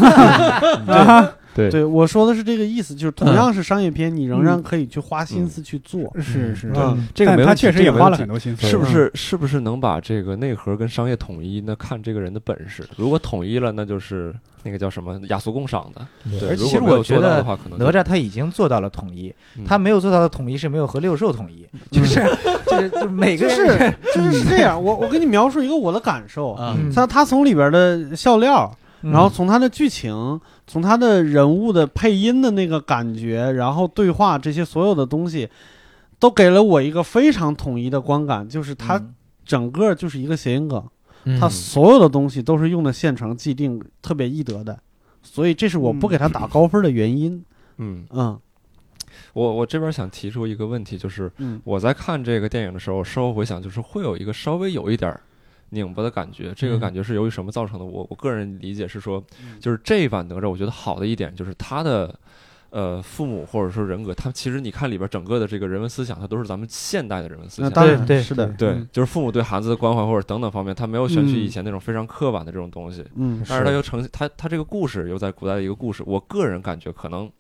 [SPEAKER 4] 啊
[SPEAKER 1] 对
[SPEAKER 2] 对，我说的是这个意思，就是同样是商业片，你仍然可以去花心思去做。
[SPEAKER 3] 是是，
[SPEAKER 2] 嗯
[SPEAKER 1] 这个
[SPEAKER 3] 但
[SPEAKER 1] 没
[SPEAKER 3] 他
[SPEAKER 1] 问题
[SPEAKER 3] 确实
[SPEAKER 1] 这
[SPEAKER 3] 也
[SPEAKER 1] 个没
[SPEAKER 3] 花
[SPEAKER 1] 问
[SPEAKER 3] 了嗯
[SPEAKER 1] 题
[SPEAKER 3] 很多心思，
[SPEAKER 1] 是不
[SPEAKER 4] 嗯
[SPEAKER 1] 是是不是能把这个内核跟商业统一？那看这个人的本事。如果统一了，那就是那个叫什么雅俗共赏的。对，
[SPEAKER 4] 而
[SPEAKER 1] 如
[SPEAKER 4] 其实
[SPEAKER 1] 果没有
[SPEAKER 4] 我觉
[SPEAKER 1] 做到
[SPEAKER 4] 得
[SPEAKER 1] 的话，可能
[SPEAKER 4] 哪吒他已经做到了统一，
[SPEAKER 1] 嗯
[SPEAKER 4] 他没有做到的统一是没有和六兽统一，就是就是就是每个
[SPEAKER 2] 就
[SPEAKER 4] 人
[SPEAKER 2] 是就是是这样，我我给你描述一个我的感受
[SPEAKER 5] 啊
[SPEAKER 4] 嗯
[SPEAKER 2] 他他从里边的笑料，
[SPEAKER 4] 嗯
[SPEAKER 2] 然后从他的剧情，从他的人物的配音的那个感觉，然后对话这些所有的东西，都给了我一个非常统一的观感，就是它
[SPEAKER 4] 嗯
[SPEAKER 2] 整个就是一个谐音梗，
[SPEAKER 5] 嗯
[SPEAKER 2] 它所有的东西都是用的现成既定，特别易得的，所以这是我
[SPEAKER 4] 嗯
[SPEAKER 2] 不给他打高分的原因。
[SPEAKER 1] 嗯，
[SPEAKER 2] 嗯
[SPEAKER 1] 我我这边想提出一个问题，就是
[SPEAKER 2] 嗯
[SPEAKER 1] 我在看这个电影的时候，事后回想，就是会有一个稍微有一点儿拧巴的感觉。这个
[SPEAKER 5] 嗯
[SPEAKER 1] 感觉是由于什么造成的？我我个人理解是说
[SPEAKER 2] 嗯，
[SPEAKER 1] 就是这一版哪吒，我觉得好的一点就是他的。呃，父母或者说人格，他其实你看里边整个的这个人文思想，它都是咱们现代的人文思
[SPEAKER 2] 那
[SPEAKER 1] 想。
[SPEAKER 2] 当然
[SPEAKER 4] 对对
[SPEAKER 2] 是的，
[SPEAKER 1] 对
[SPEAKER 2] 嗯，
[SPEAKER 1] 就是父母对孩子的关怀或者等等方面，他没有选取
[SPEAKER 2] 嗯
[SPEAKER 1] 以前那种非常刻板的这种东西，
[SPEAKER 2] 嗯
[SPEAKER 1] 但是他又呈现他他这个故事又在古代的一个故事，我个人感觉可能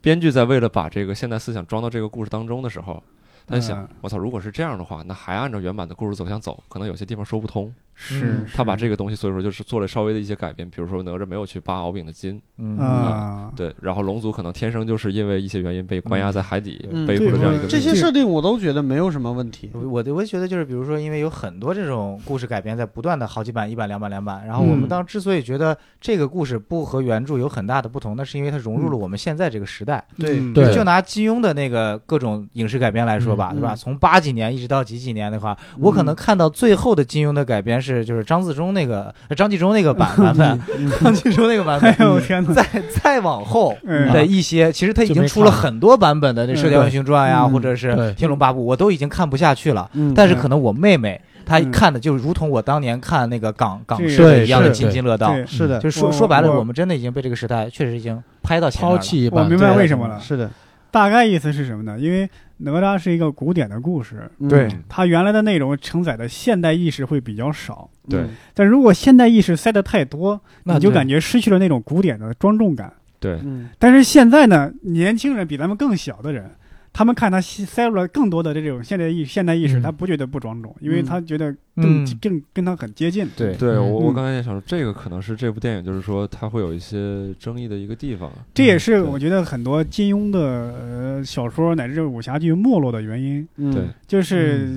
[SPEAKER 1] 编剧在为了把这个现代思想装到这个故事当中的时候，他就想
[SPEAKER 3] 嗯，
[SPEAKER 1] 我操，如果是这样的话，那还按照原版的故事走向走，可能有些地方说不通。
[SPEAKER 3] 是
[SPEAKER 4] 嗯
[SPEAKER 1] 他把这个东西，所以说就是做了稍微的一些改变，比如说哪吒没有去扒敖丙的筋，
[SPEAKER 4] 嗯
[SPEAKER 3] 啊，
[SPEAKER 1] 对，然后龙族可能天生就是因为一些原因被关押在海底，
[SPEAKER 2] 嗯
[SPEAKER 1] 背负
[SPEAKER 3] 对
[SPEAKER 1] 了这样一
[SPEAKER 3] 我
[SPEAKER 1] 个
[SPEAKER 2] 这
[SPEAKER 1] 命
[SPEAKER 2] 些
[SPEAKER 1] 运
[SPEAKER 2] 设定我都觉得没有什么问题。
[SPEAKER 1] 嗯
[SPEAKER 4] 我我我觉得就是，比如说，因为有很多这种故事改编在不断的好几版、一版、两版、两版，然后我
[SPEAKER 3] 嗯
[SPEAKER 4] 们当之所以觉得这个故事不和原著有很大的不同，那是因为它融入了我们现在这个时代。
[SPEAKER 3] 嗯
[SPEAKER 5] 对
[SPEAKER 4] 就拿金庸的那个各种影视改编来说吧，
[SPEAKER 2] 嗯
[SPEAKER 4] 对吧？
[SPEAKER 2] 嗯
[SPEAKER 4] 从八几年一直到几几年的话，我
[SPEAKER 3] 嗯
[SPEAKER 4] 可能看到最后的金庸的改编是就是张自忠那个呃张纪中那个版版本，张纪中那个版
[SPEAKER 3] 哎呦
[SPEAKER 4] 本。
[SPEAKER 3] 天哪，
[SPEAKER 4] 再再往后
[SPEAKER 3] 嗯
[SPEAKER 4] 的一些，其实他已
[SPEAKER 5] 就
[SPEAKER 4] 经
[SPEAKER 5] 没
[SPEAKER 4] 出了
[SPEAKER 5] 看了
[SPEAKER 4] 很多版本的《那《射雕英雄传》呀，
[SPEAKER 2] 嗯
[SPEAKER 4] 或者是
[SPEAKER 5] 对
[SPEAKER 4] 《天龙八部》，我都已经看不下去了。
[SPEAKER 2] 嗯，
[SPEAKER 4] 但
[SPEAKER 2] 是
[SPEAKER 4] 是可能我妹妹她
[SPEAKER 3] 嗯
[SPEAKER 4] 看的就如同我当年看那个港港
[SPEAKER 3] 这
[SPEAKER 4] 式
[SPEAKER 3] 个
[SPEAKER 4] 的一样的
[SPEAKER 5] 是
[SPEAKER 4] 津津乐道。
[SPEAKER 3] 对，
[SPEAKER 2] 是的，
[SPEAKER 4] 就说
[SPEAKER 3] 我
[SPEAKER 4] 说白了，
[SPEAKER 3] 我
[SPEAKER 4] 我们真的已经被这个时代确实已经拍到前面
[SPEAKER 5] 抛
[SPEAKER 4] 了。
[SPEAKER 5] 弃一
[SPEAKER 3] 我
[SPEAKER 5] 版，
[SPEAKER 3] 明白为什么了。
[SPEAKER 2] 是的，
[SPEAKER 3] 大概意思是什么呢？因为哪吒是一个古典的故事，
[SPEAKER 2] 嗯
[SPEAKER 4] 对
[SPEAKER 3] 它原来的内容承载的现代意识会比较少，
[SPEAKER 1] 对
[SPEAKER 2] 嗯
[SPEAKER 3] 但如果现代意识塞得太多，
[SPEAKER 5] 那
[SPEAKER 3] 你就
[SPEAKER 5] 对
[SPEAKER 3] 感觉失去了那种古典的庄重感。
[SPEAKER 1] 对，
[SPEAKER 2] 嗯，
[SPEAKER 3] 但是现在呢，年轻人比咱们更小的人，他们看他吸塞入了更多的这种现代意现代意识，
[SPEAKER 5] 嗯
[SPEAKER 3] 他不觉得不庄重，因为
[SPEAKER 2] 嗯
[SPEAKER 3] 他觉得更、
[SPEAKER 4] 嗯
[SPEAKER 3] 更跟他很接近。
[SPEAKER 4] 对
[SPEAKER 1] 对我，我
[SPEAKER 3] 嗯
[SPEAKER 1] 刚才也想说，这个可能是这部电影，就是说它会有一些争议的一个地方。
[SPEAKER 3] 这也是
[SPEAKER 1] 嗯对
[SPEAKER 3] 我觉得很多金庸的呃小说乃至武侠剧没落的原因，
[SPEAKER 2] 嗯
[SPEAKER 1] 对，
[SPEAKER 3] 就是。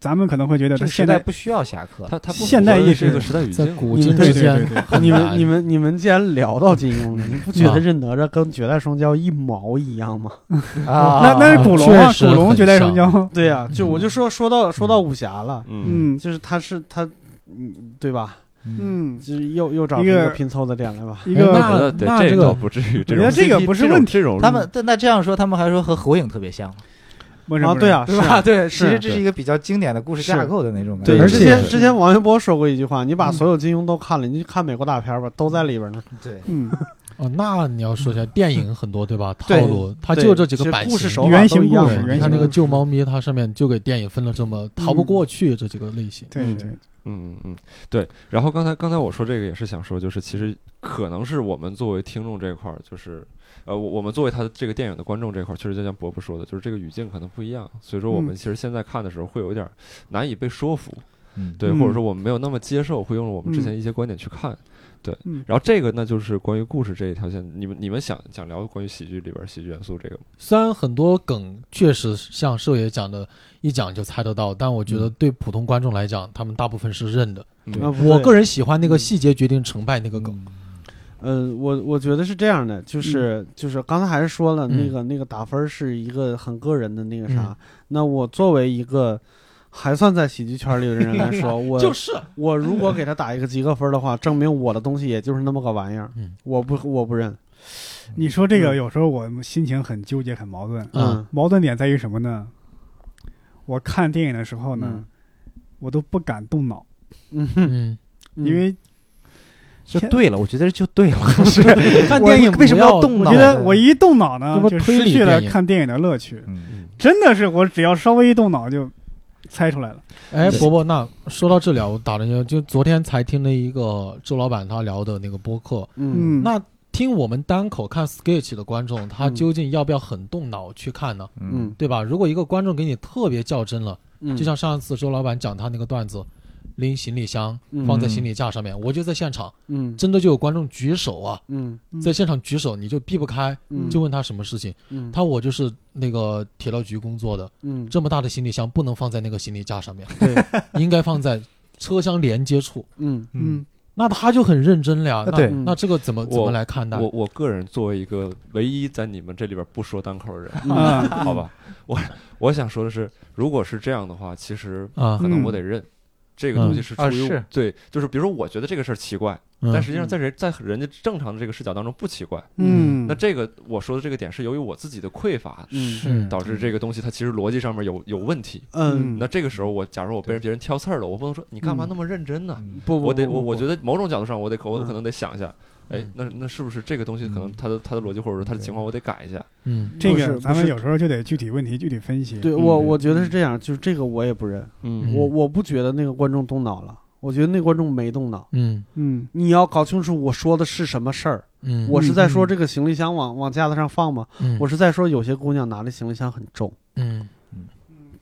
[SPEAKER 3] 咱们可能会觉得
[SPEAKER 4] 这个时
[SPEAKER 3] 现
[SPEAKER 4] 代
[SPEAKER 3] 代
[SPEAKER 4] 不需要侠 客，
[SPEAKER 1] 他他不符合
[SPEAKER 3] 现代意识
[SPEAKER 1] 这个时代语
[SPEAKER 5] 在
[SPEAKER 1] 境，啊
[SPEAKER 5] 古
[SPEAKER 2] 嗯
[SPEAKER 5] 今之
[SPEAKER 3] 对对
[SPEAKER 5] 间
[SPEAKER 3] 对对，
[SPEAKER 2] 你们你们你们既然聊到金庸了，你不
[SPEAKER 1] 啊
[SPEAKER 2] 觉得这哪吒跟绝代双骄一毛一样吗？
[SPEAKER 4] 啊
[SPEAKER 3] 那那是古龙啊，
[SPEAKER 5] 确实
[SPEAKER 3] 古龙
[SPEAKER 5] 很
[SPEAKER 3] 绝代双
[SPEAKER 5] 像
[SPEAKER 3] 骄，
[SPEAKER 2] 对呀、就我就说说到说到武侠了，
[SPEAKER 1] 嗯，
[SPEAKER 3] 嗯
[SPEAKER 2] 就是他是他，嗯，对吧？
[SPEAKER 4] 嗯，
[SPEAKER 3] 嗯，
[SPEAKER 2] 就是又又找出
[SPEAKER 3] 一
[SPEAKER 2] 一
[SPEAKER 3] 个
[SPEAKER 2] 个拼凑的点来吧。
[SPEAKER 3] 一
[SPEAKER 5] 哎
[SPEAKER 1] 我
[SPEAKER 3] 个
[SPEAKER 5] 那
[SPEAKER 1] 觉得对
[SPEAKER 5] 那
[SPEAKER 1] 这
[SPEAKER 5] 这
[SPEAKER 1] 个
[SPEAKER 5] 个
[SPEAKER 1] 倒不至于，这
[SPEAKER 3] 我觉
[SPEAKER 1] 种
[SPEAKER 3] 得这个不是
[SPEAKER 1] 这种
[SPEAKER 3] 问题
[SPEAKER 1] 这种
[SPEAKER 4] 他们那那这样说，他们还说和火影特别像，
[SPEAKER 3] 不是
[SPEAKER 2] 啊，
[SPEAKER 3] 不是
[SPEAKER 2] 对啊，
[SPEAKER 4] 对
[SPEAKER 2] 是
[SPEAKER 4] 吧？
[SPEAKER 2] 啊
[SPEAKER 4] 对，其实这
[SPEAKER 1] 是
[SPEAKER 4] 是一个比较经典的故事架构的那种感
[SPEAKER 1] 对
[SPEAKER 4] 觉。
[SPEAKER 1] 而
[SPEAKER 2] 之
[SPEAKER 1] 且
[SPEAKER 2] 前
[SPEAKER 1] 是
[SPEAKER 2] 之前王一博说过一句话，你把所有金庸都看了，你去看美国大片吧，都在里边呢。
[SPEAKER 4] 对，
[SPEAKER 3] 嗯，
[SPEAKER 5] 哦，那你要说一下，电影很多对吧？套
[SPEAKER 2] 对
[SPEAKER 5] 路，
[SPEAKER 2] 嗯
[SPEAKER 5] 它
[SPEAKER 2] 对
[SPEAKER 5] 就这几
[SPEAKER 2] 其
[SPEAKER 5] 个
[SPEAKER 2] 实
[SPEAKER 5] 版
[SPEAKER 2] 故事
[SPEAKER 5] 型。
[SPEAKER 2] 手法
[SPEAKER 3] 原
[SPEAKER 2] 都嗯
[SPEAKER 3] 型
[SPEAKER 2] 一样
[SPEAKER 3] 故事
[SPEAKER 2] 嘛。
[SPEAKER 3] 原
[SPEAKER 5] 你
[SPEAKER 3] 型
[SPEAKER 5] 看那
[SPEAKER 3] 故
[SPEAKER 5] 个
[SPEAKER 3] 事
[SPEAKER 5] 旧猫咪，它上面就给电影分了这么逃不过去这几个类型。
[SPEAKER 3] 对对，
[SPEAKER 1] 嗯嗯，对。然后刚才刚才我说这个也是想说，就是其实可能是我们作为听众这一块儿，就是呃，我我们作为他的这个电影的观众这一块儿，确实就像伯伯说的，就是这个语境可能不一样，所以说我们
[SPEAKER 3] 嗯
[SPEAKER 1] 其实现在看的时候会有一点儿难以被说服，
[SPEAKER 4] 嗯，
[SPEAKER 1] 对，
[SPEAKER 3] 嗯
[SPEAKER 1] 或者说我们没有那么接受，会用我们之前一些观点去看。对
[SPEAKER 3] 嗯，
[SPEAKER 1] 然后这个那就是关于故事这一条线，你们你们想想聊关于喜剧里边儿喜剧元素这个吗？
[SPEAKER 5] 虽然很多梗确实像寿爷讲的，一讲就猜得到，但我觉得对普通观众来讲，他们大部分是认的。
[SPEAKER 2] 啊不
[SPEAKER 5] 我
[SPEAKER 2] 对
[SPEAKER 5] 个人喜欢那个细节决定成败那个梗。
[SPEAKER 2] 呃，我我觉得是这样的，就是、就是刚才还是说了，
[SPEAKER 5] 嗯
[SPEAKER 2] 那个那个打分儿是一个很个人的那个啥。那我作为一个还算在喜剧圈里的人来说，我
[SPEAKER 5] 就是
[SPEAKER 2] 我如果给他打一个及格分儿的话，证明我的东西也就是那么个玩意儿。
[SPEAKER 5] 嗯
[SPEAKER 2] 我不我不认。
[SPEAKER 3] 你说这个
[SPEAKER 2] 嗯
[SPEAKER 3] 有时候我心情很纠结，很矛盾。
[SPEAKER 5] 嗯
[SPEAKER 3] 矛盾点在于什么呢？我看电影的时候呢，
[SPEAKER 2] 嗯
[SPEAKER 3] 我都不敢动脑，
[SPEAKER 2] 嗯哼，
[SPEAKER 5] 嗯，
[SPEAKER 2] 嗯
[SPEAKER 3] 因为
[SPEAKER 4] 就
[SPEAKER 3] 天
[SPEAKER 4] 对了，我觉得就对了，是
[SPEAKER 5] 看
[SPEAKER 4] 我
[SPEAKER 5] 电影
[SPEAKER 4] 为什么
[SPEAKER 5] 不要
[SPEAKER 4] 动
[SPEAKER 3] 我
[SPEAKER 4] 脑
[SPEAKER 3] 觉
[SPEAKER 4] 呢？
[SPEAKER 3] 得我一动脑呢
[SPEAKER 5] 这，不
[SPEAKER 3] 就
[SPEAKER 5] 推
[SPEAKER 3] 失
[SPEAKER 5] 理
[SPEAKER 3] 去了
[SPEAKER 5] 电影
[SPEAKER 3] 看电影的乐趣。
[SPEAKER 4] 嗯，
[SPEAKER 3] 真的是，我只要稍微一动脑就猜出来了。
[SPEAKER 5] 哎，
[SPEAKER 4] 对
[SPEAKER 5] 伯伯，那说到这里啊，我打断一下，就昨天才听了一个周老板他聊的那个播客，
[SPEAKER 2] 嗯
[SPEAKER 5] 那听我们单口看 sketch 的观众，他
[SPEAKER 2] 嗯
[SPEAKER 5] 究竟要不要很动脑去看呢？
[SPEAKER 2] 嗯
[SPEAKER 5] 对吧？如果一个观众给你特别较真了，
[SPEAKER 2] 嗯，
[SPEAKER 5] 就像上一次周老板讲他那个段子，拎行李箱
[SPEAKER 2] 嗯
[SPEAKER 5] 放在行李架上面，我就在现场，
[SPEAKER 2] 嗯
[SPEAKER 5] 真的就有观众举手啊，
[SPEAKER 2] 嗯
[SPEAKER 3] 嗯
[SPEAKER 5] 在现场举手，你就避不开，
[SPEAKER 2] 嗯
[SPEAKER 5] 就问他什么事情，
[SPEAKER 2] 嗯
[SPEAKER 5] 他我就是那个铁道局工作的，
[SPEAKER 2] 嗯
[SPEAKER 5] 这么大的行李箱不能放在那个行李架上面，
[SPEAKER 2] 对
[SPEAKER 5] 应该放在车厢连接处。
[SPEAKER 2] 嗯
[SPEAKER 3] 嗯，
[SPEAKER 5] 那他就很认真了呀，
[SPEAKER 4] 啊
[SPEAKER 5] 那
[SPEAKER 4] 对
[SPEAKER 2] 嗯
[SPEAKER 5] 那这个怎么怎
[SPEAKER 1] 我
[SPEAKER 5] 么来看待？
[SPEAKER 1] 我我个人作为一个唯一在你们这里边不说单口的人，
[SPEAKER 3] 啊，
[SPEAKER 1] 嗯好吧，我我想说的是，如果是这样的话，其实
[SPEAKER 5] 啊
[SPEAKER 1] 可能我得认。这个东西是出
[SPEAKER 4] 啊
[SPEAKER 1] 于、
[SPEAKER 4] 是
[SPEAKER 1] 对，就是比如说，我觉得这个事儿奇怪，
[SPEAKER 5] 嗯
[SPEAKER 1] 但实际上在人在人家正常的这个视角当中不奇怪。
[SPEAKER 3] 嗯，
[SPEAKER 1] 那这个我说的这个点是由于我自己的匮乏
[SPEAKER 2] 嗯
[SPEAKER 5] 嗯
[SPEAKER 1] 导致这个东西它其实逻辑上面有有问题。
[SPEAKER 2] 嗯，
[SPEAKER 1] 那这个时候我假如我被别人挑刺儿了，我不能说你干嘛那么认真呢？
[SPEAKER 4] 嗯
[SPEAKER 2] 不不，
[SPEAKER 1] 我得
[SPEAKER 2] 不
[SPEAKER 1] 我
[SPEAKER 2] 不
[SPEAKER 1] 我觉得某种角度上我得可我
[SPEAKER 2] 嗯
[SPEAKER 1] 可能得想一下，哎
[SPEAKER 5] 嗯，
[SPEAKER 1] 那那是不是这个东西可能它的它的逻辑或者说它的情况我得改一下？
[SPEAKER 5] 嗯
[SPEAKER 3] 这
[SPEAKER 2] 不是
[SPEAKER 3] 个咱
[SPEAKER 2] 不
[SPEAKER 3] 们
[SPEAKER 2] 是
[SPEAKER 3] 有时候就得具体问题具体分析。
[SPEAKER 2] 对我我觉得是这样，就是这个我也不认，
[SPEAKER 1] 嗯
[SPEAKER 2] 我我不觉得那个观众动脑了，我觉得那观众没动脑。
[SPEAKER 5] 嗯
[SPEAKER 3] 嗯，
[SPEAKER 2] 你要搞清楚我说的是什么事儿，
[SPEAKER 5] 嗯，
[SPEAKER 2] 我是在说
[SPEAKER 3] 嗯
[SPEAKER 2] 这个行李箱往往架子上放吗？
[SPEAKER 5] 嗯
[SPEAKER 2] 我是在说有些姑娘拿的行李箱很重，
[SPEAKER 5] 嗯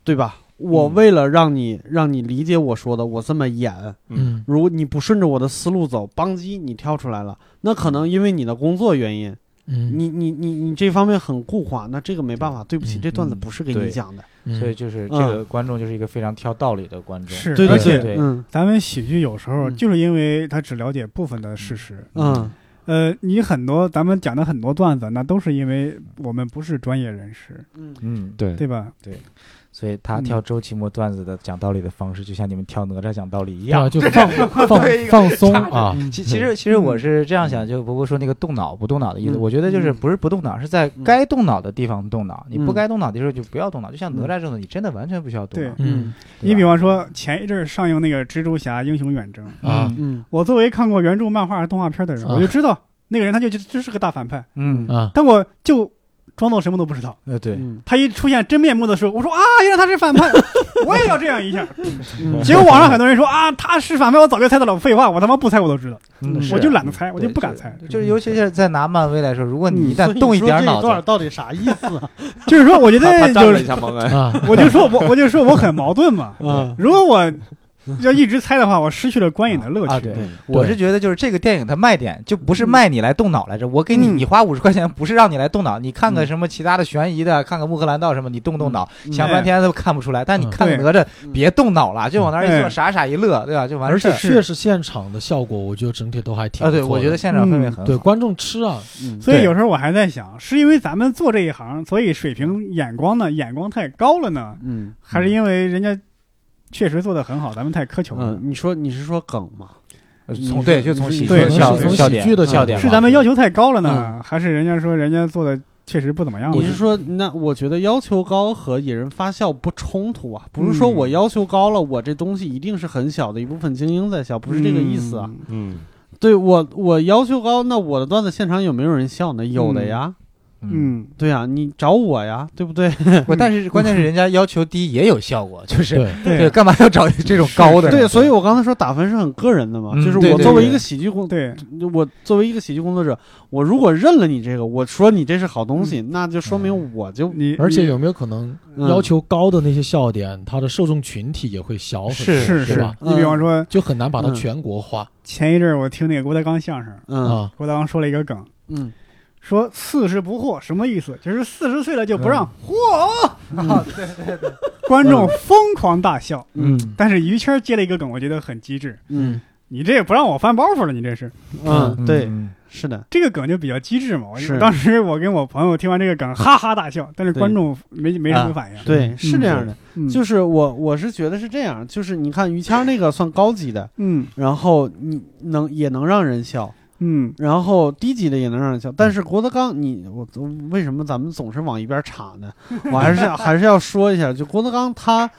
[SPEAKER 2] 对吧？我为了让你让你理解我说的，我这么演。
[SPEAKER 5] 嗯
[SPEAKER 2] 如果你不顺着我的思路走，邦基你跳出来了，那可能因为你的工作原因，
[SPEAKER 5] 嗯，
[SPEAKER 2] 你你你你这方面很固化，那这个没办法，对不起，
[SPEAKER 5] 嗯
[SPEAKER 2] 这段子不是给
[SPEAKER 4] 对
[SPEAKER 2] 你讲的。
[SPEAKER 5] 嗯
[SPEAKER 4] 所以就是这个观众就是一个非常挑道理的观众，
[SPEAKER 3] 是，
[SPEAKER 2] 对
[SPEAKER 3] 而
[SPEAKER 4] 对
[SPEAKER 3] 且
[SPEAKER 4] 对
[SPEAKER 2] 嗯
[SPEAKER 3] 咱们喜剧有时候
[SPEAKER 2] 嗯
[SPEAKER 3] 就是因为他只了解部分的事实。
[SPEAKER 2] 嗯
[SPEAKER 3] 呃，你很多咱们讲的很多段子，那都是因为我们不是专业人士，
[SPEAKER 2] 嗯
[SPEAKER 4] 嗯，
[SPEAKER 1] 对
[SPEAKER 3] 对吧？
[SPEAKER 4] 所以他挑周奇墨段子的讲道理的方式，就像你们挑哪吒讲道理一
[SPEAKER 5] 对啊，
[SPEAKER 4] 样。
[SPEAKER 5] 就放放放松啊，
[SPEAKER 4] 其其实其实
[SPEAKER 3] 嗯
[SPEAKER 4] 我是这样想，就伯伯说那个动脑不动脑的意思，
[SPEAKER 2] 嗯
[SPEAKER 4] 我觉得就是不是不动脑，是在
[SPEAKER 2] 嗯
[SPEAKER 4] 该动脑的地方动脑，你不
[SPEAKER 2] 嗯
[SPEAKER 4] 该动脑的时候就不要动脑。就像哪吒这种，你真的完全不需要动脑。
[SPEAKER 5] 嗯
[SPEAKER 4] 嗯对
[SPEAKER 3] 你
[SPEAKER 4] 吧
[SPEAKER 3] 比方说前一阵儿上映那个《蜘蛛侠：英雄远征》，
[SPEAKER 5] 啊
[SPEAKER 2] 嗯
[SPEAKER 3] 我作为看过原著漫画和动画片的人，
[SPEAKER 5] 啊
[SPEAKER 3] 我就知道那个人他就就就是个大反派，
[SPEAKER 4] 嗯
[SPEAKER 5] 啊，
[SPEAKER 3] 但我就装作什么都不知道。
[SPEAKER 4] 呃对，
[SPEAKER 2] 嗯
[SPEAKER 3] 他一出现真面目的时候，我说啊，原来他是反派，我也要这样一 下。
[SPEAKER 2] 嗯
[SPEAKER 3] 结果网上 很多人说啊，他是反派，我早就猜到了。废话，我他妈不猜我都知道，
[SPEAKER 4] 嗯
[SPEAKER 2] 是啊
[SPEAKER 3] 我就懒得猜，我就
[SPEAKER 4] 对
[SPEAKER 3] 不敢猜。
[SPEAKER 4] 就是尤其是在拿漫威来说，如果
[SPEAKER 3] 嗯
[SPEAKER 4] 你一旦动一点脑子，
[SPEAKER 2] 到底啥意思啊？
[SPEAKER 3] 就是说，我觉
[SPEAKER 1] 他他
[SPEAKER 3] 得
[SPEAKER 1] 站
[SPEAKER 3] 就
[SPEAKER 5] 嗯
[SPEAKER 1] 了一
[SPEAKER 3] 是，
[SPEAKER 1] 下盲
[SPEAKER 5] 啊，
[SPEAKER 3] 我就说我我就说我很矛盾嘛。
[SPEAKER 2] 嗯
[SPEAKER 3] 如果我要一直猜的话，我失去了观影的乐
[SPEAKER 4] 啊，
[SPEAKER 3] 趣。
[SPEAKER 4] 对嗯
[SPEAKER 5] 对，
[SPEAKER 4] 我是觉得就是这个电影它卖点就不是卖你来动脑来着，我给你
[SPEAKER 2] 嗯
[SPEAKER 4] 你花五十块钱不是让你来动脑，你看个什么其他的悬疑的，看个穆赫兰道什么，你动动脑
[SPEAKER 2] 嗯
[SPEAKER 4] 想半天都看不出来，但你
[SPEAKER 5] 嗯
[SPEAKER 4] 看个
[SPEAKER 3] 对
[SPEAKER 4] 哪吒别动脑了，就往那儿一坐
[SPEAKER 2] 嗯
[SPEAKER 3] 哎
[SPEAKER 4] 傻傻一乐，对吧？就完
[SPEAKER 5] 而
[SPEAKER 4] 事
[SPEAKER 5] 且
[SPEAKER 4] 儿。
[SPEAKER 5] 确实现场的效果，我觉得整体都还挺
[SPEAKER 4] 啊，对，
[SPEAKER 5] 不错
[SPEAKER 4] 我觉得
[SPEAKER 5] 的
[SPEAKER 4] 现场氛围很好。
[SPEAKER 5] 对观众吃啊，
[SPEAKER 2] 嗯
[SPEAKER 3] 所以
[SPEAKER 4] 对
[SPEAKER 3] 有时候我还在想，是因为咱们做这一行，所以水平眼光呢，眼光太高了呢，
[SPEAKER 2] 嗯
[SPEAKER 3] 还是因为人家确实做的很好，咱们太苛求了？
[SPEAKER 2] 嗯，你说你是说梗吗？
[SPEAKER 4] 呃
[SPEAKER 2] 你
[SPEAKER 4] 从
[SPEAKER 2] 是
[SPEAKER 4] 对就
[SPEAKER 2] 你
[SPEAKER 4] 从
[SPEAKER 2] 是
[SPEAKER 4] 喜
[SPEAKER 3] 对
[SPEAKER 4] 剧
[SPEAKER 5] 可能
[SPEAKER 4] 笑
[SPEAKER 5] 是从
[SPEAKER 4] 笑
[SPEAKER 5] 喜
[SPEAKER 4] 点
[SPEAKER 5] 剧的
[SPEAKER 2] 嗯
[SPEAKER 5] 笑点
[SPEAKER 3] 是
[SPEAKER 5] 吧
[SPEAKER 3] 咱们要求太高了呢，还是人家说人家做的确实不怎么样呢？
[SPEAKER 2] 你是说那我觉得要求高和引人发笑不冲突啊？不是说
[SPEAKER 3] 嗯
[SPEAKER 2] 我要求高了，我这东西一定是很小的一部分精英在笑，不是这个意思啊。
[SPEAKER 3] 嗯
[SPEAKER 1] 嗯，
[SPEAKER 2] 对我我要求高，那我的段子现场有没有人笑呢？有的呀，
[SPEAKER 4] 嗯，
[SPEAKER 3] 嗯，
[SPEAKER 2] 对呀，你找我呀，对不对？
[SPEAKER 4] 不，但是关键是人家要求低也有效果，就是
[SPEAKER 5] 对
[SPEAKER 3] 嗯对
[SPEAKER 4] 对，干嘛要找这种高的呢？
[SPEAKER 2] 对，所以我刚才说打分是很个人的嘛，
[SPEAKER 4] 嗯
[SPEAKER 2] 就是
[SPEAKER 4] 对
[SPEAKER 2] 我
[SPEAKER 4] 对
[SPEAKER 2] 作为
[SPEAKER 4] 对
[SPEAKER 2] 一个喜剧工，
[SPEAKER 3] 对，
[SPEAKER 2] 我作为一个喜剧工作者，我如果认了你这个，我说你这是好东西，那就说明我就
[SPEAKER 3] 你
[SPEAKER 5] 而且
[SPEAKER 3] 你
[SPEAKER 5] 有没有可能
[SPEAKER 2] 嗯
[SPEAKER 5] 要求高的那些笑点，它的受众群体也会小很多，
[SPEAKER 4] 是
[SPEAKER 3] 是
[SPEAKER 5] 对
[SPEAKER 3] 是
[SPEAKER 5] 吧？，
[SPEAKER 3] 你比方说
[SPEAKER 5] 就很难把它
[SPEAKER 2] 嗯
[SPEAKER 5] 全国化
[SPEAKER 3] 前一阵儿我听那个郭德纲相声，
[SPEAKER 2] 嗯
[SPEAKER 5] 啊。
[SPEAKER 3] 郭德纲说了一个梗，
[SPEAKER 2] 嗯
[SPEAKER 3] 说四十不惑什么意思？就是四十岁了就不让惑，啊
[SPEAKER 2] 嗯
[SPEAKER 3] 观众疯狂大笑。
[SPEAKER 2] 嗯
[SPEAKER 3] 但是于谦儿接了一个梗，我觉得很机智。
[SPEAKER 2] 嗯
[SPEAKER 3] 你这也不让我翻包袱了，你这是
[SPEAKER 2] 嗯，对，
[SPEAKER 4] 嗯，
[SPEAKER 2] 是的，
[SPEAKER 3] 这个梗就比较机智嘛。我
[SPEAKER 2] 是
[SPEAKER 3] 当时我跟我朋友听完这个梗，哈哈大笑，但是
[SPEAKER 2] 对
[SPEAKER 3] 观众没没什么反应。
[SPEAKER 2] 对，是这样的。
[SPEAKER 3] 嗯
[SPEAKER 2] 就是我我是觉得是这样，就是你看于谦那个算高级的，
[SPEAKER 3] 嗯
[SPEAKER 2] 然后你能也能让人笑，
[SPEAKER 3] 嗯
[SPEAKER 2] 然后低级的也能让人笑，但是郭德纲，你我为什么咱们总是往一边插呢？我还是要还是要说一下，就郭德纲他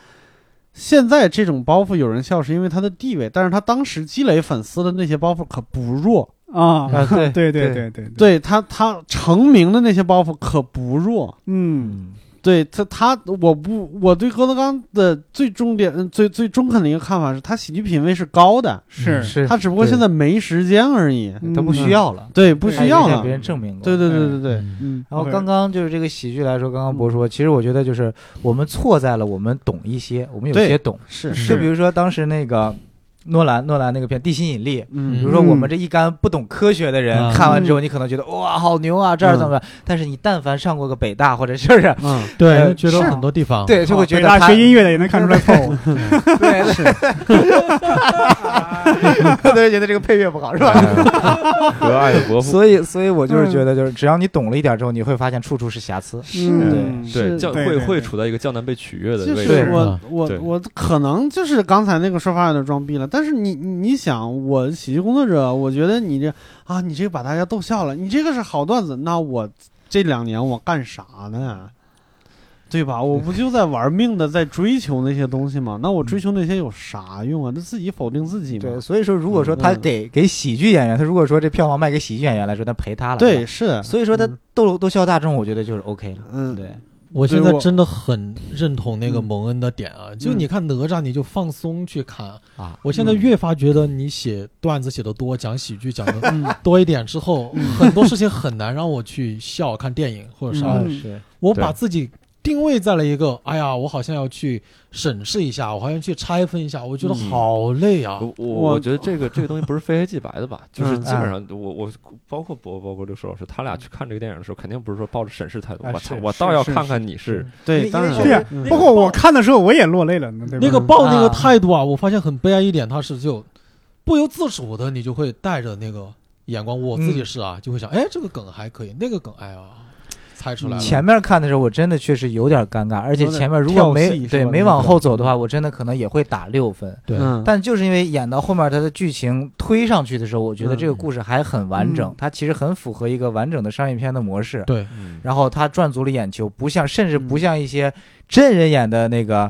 [SPEAKER 2] 现在这种包袱有人笑，是因为他的地位，但是他当时积累粉丝的那些包袱可不弱，
[SPEAKER 3] 啊，
[SPEAKER 4] 啊 对
[SPEAKER 3] 对
[SPEAKER 4] 对
[SPEAKER 3] 对对对，
[SPEAKER 2] 对他他成名的那些包袱可不弱，
[SPEAKER 3] 嗯
[SPEAKER 4] 嗯
[SPEAKER 2] 对他他我不我对郭德纲的最重点嗯最最中肯的一个看法是他喜剧品味是高的，
[SPEAKER 3] 是
[SPEAKER 5] 嗯
[SPEAKER 4] 是
[SPEAKER 2] 他只不过
[SPEAKER 4] 对
[SPEAKER 2] 现在没时间而已，
[SPEAKER 3] 嗯
[SPEAKER 4] 都不需要了，
[SPEAKER 2] 对，不嗯
[SPEAKER 3] 对
[SPEAKER 2] 需要
[SPEAKER 4] 向
[SPEAKER 2] 了，
[SPEAKER 4] 别人证明过。
[SPEAKER 2] 对对对对对，
[SPEAKER 5] 嗯
[SPEAKER 2] 嗯
[SPEAKER 4] 然后
[SPEAKER 3] OK
[SPEAKER 4] 刚刚就是这个喜剧来说，刚刚博说，其实我觉得就是我们错在了我们懂一些，我们有
[SPEAKER 2] 对
[SPEAKER 4] 些懂，
[SPEAKER 2] 是
[SPEAKER 3] 是
[SPEAKER 4] 就比如说当时那个诺兰诺兰那个片《地心引力》。比
[SPEAKER 2] 嗯
[SPEAKER 4] 如说，
[SPEAKER 3] 嗯
[SPEAKER 4] 我们这一干不懂科学的人、
[SPEAKER 5] 嗯
[SPEAKER 4] 看完之后，你可能觉得哇，好牛啊，这儿怎么？但是你但凡上过个北大，或者是不是？
[SPEAKER 2] 嗯
[SPEAKER 5] 对，
[SPEAKER 4] 呃
[SPEAKER 5] 就觉得
[SPEAKER 4] 是
[SPEAKER 5] 很多地方
[SPEAKER 4] 对，就会觉
[SPEAKER 3] 哦
[SPEAKER 4] 得
[SPEAKER 3] 北大
[SPEAKER 4] 他
[SPEAKER 3] 学音乐的也能看出来错误。
[SPEAKER 4] 对，是，他都会觉得这个配乐不好，是吧？
[SPEAKER 1] 和爱的伯父。
[SPEAKER 4] 哎所以，所以我就是觉得，就是只要你懂了一点之后，你会发现处处是瑕疵。
[SPEAKER 3] 嗯
[SPEAKER 2] 是
[SPEAKER 1] 对，
[SPEAKER 2] 是
[SPEAKER 1] 将
[SPEAKER 3] 对
[SPEAKER 1] 会
[SPEAKER 3] 对
[SPEAKER 1] 会
[SPEAKER 3] 对
[SPEAKER 1] 处在一个江南被取悦的
[SPEAKER 2] 就
[SPEAKER 1] 位
[SPEAKER 2] 是
[SPEAKER 1] 置。
[SPEAKER 2] 我
[SPEAKER 1] 对
[SPEAKER 2] 我我可能就是刚才那个说法有点装逼了，但是你你你想，我喜剧工作者，我觉得你这啊，你这个把大家逗笑了，你这个是好段子，那我这两年我干啥呢？对吧？我不就在玩命的在追求那些东西吗？那我追求那些有啥用啊？那自己否定自己
[SPEAKER 4] 对，
[SPEAKER 2] 嘛。
[SPEAKER 4] 所以说，如果说他
[SPEAKER 2] 嗯
[SPEAKER 4] 给给喜剧演员，他如果说这票房卖给喜剧演员来说，那赔他了。
[SPEAKER 2] 对，
[SPEAKER 4] 吧，
[SPEAKER 2] 是，
[SPEAKER 4] 所以说他
[SPEAKER 2] 嗯
[SPEAKER 4] 逗逗笑大众，我觉得就是 OK 了。
[SPEAKER 2] 嗯，
[SPEAKER 4] 对，
[SPEAKER 5] 我
[SPEAKER 2] 对
[SPEAKER 5] 现在
[SPEAKER 2] 我
[SPEAKER 5] 真的很认同那个
[SPEAKER 2] 嗯
[SPEAKER 5] 蒙恩的点啊，就你看哪吒，你就放松去看
[SPEAKER 4] 啊。
[SPEAKER 5] 我现在
[SPEAKER 2] 嗯
[SPEAKER 5] 越发觉得你写段子写的多，讲喜剧讲的
[SPEAKER 2] 嗯
[SPEAKER 5] 多一点之后，很多事情很难让我去笑看电影或者啥。
[SPEAKER 3] 嗯
[SPEAKER 4] 是
[SPEAKER 5] 我把自己定位在了一个，哎呀，我好像要去审视一下，我好像去拆分一下，我觉得
[SPEAKER 1] 嗯
[SPEAKER 5] 好累啊。
[SPEAKER 1] 我
[SPEAKER 2] 我
[SPEAKER 1] 我我觉得这个这个东西不是非黑即白的吧，就是
[SPEAKER 2] 嗯
[SPEAKER 1] 基本上我我包括博包括刘硕老师，他俩去看这个电影的时候，肯定不是说抱着审视态度，
[SPEAKER 4] 啊
[SPEAKER 1] 我
[SPEAKER 4] 是
[SPEAKER 1] 操，我
[SPEAKER 4] 是
[SPEAKER 1] 倒要
[SPEAKER 4] 是
[SPEAKER 1] 看看你是
[SPEAKER 4] 因
[SPEAKER 2] 对，
[SPEAKER 4] 为
[SPEAKER 2] 当然
[SPEAKER 4] 因为
[SPEAKER 3] 对
[SPEAKER 2] 了
[SPEAKER 3] 呀
[SPEAKER 2] 嗯
[SPEAKER 3] 包括我看的时候，我也落泪了呢，对吧？
[SPEAKER 5] 那个抱那个
[SPEAKER 4] 啊
[SPEAKER 5] 态度啊，我发现很悲哀一点，他是就不由自主的，你就会带着那个眼光，我自己是啊，就会想，哎，这个梗还可以，那个梗，哎呀，猜出来了。
[SPEAKER 4] 嗯前面看的时候，我真的确实有点尴尬，而且
[SPEAKER 2] 嗯有点
[SPEAKER 4] 前面如果
[SPEAKER 2] 跳
[SPEAKER 4] 没
[SPEAKER 2] 戏是
[SPEAKER 4] 对
[SPEAKER 2] 吧
[SPEAKER 4] 没往后走的话，我真的可能也会打六分。
[SPEAKER 5] 对，
[SPEAKER 2] 嗯，
[SPEAKER 4] 但就是因为演到后面它的剧情推上去的时候，我觉
[SPEAKER 2] 嗯
[SPEAKER 4] 得这个故事还很完整，
[SPEAKER 3] 嗯
[SPEAKER 4] 它其实很符合一个完整的商业片的模式。
[SPEAKER 5] 对，
[SPEAKER 1] 嗯
[SPEAKER 4] 然后它赚足了眼球，不像甚至
[SPEAKER 2] 嗯
[SPEAKER 4] 不像一些真人演的那个。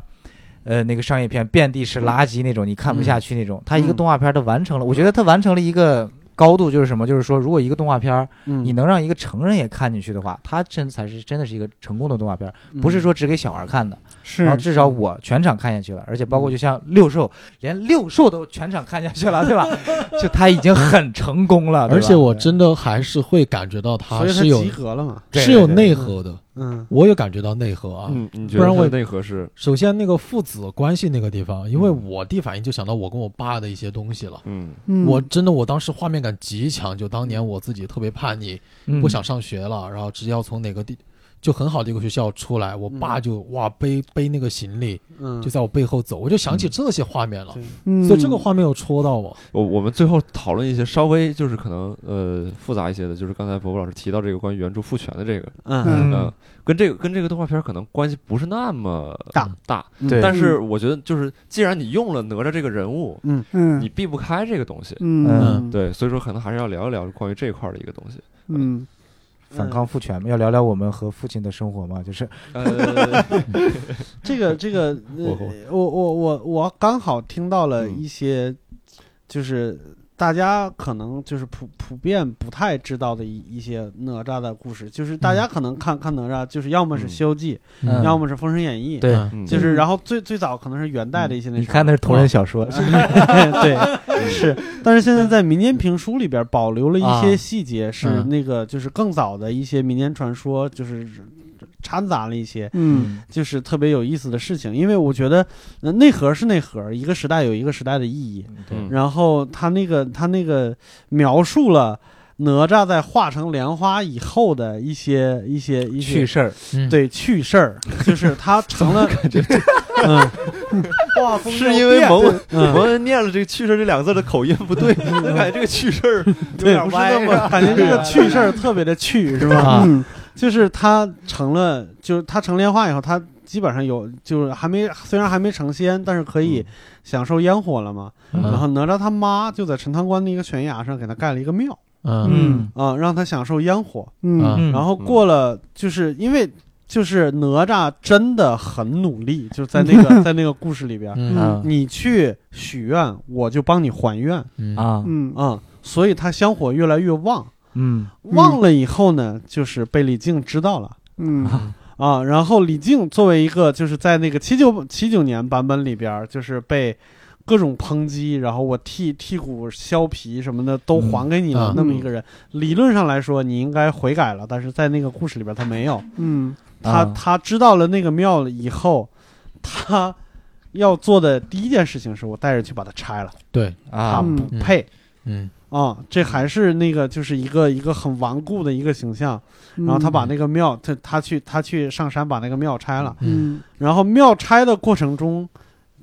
[SPEAKER 4] 呃，那个商业片遍地是垃圾那种，你
[SPEAKER 2] 嗯
[SPEAKER 4] 看不下去那种。它一个动画片，它完成了，我觉得它完成了一个高度，就是什么？就是说，如果一个动画片，
[SPEAKER 2] 嗯
[SPEAKER 4] 你能让一个成人也看进去的话，它真才是真的是一个成功的动画片，不
[SPEAKER 2] 嗯
[SPEAKER 4] 是说只给小孩看的。
[SPEAKER 3] 嗯是嗯
[SPEAKER 4] 然后至少我全场看下去了，而且包括就像六兽，连六兽都全场看下去了，对吧？ 就他已经很成功了，对吧
[SPEAKER 5] 而且我真的还是会感觉到他
[SPEAKER 2] 所以他
[SPEAKER 5] 是有
[SPEAKER 2] 及格了嘛。
[SPEAKER 4] 对
[SPEAKER 5] 是有内核的，
[SPEAKER 2] 嗯
[SPEAKER 5] 我也感觉到内核啊。
[SPEAKER 1] 嗯，你觉
[SPEAKER 5] 不
[SPEAKER 1] 得
[SPEAKER 5] 然
[SPEAKER 1] 它
[SPEAKER 5] 我
[SPEAKER 1] 内核是
[SPEAKER 5] 首先，那个父子关系那个地方，因为
[SPEAKER 1] 嗯
[SPEAKER 5] 我第一反应就想到我跟我爸的一些东西了。
[SPEAKER 1] 嗯
[SPEAKER 3] 嗯
[SPEAKER 5] 我真的，我当时画面感极强，就当年我自己特别叛逆，
[SPEAKER 4] 嗯
[SPEAKER 5] 不想上学了，然后直接要从哪个地就很好的一个学校出来，我爸就哇背背那个行李
[SPEAKER 2] 嗯，
[SPEAKER 5] 就在我背后走，我就想起这些画面了，
[SPEAKER 2] 对
[SPEAKER 3] 嗯
[SPEAKER 5] 所以这个画面有戳到我。
[SPEAKER 1] 我我们最后讨论一些稍微就是可能呃复杂一些的，就是刚才伯伯老师提到这个关于原著复权的这个，
[SPEAKER 2] 嗯
[SPEAKER 1] 嗯，跟这个跟这个动画片儿可能关系不是那么
[SPEAKER 2] 大
[SPEAKER 1] 大，
[SPEAKER 2] 嗯
[SPEAKER 4] 对
[SPEAKER 1] 但是我觉得就是既然你用了哪吒这个人物，
[SPEAKER 3] 嗯
[SPEAKER 1] 你避不开这个东西，
[SPEAKER 3] 嗯
[SPEAKER 1] 对，所以说可能还是要聊一聊关于这块儿的一个东西。
[SPEAKER 3] 嗯
[SPEAKER 4] 反抗父权嘛，要聊聊我们和父亲的生活嘛，就是
[SPEAKER 1] 呃，
[SPEAKER 2] 这个这个，呃我我我我刚好听到了一些，就是大家可能就是普普遍不太知道的一一些哪吒的故事，就是大家可能看看哪吒，就是要么是《
[SPEAKER 1] 嗯
[SPEAKER 2] 西游记》，
[SPEAKER 4] 嗯
[SPEAKER 2] 要么是《封神演义》，
[SPEAKER 4] 对，嗯
[SPEAKER 5] 嗯
[SPEAKER 1] 嗯
[SPEAKER 2] 就是然后最最早可能是元代的一些那
[SPEAKER 4] 你
[SPEAKER 2] 啥
[SPEAKER 4] 看那是同人小说，
[SPEAKER 2] 对，是，但是现在在民间评书里边保留了一些
[SPEAKER 5] 啊
[SPEAKER 2] 细节，是
[SPEAKER 5] 嗯
[SPEAKER 2] 那个就是更早的一些民间传说，就是掺杂了一些，
[SPEAKER 3] 嗯
[SPEAKER 2] 就是特别有意思的事情。因为我觉得呃内核是内核，一个时代有一个时代的意义。
[SPEAKER 1] 嗯
[SPEAKER 2] 然后他那个他那个描述了哪吒在化成莲花以后的一些一些一些
[SPEAKER 4] 趣事儿，
[SPEAKER 5] 嗯，
[SPEAKER 2] 对趣事儿，就是他成了感觉，嗯，画风
[SPEAKER 1] 是因为蒙文
[SPEAKER 2] 嗯
[SPEAKER 1] 蒙文念了这个“趣事”这两个字的口音不 对，我感觉这个“趣事儿”有
[SPEAKER 2] 对，
[SPEAKER 1] 点
[SPEAKER 2] 不是
[SPEAKER 1] 歪
[SPEAKER 2] 那么感觉这个趣事儿特别的趣，是吧？
[SPEAKER 4] 啊
[SPEAKER 3] 嗯
[SPEAKER 2] 就是他成了，就是他成莲花以后，他基本上有，就是还没虽然还没成仙，但是可以享受烟火了嘛。
[SPEAKER 5] 嗯
[SPEAKER 2] 然后哪吒他妈就在陈塘关的一个悬崖上给他盖了一个庙
[SPEAKER 5] 嗯
[SPEAKER 3] 嗯
[SPEAKER 2] 啊、让他享受烟火。
[SPEAKER 4] 啊
[SPEAKER 3] 嗯
[SPEAKER 5] 嗯
[SPEAKER 2] 然后过了，就是因为就是哪吒真的很努力，就在那 个在那个故事里边，
[SPEAKER 5] 嗯
[SPEAKER 4] 啊
[SPEAKER 2] 你去许愿，我就帮你还愿啊、
[SPEAKER 5] 嗯
[SPEAKER 4] 啊，
[SPEAKER 3] 嗯
[SPEAKER 2] 嗯所以他香火越来越旺。
[SPEAKER 4] 嗯
[SPEAKER 2] 忘了以后呢，就是被李靖知道了
[SPEAKER 3] 嗯
[SPEAKER 2] 啊。然后李靖作为一个就是在那个七九七九年版本里边儿，就是被各种抨击，然后我剔剔骨削皮什么的都还给你了、
[SPEAKER 5] 嗯
[SPEAKER 2] 那么一个人，理论上来说你应该悔改了，但是在那个故事里边儿他没有，
[SPEAKER 3] 嗯
[SPEAKER 2] 他、
[SPEAKER 4] 啊
[SPEAKER 2] 他知道了那个庙了以后，他。要做的第一件事情是我带着去把它拆了，
[SPEAKER 5] 对，
[SPEAKER 2] 他
[SPEAKER 4] 啊
[SPEAKER 3] 嗯，
[SPEAKER 2] 不配
[SPEAKER 5] 嗯
[SPEAKER 2] 啊、这还是那个就是一个一个很顽固的一个形象，
[SPEAKER 3] 然
[SPEAKER 2] 然后他把那个庙，他他去他去上山把那个庙拆了，
[SPEAKER 5] 嗯
[SPEAKER 3] 嗯
[SPEAKER 2] 然后庙拆的过程中，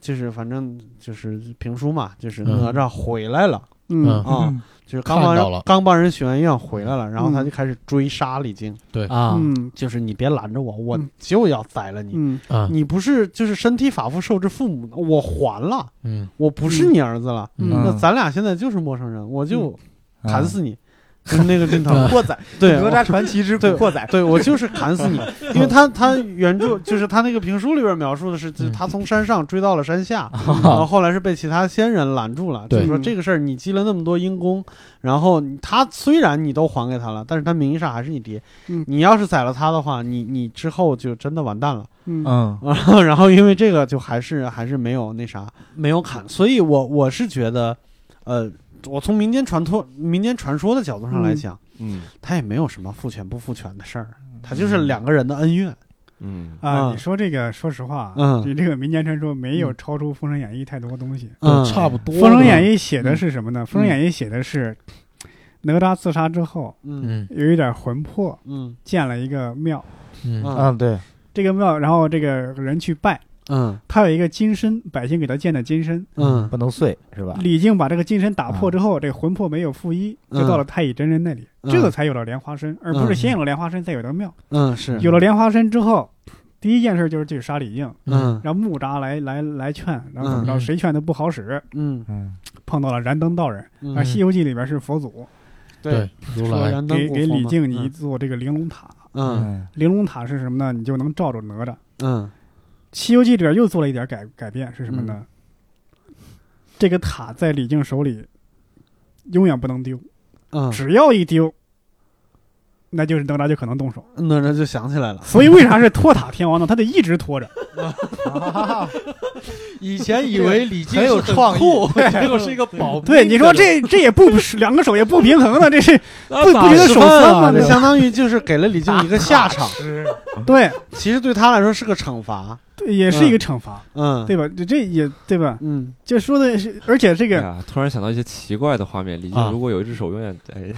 [SPEAKER 2] 就是反正就是评书嘛，就是
[SPEAKER 5] 嗯
[SPEAKER 2] 哪吒回来了，
[SPEAKER 3] 嗯
[SPEAKER 2] 啊
[SPEAKER 4] 嗯
[SPEAKER 2] 就是刚帮
[SPEAKER 5] 看到了嗯
[SPEAKER 2] 人刚帮人许完愿回来了，然后他就开始追杀李靖，
[SPEAKER 4] 啊，
[SPEAKER 3] 嗯
[SPEAKER 2] 就是你别拦着我，我
[SPEAKER 3] 嗯
[SPEAKER 2] 就要宰了你，
[SPEAKER 3] 嗯
[SPEAKER 5] 啊
[SPEAKER 2] 你不是就是身体发肤受之父母，我还了，
[SPEAKER 5] 嗯
[SPEAKER 2] 我不是你儿子了，
[SPEAKER 3] 嗯
[SPEAKER 2] 那咱俩现在就是陌生人，我就
[SPEAKER 5] 嗯啊
[SPEAKER 2] 砍死你，就是那个镜头，
[SPEAKER 4] 过载，
[SPEAKER 2] 对，我
[SPEAKER 4] 吒传奇之
[SPEAKER 2] 对
[SPEAKER 4] 过载，
[SPEAKER 2] 对我就是砍死你，因为他他原著就是他那个评书里边描述的是，就是他从山上追到了山下，然后后来是被其他仙人拦住了，就
[SPEAKER 5] 对
[SPEAKER 2] 是说
[SPEAKER 3] 嗯
[SPEAKER 2] 这个事儿你积了那么多阴功，然后你他虽然你都还给他了，但是他名义上还是你爹，
[SPEAKER 3] 嗯
[SPEAKER 2] 你要是宰了他的话，你你之后就真的完蛋了。
[SPEAKER 3] 嗯
[SPEAKER 4] 嗯
[SPEAKER 2] 然后然后因为这个就还是还是没有那啥没有砍，所以我我是觉得，呃。我从民间传托、民间传说的角度上来
[SPEAKER 3] 嗯
[SPEAKER 2] 讲，
[SPEAKER 1] 嗯
[SPEAKER 2] 他也没有什么父权不父权的事儿，他就是两个人的恩怨。
[SPEAKER 1] 嗯
[SPEAKER 3] 啊，
[SPEAKER 2] 嗯
[SPEAKER 3] 你说这个，说实话，啊
[SPEAKER 2] 嗯
[SPEAKER 3] 你这个民间传说没有超出《封神演义》太多东西。
[SPEAKER 5] 嗯，差不多
[SPEAKER 3] 《
[SPEAKER 5] 了。
[SPEAKER 3] 封神演义》写的是什
[SPEAKER 2] 嗯
[SPEAKER 3] 么呢？《封神演义》写的是哪吒自杀之后
[SPEAKER 2] 嗯
[SPEAKER 5] 嗯
[SPEAKER 3] 有一点魂魄，
[SPEAKER 2] 嗯
[SPEAKER 3] 建了一个庙，
[SPEAKER 5] 嗯
[SPEAKER 2] 啊
[SPEAKER 4] 嗯，对，
[SPEAKER 3] 这个庙，然后这个人去拜，
[SPEAKER 2] 嗯
[SPEAKER 3] 他有一个金身，百姓给他建的金身。
[SPEAKER 2] 嗯
[SPEAKER 4] 不能碎是吧？
[SPEAKER 3] 李靖把这个金身打破之后，这个魂魄没有附一，就到了太乙真人那里，
[SPEAKER 2] 嗯
[SPEAKER 3] 这个才有了莲花身，而不是
[SPEAKER 2] 嗯
[SPEAKER 3] 先有了莲花身，再有的庙。
[SPEAKER 2] 嗯是
[SPEAKER 3] 有了莲花身之后，第一件事就是去杀李靖，
[SPEAKER 2] 嗯
[SPEAKER 3] 让木吒来来来劝，然后怎么
[SPEAKER 5] 嗯
[SPEAKER 3] 着，谁劝都不好使，
[SPEAKER 2] 嗯
[SPEAKER 4] 嗯，
[SPEAKER 3] 碰到了燃灯道人。
[SPEAKER 2] 嗯
[SPEAKER 3] 而《西游记》里边是佛祖
[SPEAKER 5] 对，如
[SPEAKER 2] 说
[SPEAKER 5] 来
[SPEAKER 2] 燃灯
[SPEAKER 3] 给
[SPEAKER 2] 古
[SPEAKER 3] 给
[SPEAKER 2] 佛嗯
[SPEAKER 3] 李
[SPEAKER 2] 嘛
[SPEAKER 3] 靖你做这个玲珑塔，
[SPEAKER 2] 嗯
[SPEAKER 4] 嗯
[SPEAKER 3] 玲珑塔是什么呢？你就能罩住哪吒。《
[SPEAKER 2] 嗯
[SPEAKER 3] 西游记》里边又做了一点改改变，是什么呢？
[SPEAKER 2] 嗯
[SPEAKER 3] 这个塔在李靖手里永远不能丢，
[SPEAKER 2] 嗯
[SPEAKER 3] 只要一丢，那就是哪吒就可能动手。
[SPEAKER 2] 嗯，哪吒就想起来了，
[SPEAKER 3] 所以为啥是托塔天王呢？他得一直拖着，
[SPEAKER 5] 以前以为 李靖
[SPEAKER 4] 很有
[SPEAKER 5] 是
[SPEAKER 4] 创意
[SPEAKER 5] 酷， 结果是一个保密
[SPEAKER 3] 对，你说
[SPEAKER 5] 的
[SPEAKER 3] 这这也不两个手也不平衡的，这是
[SPEAKER 5] 那
[SPEAKER 3] 不
[SPEAKER 5] 咋
[SPEAKER 3] 不觉得
[SPEAKER 5] 是
[SPEAKER 3] 手酸吗？
[SPEAKER 2] 啊这
[SPEAKER 3] 这
[SPEAKER 2] 相当于就是给了李靖一个下 场，
[SPEAKER 3] 对
[SPEAKER 2] 其实对他来说是个惩罚。
[SPEAKER 3] 对，也是一个惩罚，
[SPEAKER 2] 嗯，
[SPEAKER 3] 对吧？这这也对吧？
[SPEAKER 2] 嗯，
[SPEAKER 3] 就说的是，而且这
[SPEAKER 1] 哎
[SPEAKER 3] 个
[SPEAKER 1] 呀，突然想到一些奇怪的画面。李
[SPEAKER 2] 啊
[SPEAKER 1] 靖如果有一只手永远 哎，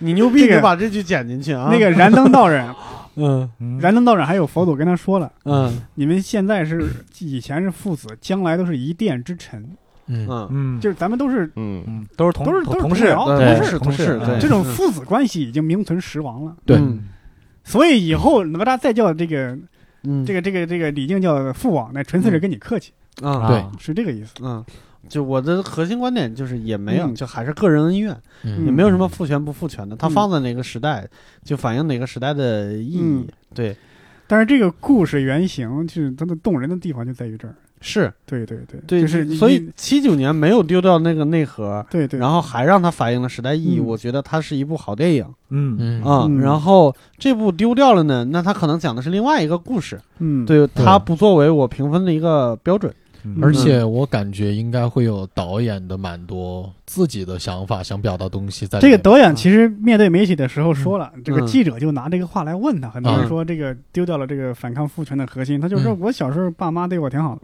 [SPEAKER 2] 你牛逼，
[SPEAKER 3] 这个
[SPEAKER 2] 你把这句剪进去啊。
[SPEAKER 3] 那个燃灯道人，
[SPEAKER 2] 嗯，
[SPEAKER 3] 燃灯道人还有佛祖跟他说了，
[SPEAKER 2] 嗯
[SPEAKER 3] 你们现在是以前是父子，将来都是一殿之臣，
[SPEAKER 5] 嗯，
[SPEAKER 2] 嗯，
[SPEAKER 4] 嗯，
[SPEAKER 3] 就是咱们都是
[SPEAKER 1] 嗯，
[SPEAKER 4] 嗯都是同
[SPEAKER 3] 都是都
[SPEAKER 4] 同
[SPEAKER 3] 是
[SPEAKER 4] 同
[SPEAKER 3] 同
[SPEAKER 4] 事
[SPEAKER 3] 僚，
[SPEAKER 2] 对
[SPEAKER 3] 同
[SPEAKER 2] 是
[SPEAKER 3] 事
[SPEAKER 2] 同事，嗯
[SPEAKER 4] 同事
[SPEAKER 2] 对，
[SPEAKER 3] 这种父子关系已经名存实亡了。
[SPEAKER 5] 对
[SPEAKER 2] 嗯
[SPEAKER 3] 所以以后哪吒再叫这个
[SPEAKER 2] 嗯，
[SPEAKER 3] 这个这个这个李靖叫父王，那纯粹是跟你客气，
[SPEAKER 2] 个啊，
[SPEAKER 5] 对
[SPEAKER 3] 是这个意思。
[SPEAKER 2] 嗯，就我的核心观点就是也没有，
[SPEAKER 3] 嗯
[SPEAKER 2] 就还是个人恩怨，
[SPEAKER 5] 嗯
[SPEAKER 2] 也没有什么父权不父权的，它放在哪个时代就反映哪个时代的意义
[SPEAKER 3] 嗯。
[SPEAKER 2] 对，
[SPEAKER 3] 但是这个故事原型就是它的动人的地方就在于这儿。
[SPEAKER 2] 是
[SPEAKER 3] 对对对，
[SPEAKER 2] 对，
[SPEAKER 3] 就是你
[SPEAKER 2] 所以
[SPEAKER 3] 你
[SPEAKER 2] 七九年没有丢掉那个内核，
[SPEAKER 3] 对对，
[SPEAKER 2] 然后还让它反映了时代意义，
[SPEAKER 3] 嗯
[SPEAKER 2] 我觉得它是一部好电影
[SPEAKER 4] 嗯
[SPEAKER 5] 嗯
[SPEAKER 2] 啊。
[SPEAKER 3] 嗯
[SPEAKER 2] 然后这部丢掉了呢，那它可能讲的是另外一个故事，
[SPEAKER 3] 嗯，
[SPEAKER 2] 对，它不作为我评分的一个标准。
[SPEAKER 4] 嗯
[SPEAKER 5] 而且我感觉应该会有导演的蛮多自己的想法，想表达东西在里
[SPEAKER 3] 这个
[SPEAKER 5] 面
[SPEAKER 3] 导演其实面对媒体的时候说了，这个
[SPEAKER 2] 嗯
[SPEAKER 3] 记者就拿这个话来问他，很多人
[SPEAKER 2] 嗯
[SPEAKER 3] 说这个丢掉了这个反抗父权的核心，他就说
[SPEAKER 5] 嗯
[SPEAKER 3] 我小时候爸妈对我挺好的，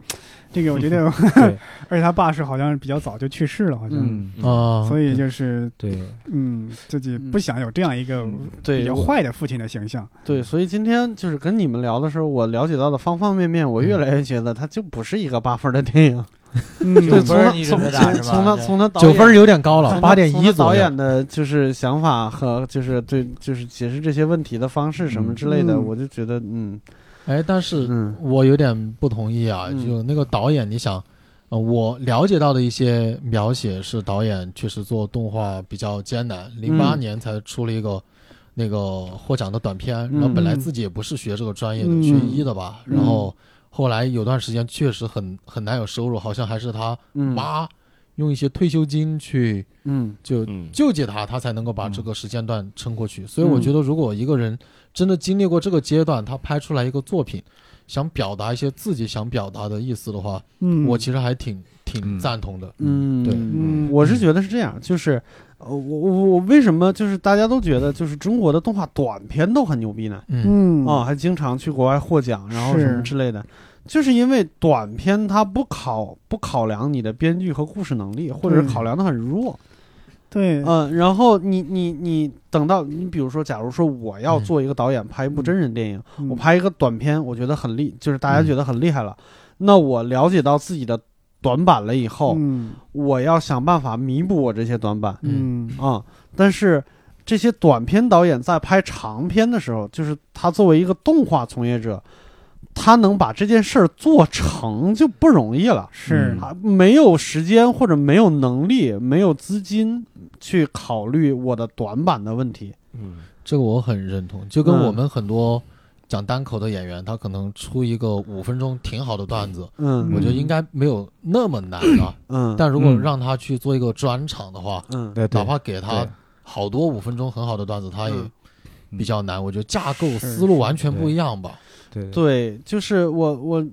[SPEAKER 3] 这个我觉得，
[SPEAKER 4] 对
[SPEAKER 3] 而且他爸是好像比较早就去世了，好像，
[SPEAKER 2] 嗯
[SPEAKER 4] 嗯
[SPEAKER 5] 啊，
[SPEAKER 3] 所以就是
[SPEAKER 4] 对，
[SPEAKER 3] 嗯，自己不想有这样一个
[SPEAKER 4] 嗯
[SPEAKER 3] 比
[SPEAKER 2] 对
[SPEAKER 3] 较
[SPEAKER 2] 我
[SPEAKER 3] 坏的父亲的 形象，
[SPEAKER 2] 对，所以今天就是跟你们聊的时候，我了解到的方方面面，我越来越觉得它就不是一个八分的电影。
[SPEAKER 3] 嗯，
[SPEAKER 2] 对，
[SPEAKER 4] 九
[SPEAKER 2] 从
[SPEAKER 4] 分儿
[SPEAKER 2] 他从从
[SPEAKER 4] 你准备打是吧
[SPEAKER 2] 从他
[SPEAKER 4] 对
[SPEAKER 2] 从他导
[SPEAKER 5] 九
[SPEAKER 2] 演
[SPEAKER 5] 分儿有点高了，
[SPEAKER 2] 从
[SPEAKER 5] 八
[SPEAKER 2] 他
[SPEAKER 5] 点
[SPEAKER 2] 从
[SPEAKER 5] 一
[SPEAKER 2] 他导
[SPEAKER 5] 左右。
[SPEAKER 2] 演的就是想法和就是对就是解释这些问题的方式什么之类的，
[SPEAKER 3] 嗯
[SPEAKER 2] 我就觉得嗯
[SPEAKER 5] 哎，但是
[SPEAKER 2] 嗯
[SPEAKER 5] 我有点不同意啊，
[SPEAKER 2] 嗯
[SPEAKER 5] 就那个导演，你想。呃，我了解到的一些描写是导演确实做动画比较艰难，零八
[SPEAKER 2] 嗯
[SPEAKER 5] 年才出了一个那个获奖的短片，
[SPEAKER 2] 嗯
[SPEAKER 5] 然后本来自己也不是学这个专业的，
[SPEAKER 3] 嗯
[SPEAKER 5] 学医的吧，
[SPEAKER 2] 嗯
[SPEAKER 5] 然后后来有段时间确实很很难有收入，好像还是他
[SPEAKER 2] 嗯
[SPEAKER 5] 妈用一些退休金去
[SPEAKER 2] 嗯
[SPEAKER 5] 就
[SPEAKER 1] 嗯
[SPEAKER 5] 救济他，他才能够把这个时间段撑过去。所以我觉得，如果一个人真的经历过这个阶段，他拍出来一个作品，想表达一些自己想表达的意思的话，
[SPEAKER 3] 嗯，
[SPEAKER 5] 我其实还挺挺
[SPEAKER 4] 嗯
[SPEAKER 5] 赞同的。
[SPEAKER 2] 嗯
[SPEAKER 5] 对
[SPEAKER 2] 嗯，我是觉得是这样，就是呃我我我为什么就是大家都觉得就是中国的动画短片都很牛逼呢？
[SPEAKER 5] 嗯
[SPEAKER 3] 嗯
[SPEAKER 2] 啊，，还经常去国外获奖，然后什么
[SPEAKER 3] 是
[SPEAKER 2] 之类的，就是因为短片它不考不考量你的编剧和故事能力，或者是
[SPEAKER 3] 对
[SPEAKER 2] 考量的很弱。
[SPEAKER 3] 对，
[SPEAKER 2] 嗯，然后你你你等到你比如说，假如说我要做一个导演，拍一部真人电影，
[SPEAKER 3] 嗯
[SPEAKER 2] 我拍一个短片，我觉得很厉，就是大家觉得很厉害了，那我了解到自己的短板了以后，
[SPEAKER 3] 嗯
[SPEAKER 2] 我要想办法弥补我这些短板
[SPEAKER 3] 嗯
[SPEAKER 2] 啊、但是这些短片导演在拍长片的时候，就是他作为一个动画从业者，他能把这件事儿做成就不容易了。
[SPEAKER 3] 是
[SPEAKER 4] 嗯
[SPEAKER 2] 啊，没有时间或者没有能力、没有资金去考虑我的短板的问题。
[SPEAKER 1] 嗯
[SPEAKER 5] 这个我很认同，就跟
[SPEAKER 2] 嗯
[SPEAKER 5] 我们很多讲单口的演员，他可能出一个五分钟挺好的段子，
[SPEAKER 2] 嗯，
[SPEAKER 5] 我觉得应该没有那么难啊。
[SPEAKER 2] 嗯，
[SPEAKER 5] 但如果
[SPEAKER 4] 嗯
[SPEAKER 5] 让他去做一个专场的话，
[SPEAKER 2] 嗯
[SPEAKER 4] 对对
[SPEAKER 5] 哪，怕给他
[SPEAKER 4] 对
[SPEAKER 5] 好多五分钟很好的段子，他也
[SPEAKER 2] 嗯
[SPEAKER 5] 比较难。我觉得架构
[SPEAKER 3] 是
[SPEAKER 5] 思路完全不一样吧。
[SPEAKER 4] 对
[SPEAKER 2] 对，就是我我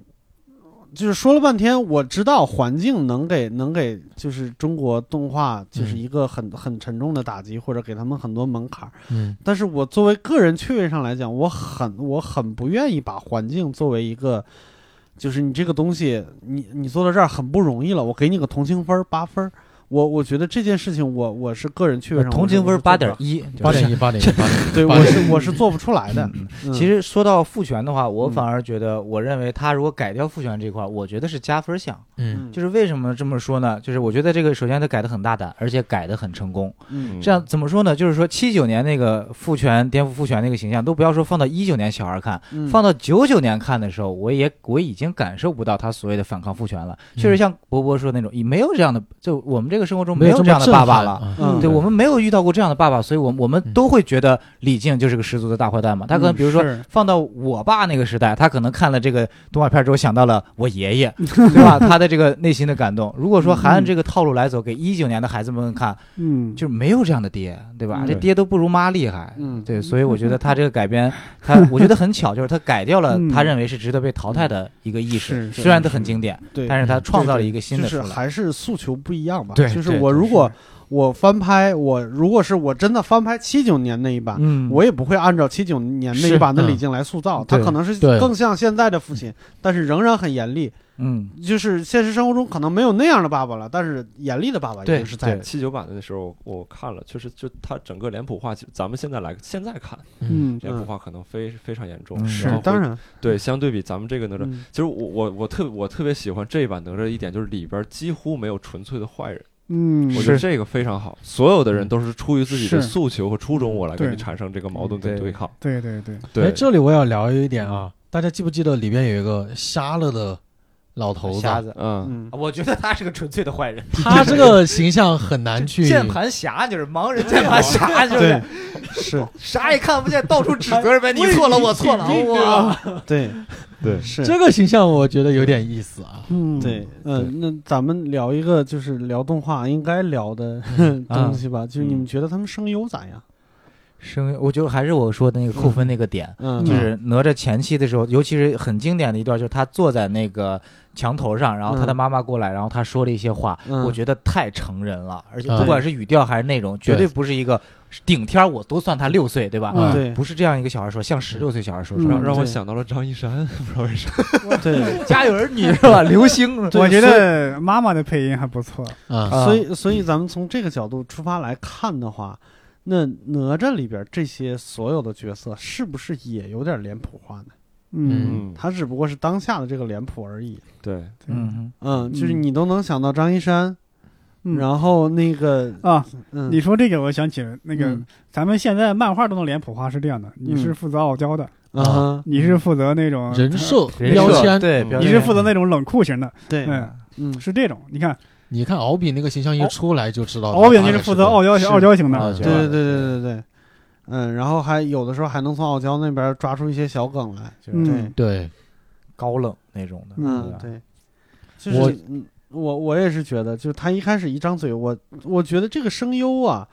[SPEAKER 2] 就是说了半天，我知道环境能给能给就是中国动画就是
[SPEAKER 5] 嗯
[SPEAKER 2] 一个很、很沉重的打击，或者给他们很多门槛儿。
[SPEAKER 5] 嗯
[SPEAKER 2] 但是我作为个人趣味上来讲，我很我很不愿意把环境作为一个，就是你这个东西，你你做到这儿很不容易了，我给你个同情分儿八分儿，我我觉得这件事情我我是个人趣味上
[SPEAKER 4] 同情分八点一，
[SPEAKER 5] 八点一，八点一，八点一。
[SPEAKER 2] 对，
[SPEAKER 5] 八
[SPEAKER 2] 我
[SPEAKER 5] 点
[SPEAKER 2] 是我是做不出来的。嗯
[SPEAKER 4] 其实说到父权的话，我
[SPEAKER 2] 嗯
[SPEAKER 4] 反而觉得，我认为他如果改掉父权这一块儿，我觉得是加分项。
[SPEAKER 5] 嗯
[SPEAKER 4] 就是为什么这么说呢？就是我觉得这个首先他改的很大胆，而且改的很成功。
[SPEAKER 2] 嗯
[SPEAKER 4] 这样怎么说呢？就是说七九年那个父权颠覆父权那个形象，都不要说放到一九年小孩看，
[SPEAKER 2] 嗯
[SPEAKER 4] 放到九九年看的时候，我也我已经感受不到他所谓的反抗父权了。确实像博博说的那种，也没有这样的，就我们这个生活
[SPEAKER 5] 嗯
[SPEAKER 4] 中
[SPEAKER 5] 没
[SPEAKER 4] 没有
[SPEAKER 5] 这
[SPEAKER 4] 这样的爸爸了。
[SPEAKER 5] 了。
[SPEAKER 2] 嗯
[SPEAKER 4] 对我们没有遇到过这样的爸爸，所以我们我们
[SPEAKER 5] 嗯
[SPEAKER 4] 都会觉得李靖就是个十足的大坏蛋嘛。他可能
[SPEAKER 2] 嗯
[SPEAKER 4] 比如说
[SPEAKER 3] 是
[SPEAKER 4] 放到我爸那个时代，他可能看了这个动画片之后想到了我爷 爷，对吧？他的这个内心的感动。如果说还按这个套路来走，给一九年的孩子们看，
[SPEAKER 2] 嗯
[SPEAKER 4] 就是没有这样的爹，对吧？
[SPEAKER 2] 嗯
[SPEAKER 4] 这爹都不如妈厉害。
[SPEAKER 2] 嗯
[SPEAKER 4] 对，所以我觉得他这个 改编，他我觉得很巧，就是他改掉了
[SPEAKER 2] 嗯
[SPEAKER 4] 他认为是值得被淘汰的一个意识，
[SPEAKER 2] 是是
[SPEAKER 4] 虽然他很经典，
[SPEAKER 2] 对，
[SPEAKER 4] 但是他创造了一个新
[SPEAKER 2] 就
[SPEAKER 4] 的出
[SPEAKER 2] 是
[SPEAKER 4] 来。
[SPEAKER 2] 还是诉求不一样吧。
[SPEAKER 4] 对
[SPEAKER 2] 就是
[SPEAKER 4] 对
[SPEAKER 2] 我
[SPEAKER 4] 对
[SPEAKER 2] 如果我翻拍，我如果是我真的翻拍七九年那一版，
[SPEAKER 4] 嗯
[SPEAKER 2] 我也不会按照七九年那
[SPEAKER 5] 是
[SPEAKER 2] 一版的
[SPEAKER 5] 嗯
[SPEAKER 2] 李靖来塑造，他
[SPEAKER 4] 对
[SPEAKER 2] 可能是
[SPEAKER 5] 对
[SPEAKER 2] 更像现在的父亲，但是仍然很严厉。
[SPEAKER 4] 嗯，
[SPEAKER 2] 就是现实生活中可能没有那样的爸爸了，但是严厉的爸爸一
[SPEAKER 4] 对
[SPEAKER 2] 定是在
[SPEAKER 4] 对
[SPEAKER 2] 的。
[SPEAKER 1] 七九版的那时候我看了，确实就他整个脸谱化，就咱们现在来现在看
[SPEAKER 5] 嗯，
[SPEAKER 1] 脸谱
[SPEAKER 2] 嗯，
[SPEAKER 1] 化可能非非常严重
[SPEAKER 4] 嗯，
[SPEAKER 1] 然后
[SPEAKER 2] 是
[SPEAKER 1] 会
[SPEAKER 2] 当然，
[SPEAKER 1] 对相对比咱们这个哪吒，
[SPEAKER 2] 嗯
[SPEAKER 1] 其实我我我特我特别喜欢这一版哪吒的一点就是里边几乎没有纯粹的坏人，
[SPEAKER 2] 嗯，
[SPEAKER 1] 我觉得这个非常好，所有的人都是出于自己的
[SPEAKER 3] 是
[SPEAKER 1] 诉求和初衷，我来跟你
[SPEAKER 3] 对
[SPEAKER 1] 产生这个矛盾跟
[SPEAKER 4] 对
[SPEAKER 1] 对抗，
[SPEAKER 3] 对对对，
[SPEAKER 5] 哎，
[SPEAKER 1] 对，
[SPEAKER 5] 这里我要聊一点啊，大家记不记得里边有一个瞎了的老头子？啊
[SPEAKER 4] 瞎子，
[SPEAKER 1] 嗯。
[SPEAKER 2] 嗯，
[SPEAKER 4] 我觉得他是个纯粹的坏人。
[SPEAKER 5] 他这个形象很难 去
[SPEAKER 4] 键盘侠就是盲人键盘侠，就
[SPEAKER 2] 对
[SPEAKER 4] 是，
[SPEAKER 2] 是，
[SPEAKER 4] 啥也看不见，到处指责人们，你错了，我错了，我。
[SPEAKER 2] 对，
[SPEAKER 1] 对
[SPEAKER 2] 是，
[SPEAKER 5] 这个形象，我觉得有点意思啊。
[SPEAKER 2] 嗯，对，嗯，那咱们聊一个就是聊动画应该聊的东西吧，就是你们觉得他们声优咋样？
[SPEAKER 4] 声音，我觉得还是我说的那个扣分那个点，
[SPEAKER 2] 嗯，
[SPEAKER 4] 就是哪吒前期的时候，尤其是很经典的一段，就是他坐在那个墙头上，然后他的妈妈过来，然后他说了一些话，
[SPEAKER 2] 嗯
[SPEAKER 4] 我觉得太成人了，而且
[SPEAKER 5] 嗯
[SPEAKER 4] 不管是语调还是内容，绝对不是一个顶天儿我都算他六岁，对吧？
[SPEAKER 5] 嗯
[SPEAKER 2] 对
[SPEAKER 4] 不是这样一个小孩说，像十六岁小孩说
[SPEAKER 2] 嗯
[SPEAKER 4] 出来
[SPEAKER 1] 让
[SPEAKER 4] 的。
[SPEAKER 1] 让我
[SPEAKER 2] 对
[SPEAKER 1] 想到了张一山， 不知道为啥。
[SPEAKER 2] 对，
[SPEAKER 4] 家有儿女是吧？流星，
[SPEAKER 2] 对
[SPEAKER 3] 我觉
[SPEAKER 2] 所
[SPEAKER 3] 得妈妈的配音还不错，
[SPEAKER 5] 啊，
[SPEAKER 4] 啊
[SPEAKER 2] 所以所以咱们从这个角度出发来看的话，那哪吒里边这些所有的角色是不是也有点脸谱化呢？
[SPEAKER 3] 嗯，
[SPEAKER 1] 嗯，
[SPEAKER 2] 他只不过是当下的这个脸谱而已。
[SPEAKER 1] 对，
[SPEAKER 4] 嗯哼。
[SPEAKER 2] 嗯，就是
[SPEAKER 3] 嗯
[SPEAKER 2] 你都能想到张一山，
[SPEAKER 3] 嗯
[SPEAKER 2] 然后那个，
[SPEAKER 3] 啊，
[SPEAKER 2] 嗯，
[SPEAKER 3] 你说这个，我想起了那个
[SPEAKER 2] 嗯，
[SPEAKER 3] 咱们现在漫画中的脸谱化是这样的：你是
[SPEAKER 2] 嗯
[SPEAKER 3] 负责傲娇的，
[SPEAKER 2] 啊哈，
[SPEAKER 3] 你是负责那种
[SPEAKER 5] 人，设
[SPEAKER 4] 人设
[SPEAKER 5] 标签，
[SPEAKER 4] 对
[SPEAKER 5] 嗯
[SPEAKER 4] 标
[SPEAKER 3] 你
[SPEAKER 4] 签
[SPEAKER 3] 是负责那种冷酷型的，
[SPEAKER 2] 对，
[SPEAKER 3] 嗯，
[SPEAKER 2] 嗯，
[SPEAKER 3] 是这种。你看，
[SPEAKER 5] 你看敖丙那个形象一出来就知道，
[SPEAKER 3] 敖丙就是负责傲娇
[SPEAKER 2] 是
[SPEAKER 3] 傲娇型
[SPEAKER 5] 啊
[SPEAKER 3] 的，
[SPEAKER 5] 是
[SPEAKER 2] 对对对对对对，嗯，然后还有的时候还能从傲娇那边抓出一些小梗来，
[SPEAKER 4] 就是
[SPEAKER 3] 嗯，
[SPEAKER 5] 对，
[SPEAKER 4] 高冷那种的。
[SPEAKER 2] 嗯，
[SPEAKER 4] 吧，
[SPEAKER 2] 对，就
[SPEAKER 5] 我
[SPEAKER 2] 是嗯我我也是觉得，就是他一开始一张嘴，我我觉得这个声优啊，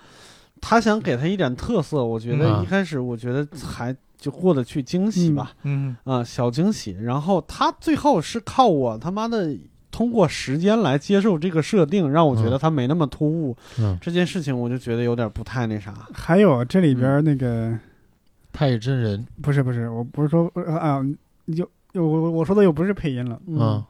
[SPEAKER 2] 他想给他一点特色，我觉
[SPEAKER 5] 嗯
[SPEAKER 2] 得
[SPEAKER 5] 啊
[SPEAKER 2] 一开始我觉得还就过得去惊喜吧，
[SPEAKER 4] 嗯，
[SPEAKER 2] 啊、小惊喜。然后他最后是靠我他妈的。通过时间来接受这个设定，让我觉得
[SPEAKER 5] 嗯
[SPEAKER 2] 他没那么突兀。
[SPEAKER 5] 嗯，
[SPEAKER 2] 这件事情我就觉得有点不太那啥。
[SPEAKER 3] 还有这里边那
[SPEAKER 2] 嗯
[SPEAKER 3] 个
[SPEAKER 5] 太乙真人，
[SPEAKER 3] 不是不是，我不是说呃啊，又又我我说的又不是配音了，
[SPEAKER 2] 啊
[SPEAKER 5] 嗯，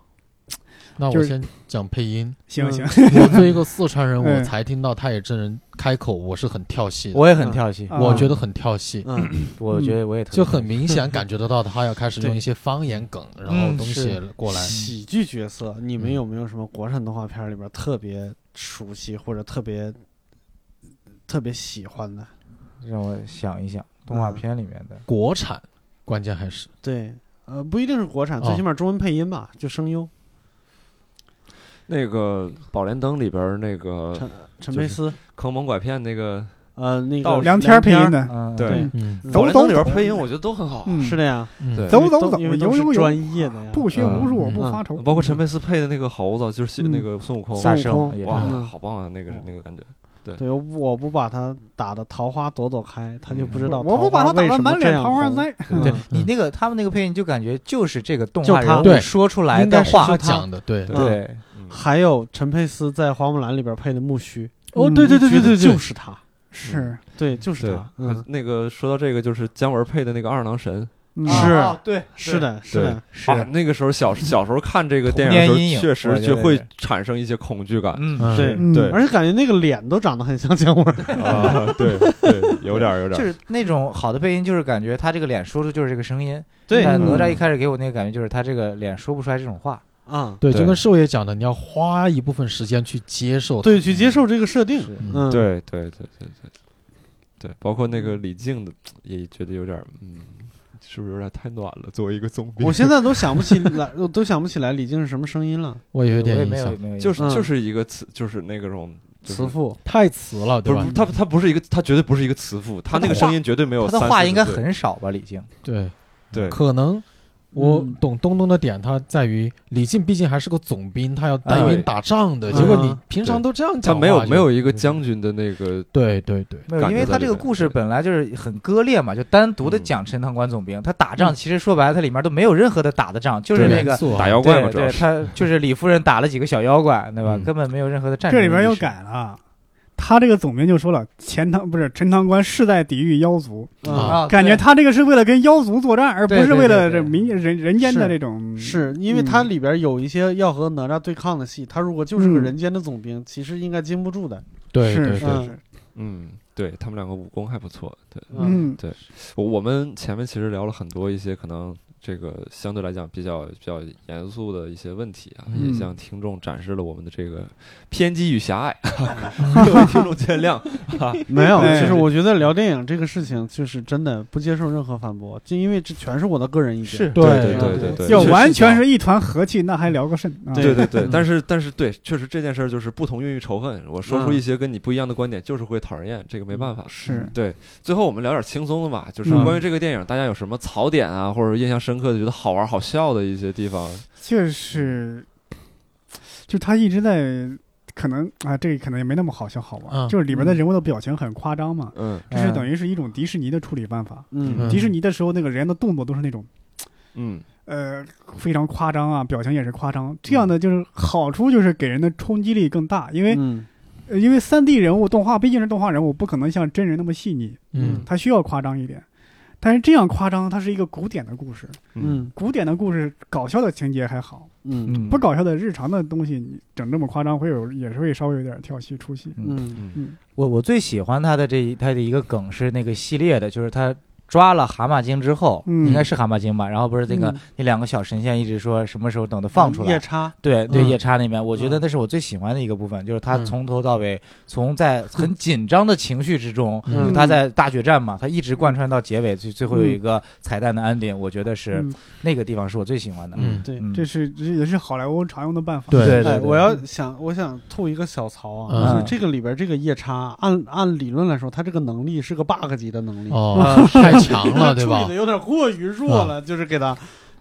[SPEAKER 5] 那
[SPEAKER 3] 就
[SPEAKER 5] 我
[SPEAKER 3] 是
[SPEAKER 5] 先讲配音。
[SPEAKER 3] 行
[SPEAKER 2] 嗯
[SPEAKER 3] 行，
[SPEAKER 5] 我作为一个四川人，
[SPEAKER 3] 嗯
[SPEAKER 5] 我才听到太乙真人开口，我是很跳戏的，
[SPEAKER 4] 我也很跳戏，
[SPEAKER 3] 啊
[SPEAKER 5] 我觉得很跳戏，
[SPEAKER 2] 嗯，
[SPEAKER 4] 我觉得我也特别
[SPEAKER 5] 就很明显感觉得到他要开始
[SPEAKER 2] 对
[SPEAKER 5] 用一些方言梗，然后东西
[SPEAKER 2] 是
[SPEAKER 5] 过来。
[SPEAKER 2] 喜剧角色，你们有没有什么国产动画片里边特别熟悉或者特别特别喜欢的？
[SPEAKER 4] 让我想一想，动
[SPEAKER 1] 嗯
[SPEAKER 4] 画片里面的
[SPEAKER 5] 国产，关键还是
[SPEAKER 2] 对，呃，不一定是国产，
[SPEAKER 5] 哦
[SPEAKER 2] 最起码中文配音吧，就声优
[SPEAKER 1] 那个《宝莲灯》里边那个
[SPEAKER 2] 陈陈
[SPEAKER 1] 就
[SPEAKER 2] 佩
[SPEAKER 1] 是
[SPEAKER 2] 斯，
[SPEAKER 1] 坑蒙拐骗那个，
[SPEAKER 2] 呃，那
[SPEAKER 1] 到
[SPEAKER 2] 个
[SPEAKER 3] 梁天儿配音的，
[SPEAKER 4] 嗯，
[SPEAKER 1] 对
[SPEAKER 2] 对
[SPEAKER 5] 嗯
[SPEAKER 2] 嗯
[SPEAKER 1] 《宝
[SPEAKER 3] 走
[SPEAKER 1] 莲灯》里边配音我觉得都很好，
[SPEAKER 3] 嗯
[SPEAKER 2] 是的呀，
[SPEAKER 5] 嗯
[SPEAKER 1] 对
[SPEAKER 3] 走走
[SPEAKER 2] 都
[SPEAKER 3] 走，
[SPEAKER 2] 因为都
[SPEAKER 3] 游
[SPEAKER 2] 是
[SPEAKER 3] 游游，
[SPEAKER 2] 专业的呀，
[SPEAKER 3] 不学无术我
[SPEAKER 4] 嗯
[SPEAKER 3] 不发愁。
[SPEAKER 1] 包括陈佩斯配的那个猴子，就是
[SPEAKER 3] 嗯
[SPEAKER 1] 那个孙悟空，
[SPEAKER 2] 孙
[SPEAKER 4] 大
[SPEAKER 2] 悟
[SPEAKER 4] 圣
[SPEAKER 2] 空
[SPEAKER 4] 也
[SPEAKER 1] 哇
[SPEAKER 4] 是，
[SPEAKER 2] 嗯，
[SPEAKER 1] 好棒啊！那个是那个感觉，
[SPEAKER 2] 对，我不把他打的桃花朵朵开，他就不知道
[SPEAKER 3] 嗯我不把
[SPEAKER 2] 桃花
[SPEAKER 3] 他打
[SPEAKER 2] 为
[SPEAKER 3] 得
[SPEAKER 2] 什么
[SPEAKER 3] 满
[SPEAKER 2] 这
[SPEAKER 3] 脸
[SPEAKER 2] 样
[SPEAKER 3] 桃花
[SPEAKER 2] 红
[SPEAKER 3] 灾，
[SPEAKER 4] 对
[SPEAKER 2] 嗯
[SPEAKER 4] 你那个他们那个配音就感觉就是这个动
[SPEAKER 2] 就
[SPEAKER 4] 画
[SPEAKER 2] 他
[SPEAKER 4] 人
[SPEAKER 5] 对
[SPEAKER 4] 物说出来
[SPEAKER 2] 应该
[SPEAKER 4] 的
[SPEAKER 2] 是
[SPEAKER 4] 话
[SPEAKER 2] 就，他
[SPEAKER 5] 讲的对
[SPEAKER 1] 对
[SPEAKER 4] 对，
[SPEAKER 1] 嗯
[SPEAKER 2] 还有陈佩斯在《花木兰》里边配的木须，
[SPEAKER 3] 哦对对对对
[SPEAKER 2] 嗯
[SPEAKER 3] 对对
[SPEAKER 2] 就是他，
[SPEAKER 3] 是
[SPEAKER 2] 对，就是
[SPEAKER 1] 对
[SPEAKER 2] 他，嗯，，
[SPEAKER 1] 那个说到这个，就是姜文配的那个二郎神
[SPEAKER 3] 嗯
[SPEAKER 2] 是
[SPEAKER 4] 啊对，
[SPEAKER 2] 是的，是
[SPEAKER 1] 对
[SPEAKER 2] 的，
[SPEAKER 4] 是
[SPEAKER 1] 啊，那个时候小小时候看这个电影的时
[SPEAKER 4] 童年阴影
[SPEAKER 1] 候，确
[SPEAKER 4] 我
[SPEAKER 1] 实
[SPEAKER 4] 觉
[SPEAKER 1] 就
[SPEAKER 4] 得
[SPEAKER 1] 会
[SPEAKER 4] 是
[SPEAKER 1] 产生一些恐惧感
[SPEAKER 4] 嗯，
[SPEAKER 5] 嗯
[SPEAKER 2] 对
[SPEAKER 3] 嗯
[SPEAKER 1] 对
[SPEAKER 2] 而且感觉那个脸都长得很像姜文儿，
[SPEAKER 1] 啊，对对，有点儿有点儿，
[SPEAKER 4] 就是那种好的配音，就是感觉他这个脸说出就是这个声音。
[SPEAKER 2] 对
[SPEAKER 4] 但哪吒
[SPEAKER 2] 嗯
[SPEAKER 4] 一开始给我那个感觉就是他这个脸说不出来这种话。
[SPEAKER 2] 啊，
[SPEAKER 5] 对，
[SPEAKER 1] 对
[SPEAKER 5] 就跟寿爷讲的，你要花一部分时间去接受它。
[SPEAKER 2] 对，去接受这个设定，嗯，，
[SPEAKER 1] 对对对对对对，包括那个李靖的也觉得有点儿，嗯，是不是有点太暖了？作为一个总兵，
[SPEAKER 2] 我现在都想不起来，我都想不起来李靖是什么声音了，
[SPEAKER 5] 我有一点
[SPEAKER 4] 我也
[SPEAKER 5] 印
[SPEAKER 4] 没有
[SPEAKER 5] 象，
[SPEAKER 4] 没有，
[SPEAKER 1] 就是
[SPEAKER 2] 嗯
[SPEAKER 1] 就是一个词，就是那个种就是
[SPEAKER 2] 慈父。
[SPEAKER 5] 太词了，对
[SPEAKER 1] 不
[SPEAKER 5] 吧
[SPEAKER 1] 是？他他不是一个，他绝对不是一个慈父，他那个声音绝对没有
[SPEAKER 4] 他的
[SPEAKER 1] 三
[SPEAKER 4] 话
[SPEAKER 1] 四
[SPEAKER 4] 应该
[SPEAKER 1] 十岁
[SPEAKER 4] 很少吧？李靖，
[SPEAKER 5] 对，
[SPEAKER 1] 对，
[SPEAKER 5] 可能我
[SPEAKER 2] 嗯
[SPEAKER 5] 懂东东的点，他在于李靖毕竟还是个总兵，他要带
[SPEAKER 1] 对
[SPEAKER 5] 兵打仗的。
[SPEAKER 2] 嗯
[SPEAKER 5] 结果你平常都这样
[SPEAKER 1] 他
[SPEAKER 5] 讲话，
[SPEAKER 1] 没有
[SPEAKER 5] 就
[SPEAKER 1] 没有一个将军的那个
[SPEAKER 5] 对对对，
[SPEAKER 4] 没有，
[SPEAKER 1] 感
[SPEAKER 4] 因
[SPEAKER 1] 觉
[SPEAKER 4] 为
[SPEAKER 1] 在
[SPEAKER 4] 他
[SPEAKER 1] 里
[SPEAKER 4] 这个
[SPEAKER 1] 面
[SPEAKER 4] 故事
[SPEAKER 1] 对
[SPEAKER 4] 本来就是很割裂嘛，就单独的
[SPEAKER 1] 嗯
[SPEAKER 4] 讲陈塘关总兵，他打仗其实说白了，它里面都没有任何的打的仗，就
[SPEAKER 5] 对
[SPEAKER 4] 是那个
[SPEAKER 5] 元。素啊
[SPEAKER 1] 打妖怪嘛，
[SPEAKER 4] 对
[SPEAKER 1] 主要
[SPEAKER 4] 对，
[SPEAKER 1] 是
[SPEAKER 4] 他就是李夫人打了几个小妖怪，对吧？
[SPEAKER 1] 嗯
[SPEAKER 4] 根本没有任何的战争
[SPEAKER 3] 这
[SPEAKER 4] 意
[SPEAKER 3] 里
[SPEAKER 4] 识。
[SPEAKER 3] 边又改了，啊他这个总名就说了，钱塘不是陈塘关世代抵御妖族，
[SPEAKER 2] 嗯，
[SPEAKER 5] 啊
[SPEAKER 4] 啊，
[SPEAKER 3] 感觉
[SPEAKER 4] 对
[SPEAKER 3] 他这个是为了跟妖族作战，而不
[SPEAKER 4] 对
[SPEAKER 3] 是
[SPEAKER 4] 对
[SPEAKER 3] 为了
[SPEAKER 4] 对
[SPEAKER 3] 这
[SPEAKER 4] 对
[SPEAKER 3] 民人人间的
[SPEAKER 2] 是
[SPEAKER 3] 这种
[SPEAKER 2] 是因为
[SPEAKER 3] 嗯
[SPEAKER 2] 它里边有一些要和哪吒对抗的戏，他如果就是个
[SPEAKER 3] 嗯
[SPEAKER 2] 人间的总兵，其实应该禁不住的。
[SPEAKER 5] 对
[SPEAKER 3] 是
[SPEAKER 5] 对
[SPEAKER 3] 是
[SPEAKER 5] 对，
[SPEAKER 2] 对
[SPEAKER 3] 是，
[SPEAKER 1] 嗯，对他们两个武功还不错。对，
[SPEAKER 3] 嗯，
[SPEAKER 1] 我我们前面其实聊了很多一些可能这个相对来讲比较比较严肃的一些问题啊，也
[SPEAKER 2] 嗯
[SPEAKER 1] 向听众展示了我们的这个偏激与狭隘， 各位听众见谅啊。
[SPEAKER 2] 没有，
[SPEAKER 3] 对
[SPEAKER 2] 就是我觉得聊电影这个事情，就是真的不接受任何反驳，就因为这全是我的个人意见。嗯
[SPEAKER 4] 是，
[SPEAKER 5] 对
[SPEAKER 1] 对
[SPEAKER 2] 对
[SPEAKER 1] 对对
[SPEAKER 3] 要
[SPEAKER 1] 确实
[SPEAKER 3] 完全是一团和气，那还聊个甚？啊
[SPEAKER 1] 对对对
[SPEAKER 2] 嗯，
[SPEAKER 1] 但是但是对，确实这件事儿就是不同孕育仇恨。我说出一些跟你不一样的观点，就是会讨人厌，这个没办法。
[SPEAKER 3] 嗯是
[SPEAKER 1] 对，最后我们聊点轻松的吧，就是
[SPEAKER 3] 嗯
[SPEAKER 1] 关于这个电影，大家有什么槽点啊，或者印象深刻的、觉得好玩好笑的一些地方？
[SPEAKER 3] 就是，就他一直在可能啊，这个可能也没那么好笑好玩，
[SPEAKER 5] 嗯
[SPEAKER 3] 就是里边的人物的表情很夸张嘛，
[SPEAKER 1] 嗯
[SPEAKER 3] 这是等于是一种迪士尼的处理办法。
[SPEAKER 2] 嗯
[SPEAKER 5] 嗯
[SPEAKER 3] 迪士尼的时候，那个人的动作都是那种
[SPEAKER 1] 嗯，
[SPEAKER 3] 呃非常夸张啊，表情也是夸张。这样的就是好处就是给人的冲击力更大，因为、
[SPEAKER 2] 嗯
[SPEAKER 3] 呃因为三 D 人物动画毕竟是动画人物，不可能像真人那么细腻，
[SPEAKER 5] 嗯
[SPEAKER 3] 它需要夸张一点。但是这样夸张，它是一个古典的故事，
[SPEAKER 2] 嗯
[SPEAKER 3] 古典的故事搞笑的情节还好，
[SPEAKER 2] 嗯
[SPEAKER 4] 嗯
[SPEAKER 3] 不搞笑的日常的东西，你整这么夸张，会有也是会稍微有点跳戏出戏。
[SPEAKER 2] 嗯
[SPEAKER 4] 我我最喜欢他的这一他的一个梗是那个系列的，就是他抓了蛤蟆精之后，
[SPEAKER 3] 嗯
[SPEAKER 4] 应该是蛤蟆精吧？然后不是那个、
[SPEAKER 3] 嗯
[SPEAKER 4] 那两个小神仙一直说什么时候等它放出来
[SPEAKER 2] 夜？叉，
[SPEAKER 4] 对对，
[SPEAKER 5] 嗯
[SPEAKER 4] 夜叉那边，我觉得
[SPEAKER 2] 嗯
[SPEAKER 4] 那是我最喜欢的一个部分，就是他
[SPEAKER 5] 嗯
[SPEAKER 4] 从头到尾，从在很紧张的情绪之中，
[SPEAKER 5] 嗯
[SPEAKER 4] 就他在大决战嘛，他一直贯穿到结尾，最最后有一个彩蛋的安定，我觉得是
[SPEAKER 3] 嗯，
[SPEAKER 4] 那个地方是我最喜欢的。
[SPEAKER 5] 嗯
[SPEAKER 2] 对。
[SPEAKER 4] 嗯，
[SPEAKER 3] 这是这也是好莱坞常用的办法。
[SPEAKER 5] 对
[SPEAKER 4] 对
[SPEAKER 2] 哎
[SPEAKER 4] 对，
[SPEAKER 2] 我要想，我想吐一个小槽啊，
[SPEAKER 5] 嗯
[SPEAKER 2] 就是这个里边这个夜叉，按按理论来说，他这个能力是个 bug 级的能力，
[SPEAKER 5] 哦，太强了，对
[SPEAKER 2] 处理
[SPEAKER 5] 吧嗯
[SPEAKER 2] 的？有点过于弱了，就是给他，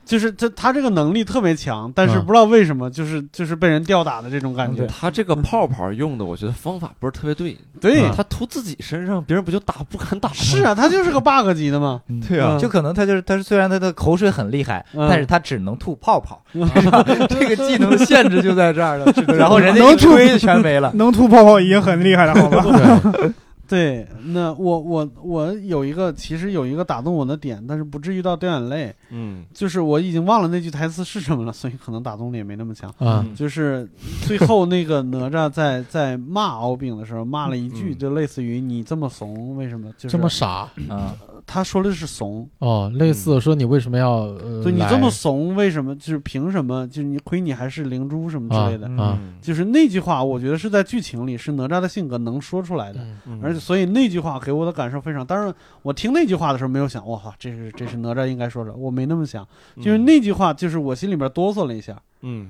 [SPEAKER 2] 就是他他这个能力特别强，但是
[SPEAKER 5] 嗯
[SPEAKER 2] 不知道为什么，就是就是被人吊打的这种感觉
[SPEAKER 4] 嗯。
[SPEAKER 1] 他这个泡泡用的，我觉得方法不是特别对。嗯
[SPEAKER 2] 对，嗯
[SPEAKER 5] 嗯
[SPEAKER 1] 他涂自己身上，别人不就打不敢打吗？
[SPEAKER 2] 是啊，他就是个 bug 级的嘛。
[SPEAKER 4] 嗯
[SPEAKER 1] 对啊
[SPEAKER 4] 就可能他就是他虽然他的口水很厉害，
[SPEAKER 2] 嗯
[SPEAKER 4] 但是他只能吐泡泡， 这个技能的限制就在这儿了。然后人家一
[SPEAKER 3] 能吐
[SPEAKER 4] 吹全没 了。
[SPEAKER 3] 能吐泡泡已经很厉害了，好吧？
[SPEAKER 5] 对，
[SPEAKER 2] 对，那我我我有一个，其实有一个打动我的点，但是不至于到掉眼泪，
[SPEAKER 1] 嗯
[SPEAKER 2] 就是我已经忘了那句台词是什么了，所以可能打动力也没那么强。
[SPEAKER 5] 啊，
[SPEAKER 1] 嗯
[SPEAKER 2] 就是最后那个哪吒在在骂敖丙的时候，骂了一句，
[SPEAKER 1] 嗯
[SPEAKER 2] 就类似于“你这么怂，为什么？”就是
[SPEAKER 5] 这么傻
[SPEAKER 4] 嗯，
[SPEAKER 2] 他说的是怂，
[SPEAKER 5] 哦，类似说你为什么要呃，
[SPEAKER 2] 就你
[SPEAKER 5] 来
[SPEAKER 2] 这么怂，为什么？就是凭什么？就是你亏你还是灵珠什么之类的。
[SPEAKER 4] 啊
[SPEAKER 5] 啊，
[SPEAKER 1] 嗯
[SPEAKER 2] 就是那句话，我觉得是在剧情里是哪吒的性格能说出来的，
[SPEAKER 5] 嗯
[SPEAKER 1] 嗯
[SPEAKER 2] 而且所以那句话给我的感受非常。当然，我听那句话的时候没有想，哇靠，这是这是哪吒应该说的，我没那么想。就是
[SPEAKER 5] 嗯
[SPEAKER 2] 那句话，就是我心里边哆嗦了一下，
[SPEAKER 1] 嗯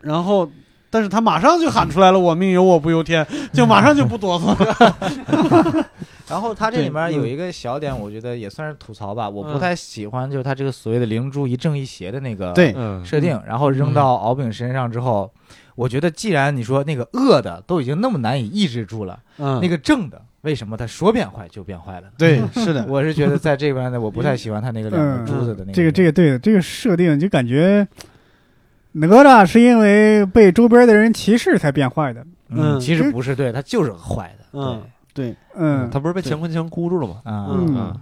[SPEAKER 2] 然后。但是他马上就喊出来了，“我命由我不由天”，就马上就不哆嗦了。
[SPEAKER 4] 然后他这里面
[SPEAKER 2] 对嗯
[SPEAKER 4] 有一个小点，我觉得也算是吐槽吧，我不
[SPEAKER 2] 嗯
[SPEAKER 4] 太喜欢就是他这个所谓的灵珠一正一邪的那个
[SPEAKER 2] 对
[SPEAKER 1] 嗯
[SPEAKER 4] 设定，然后扔到敖丙身上之后，我觉得既然你说那个恶的都已经那么难以抑制住了，
[SPEAKER 2] 嗯，
[SPEAKER 4] 那个正的为什么他说变坏就变坏了呢？
[SPEAKER 2] 对，是的，
[SPEAKER 4] 我是觉得在这边呢，我不太喜欢他那个两个珠子的那个。
[SPEAKER 3] 这个这个对这个设定就感觉哪吒是因为被周边的人歧视才变坏的。
[SPEAKER 2] 嗯
[SPEAKER 4] 嗯，其实不是对，他就是坏的。
[SPEAKER 2] 嗯对，
[SPEAKER 3] 嗯，
[SPEAKER 1] 他不是被乾坤枪箍住了吗？
[SPEAKER 4] 对啊，
[SPEAKER 2] 嗯
[SPEAKER 1] 啊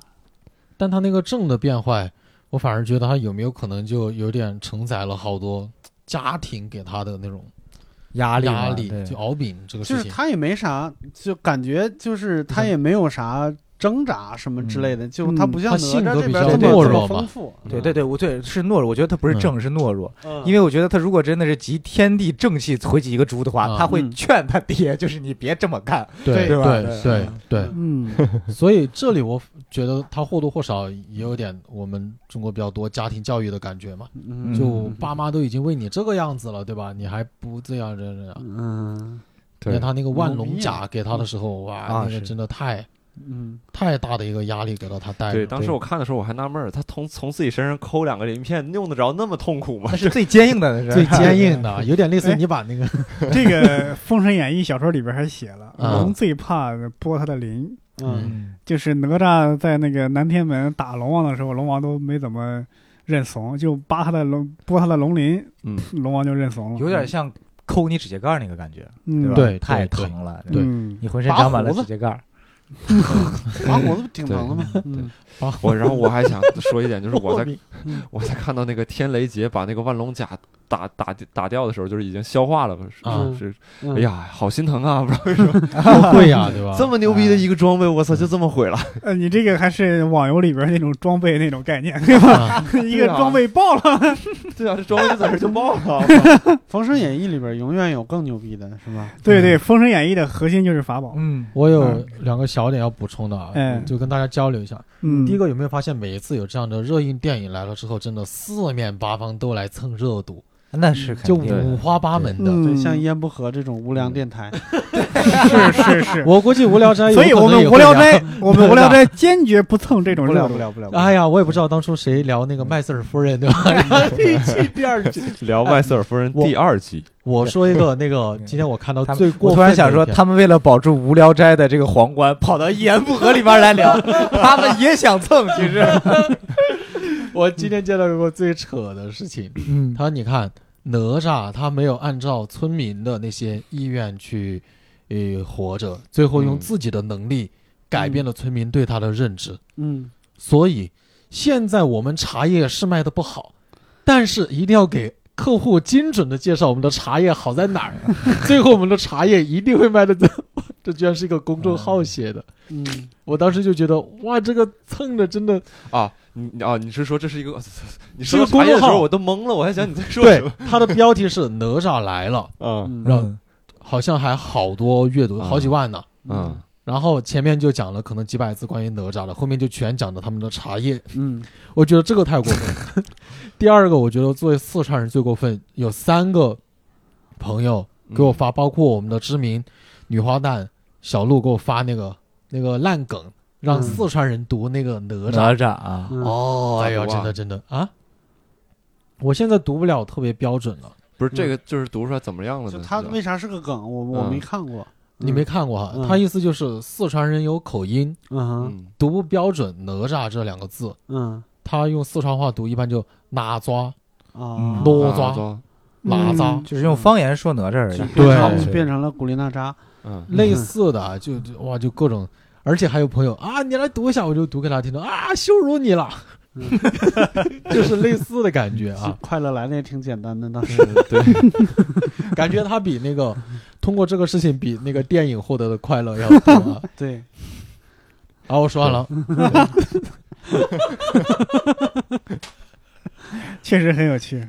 [SPEAKER 5] 但他那个正的变坏，我反而觉得他有没有可能就有点承载了好多家庭给他的那种
[SPEAKER 4] 压力嘛
[SPEAKER 5] 压力啊
[SPEAKER 4] 对，
[SPEAKER 5] 就敖丙这 个
[SPEAKER 2] 就是
[SPEAKER 5] 事情，
[SPEAKER 2] 他也没啥，就感觉就是他也没有啥挣扎什么之类的，就
[SPEAKER 3] 嗯
[SPEAKER 2] 他不像
[SPEAKER 5] 他
[SPEAKER 2] 哪
[SPEAKER 5] 性
[SPEAKER 2] 吒
[SPEAKER 5] 格
[SPEAKER 2] 这
[SPEAKER 5] 比
[SPEAKER 2] 边
[SPEAKER 4] 较
[SPEAKER 2] 这么
[SPEAKER 4] 懦
[SPEAKER 2] 这么
[SPEAKER 5] 弱吧
[SPEAKER 2] 丰富，
[SPEAKER 4] 对对对，我对是懦弱，我觉得他不是正，是懦弱。
[SPEAKER 2] 嗯
[SPEAKER 4] 因为我觉得他如果真的是集天地正气锤起一个竹的话，
[SPEAKER 5] 啊
[SPEAKER 4] 他会
[SPEAKER 2] 嗯
[SPEAKER 4] 劝他爹，就是你别这么干。
[SPEAKER 5] 对
[SPEAKER 4] 对吧
[SPEAKER 5] 对对对
[SPEAKER 2] 嗯
[SPEAKER 5] 所以这里我觉得他或多或少也有点我们中国比较多家庭教育的感觉嘛，
[SPEAKER 2] 嗯
[SPEAKER 5] 就爸妈都已经为你这个样子了，对吧？你还不这样这样这样。
[SPEAKER 2] 嗯
[SPEAKER 5] 你
[SPEAKER 1] 对
[SPEAKER 5] 看他那个万龙甲给他的时候，哇，
[SPEAKER 4] 啊
[SPEAKER 5] 那个
[SPEAKER 4] 是
[SPEAKER 5] 真的太
[SPEAKER 2] 嗯，
[SPEAKER 5] 太大的一个压力给到他带着。
[SPEAKER 1] 对，当时我看的时候我还纳闷儿，他从从自己身上抠两个鳞片，用得着那么痛苦吗
[SPEAKER 4] 那？是最坚硬的，那是
[SPEAKER 5] 最坚硬的，有点类
[SPEAKER 1] 哎
[SPEAKER 5] 似于你把那个
[SPEAKER 3] 这个《封神演义》小说里边还写了，
[SPEAKER 5] 啊
[SPEAKER 3] 龙最怕剥他的鳞，
[SPEAKER 2] 嗯
[SPEAKER 4] 嗯
[SPEAKER 3] 就是哪吒在那个南天门打龙王的时候，龙王都没怎么认怂，就扒他的龙剥他的龙鳞，
[SPEAKER 1] 嗯，
[SPEAKER 3] 龙王就认怂了，
[SPEAKER 4] 有点像抠你指甲盖儿那个感觉，
[SPEAKER 3] 嗯，
[SPEAKER 4] 吧？
[SPEAKER 5] 对对
[SPEAKER 4] 太
[SPEAKER 5] 对
[SPEAKER 4] 疼了，
[SPEAKER 5] 对
[SPEAKER 3] 嗯
[SPEAKER 4] 你浑身长满
[SPEAKER 2] 拔
[SPEAKER 4] 了
[SPEAKER 2] 胡
[SPEAKER 4] 指
[SPEAKER 2] 子
[SPEAKER 4] 甲盖儿。
[SPEAKER 2] 拔胡子挺疼的嘛，嗯
[SPEAKER 1] 我然后我还想说一点，就是 我在
[SPEAKER 2] 嗯
[SPEAKER 1] 我在看到那个天雷劫把那个万龙甲打打打掉的时候，就是已经消化了，是
[SPEAKER 5] 啊
[SPEAKER 1] 是，
[SPEAKER 2] 嗯
[SPEAKER 1] 哎呀，好心疼啊！不知道为什么
[SPEAKER 5] 会呀，啊对吧？
[SPEAKER 1] 这么牛逼的一个装备，我操，就这么毁了。
[SPEAKER 3] 呃，你这个还是网游里边那种装备那种概念，对 吧？
[SPEAKER 5] 啊
[SPEAKER 3] 一个装备爆了，
[SPEAKER 1] 对啊，这装备就在这儿就爆了我操。
[SPEAKER 2] 《封神演义》里边永远有更牛逼的，是吧？
[SPEAKER 3] 对对，《封神演义》的核心就是法宝。
[SPEAKER 4] 嗯，
[SPEAKER 5] 我有两个小点要补充的啊，
[SPEAKER 3] 嗯
[SPEAKER 5] 就跟大家交流一下。
[SPEAKER 3] 嗯，
[SPEAKER 5] 第一个有没有发现，每一次有这样的热映电影来了之后，真的四面八方都来蹭热度，
[SPEAKER 4] 那是肯
[SPEAKER 5] 就
[SPEAKER 4] 定的
[SPEAKER 5] 五花八门的。
[SPEAKER 3] 嗯
[SPEAKER 2] 对，像烟不合这种无良电台，
[SPEAKER 3] 是是是，
[SPEAKER 5] 我估计无聊斋有
[SPEAKER 3] 所以我
[SPEAKER 5] 可能也
[SPEAKER 3] 们
[SPEAKER 5] 会
[SPEAKER 3] 无
[SPEAKER 5] 聊，
[SPEAKER 3] 聊斋，我们无聊斋坚决不蹭这种
[SPEAKER 2] 不
[SPEAKER 3] 热
[SPEAKER 2] 了
[SPEAKER 3] 度
[SPEAKER 2] 不。了不了，
[SPEAKER 5] 哎呀，我也不知道当初谁聊那个麦瑟尔夫人，对吧？然后第一季第二季，
[SPEAKER 1] 聊麦瑟尔夫人第二集，
[SPEAKER 5] 我说一 个那个，今嗯天我看到
[SPEAKER 4] 他们
[SPEAKER 5] 最过
[SPEAKER 4] 我
[SPEAKER 5] 分
[SPEAKER 4] 突
[SPEAKER 5] 的
[SPEAKER 4] 然想说，
[SPEAKER 5] 一篇
[SPEAKER 4] 他们为了保住无聊斋的这个皇冠，跑到一言不合里边来聊，他们也想蹭，其实。
[SPEAKER 5] 我今天见到过最扯的事情。
[SPEAKER 4] 嗯
[SPEAKER 5] 他说：“你看哪吒，他没有按照村民的那些意愿去，呃，活着，最后用
[SPEAKER 1] 嗯
[SPEAKER 5] 自己的能力改变了村民对他的认知。
[SPEAKER 2] 嗯，
[SPEAKER 5] 所以现在我们茶叶是卖的不好，但是一定要给客户精准的介绍我们的茶叶好在哪儿，最后我们的茶叶一定会卖的最。这 居然是一个公众号写的，
[SPEAKER 2] 嗯
[SPEAKER 5] 我当时就觉得哇，这个蹭的真的
[SPEAKER 1] 啊，你你啊，你是说这是一个？ 你
[SPEAKER 5] 是
[SPEAKER 1] 说
[SPEAKER 5] 个
[SPEAKER 1] 到茶叶的
[SPEAKER 5] 公众
[SPEAKER 1] 时
[SPEAKER 5] 号
[SPEAKER 1] 候我都懵了，我还想你在说
[SPEAKER 5] 对
[SPEAKER 1] 什么。
[SPEAKER 5] 它的标题是哪吒来了，
[SPEAKER 1] 嗯
[SPEAKER 2] 嗯，
[SPEAKER 5] 让好像还好多阅读，
[SPEAKER 1] 啊
[SPEAKER 5] 好几万呢。
[SPEAKER 1] 嗯，
[SPEAKER 5] 然后前面就讲了可能几百字关于哪吒了，后面就全讲的他们的茶叶。
[SPEAKER 2] 嗯
[SPEAKER 5] 我觉得这个太过分。 了。第二个，我觉得作为四川人最过分，有三个朋友
[SPEAKER 1] 嗯
[SPEAKER 5] 给我发，包括我们的知名女花旦小鹿给我发那个那个烂梗，让
[SPEAKER 2] 嗯
[SPEAKER 5] 四川人读那个哪
[SPEAKER 4] 哪
[SPEAKER 5] 吒。
[SPEAKER 4] 吒啊，
[SPEAKER 2] 嗯
[SPEAKER 5] 哦，哎
[SPEAKER 1] 咋
[SPEAKER 5] 呀，
[SPEAKER 1] 读啊
[SPEAKER 5] 真的真的啊！我现在读不了特别标准了，
[SPEAKER 1] 不是这个，就是读出来怎么样了
[SPEAKER 2] 就
[SPEAKER 1] 呢？
[SPEAKER 2] 他为啥是个梗？我我
[SPEAKER 1] 嗯
[SPEAKER 2] 没看过，
[SPEAKER 5] 你没看过哈？
[SPEAKER 2] 嗯
[SPEAKER 5] 他意思就是四川人有口音，
[SPEAKER 2] 嗯
[SPEAKER 1] 嗯
[SPEAKER 5] 读不标准“哪吒”这两个字，
[SPEAKER 2] 嗯
[SPEAKER 5] 他用四川话读一般就哪吒、
[SPEAKER 2] 嗯啊，
[SPEAKER 5] 多多抓
[SPEAKER 1] 抓抓，
[SPEAKER 5] 哪吒
[SPEAKER 3] 嗯，
[SPEAKER 4] 就是用方言说哪吒而已
[SPEAKER 2] 就。
[SPEAKER 5] 对
[SPEAKER 2] 变成就变成了古力娜扎，
[SPEAKER 1] 嗯，
[SPEAKER 5] 类似的啊，就就哇，就各种，而且还有朋友啊，你来读一下，我就读给他听的啊，羞辱你了，
[SPEAKER 2] 嗯
[SPEAKER 5] 就是类似的感觉啊，
[SPEAKER 2] 快乐来的也挺简单的，当时
[SPEAKER 1] 对，
[SPEAKER 5] 感觉他比那个通过这个事情比那个电影获得的快乐要多 啊。
[SPEAKER 2] 对，
[SPEAKER 5] 啊，我说完了，
[SPEAKER 3] 确实很有趣。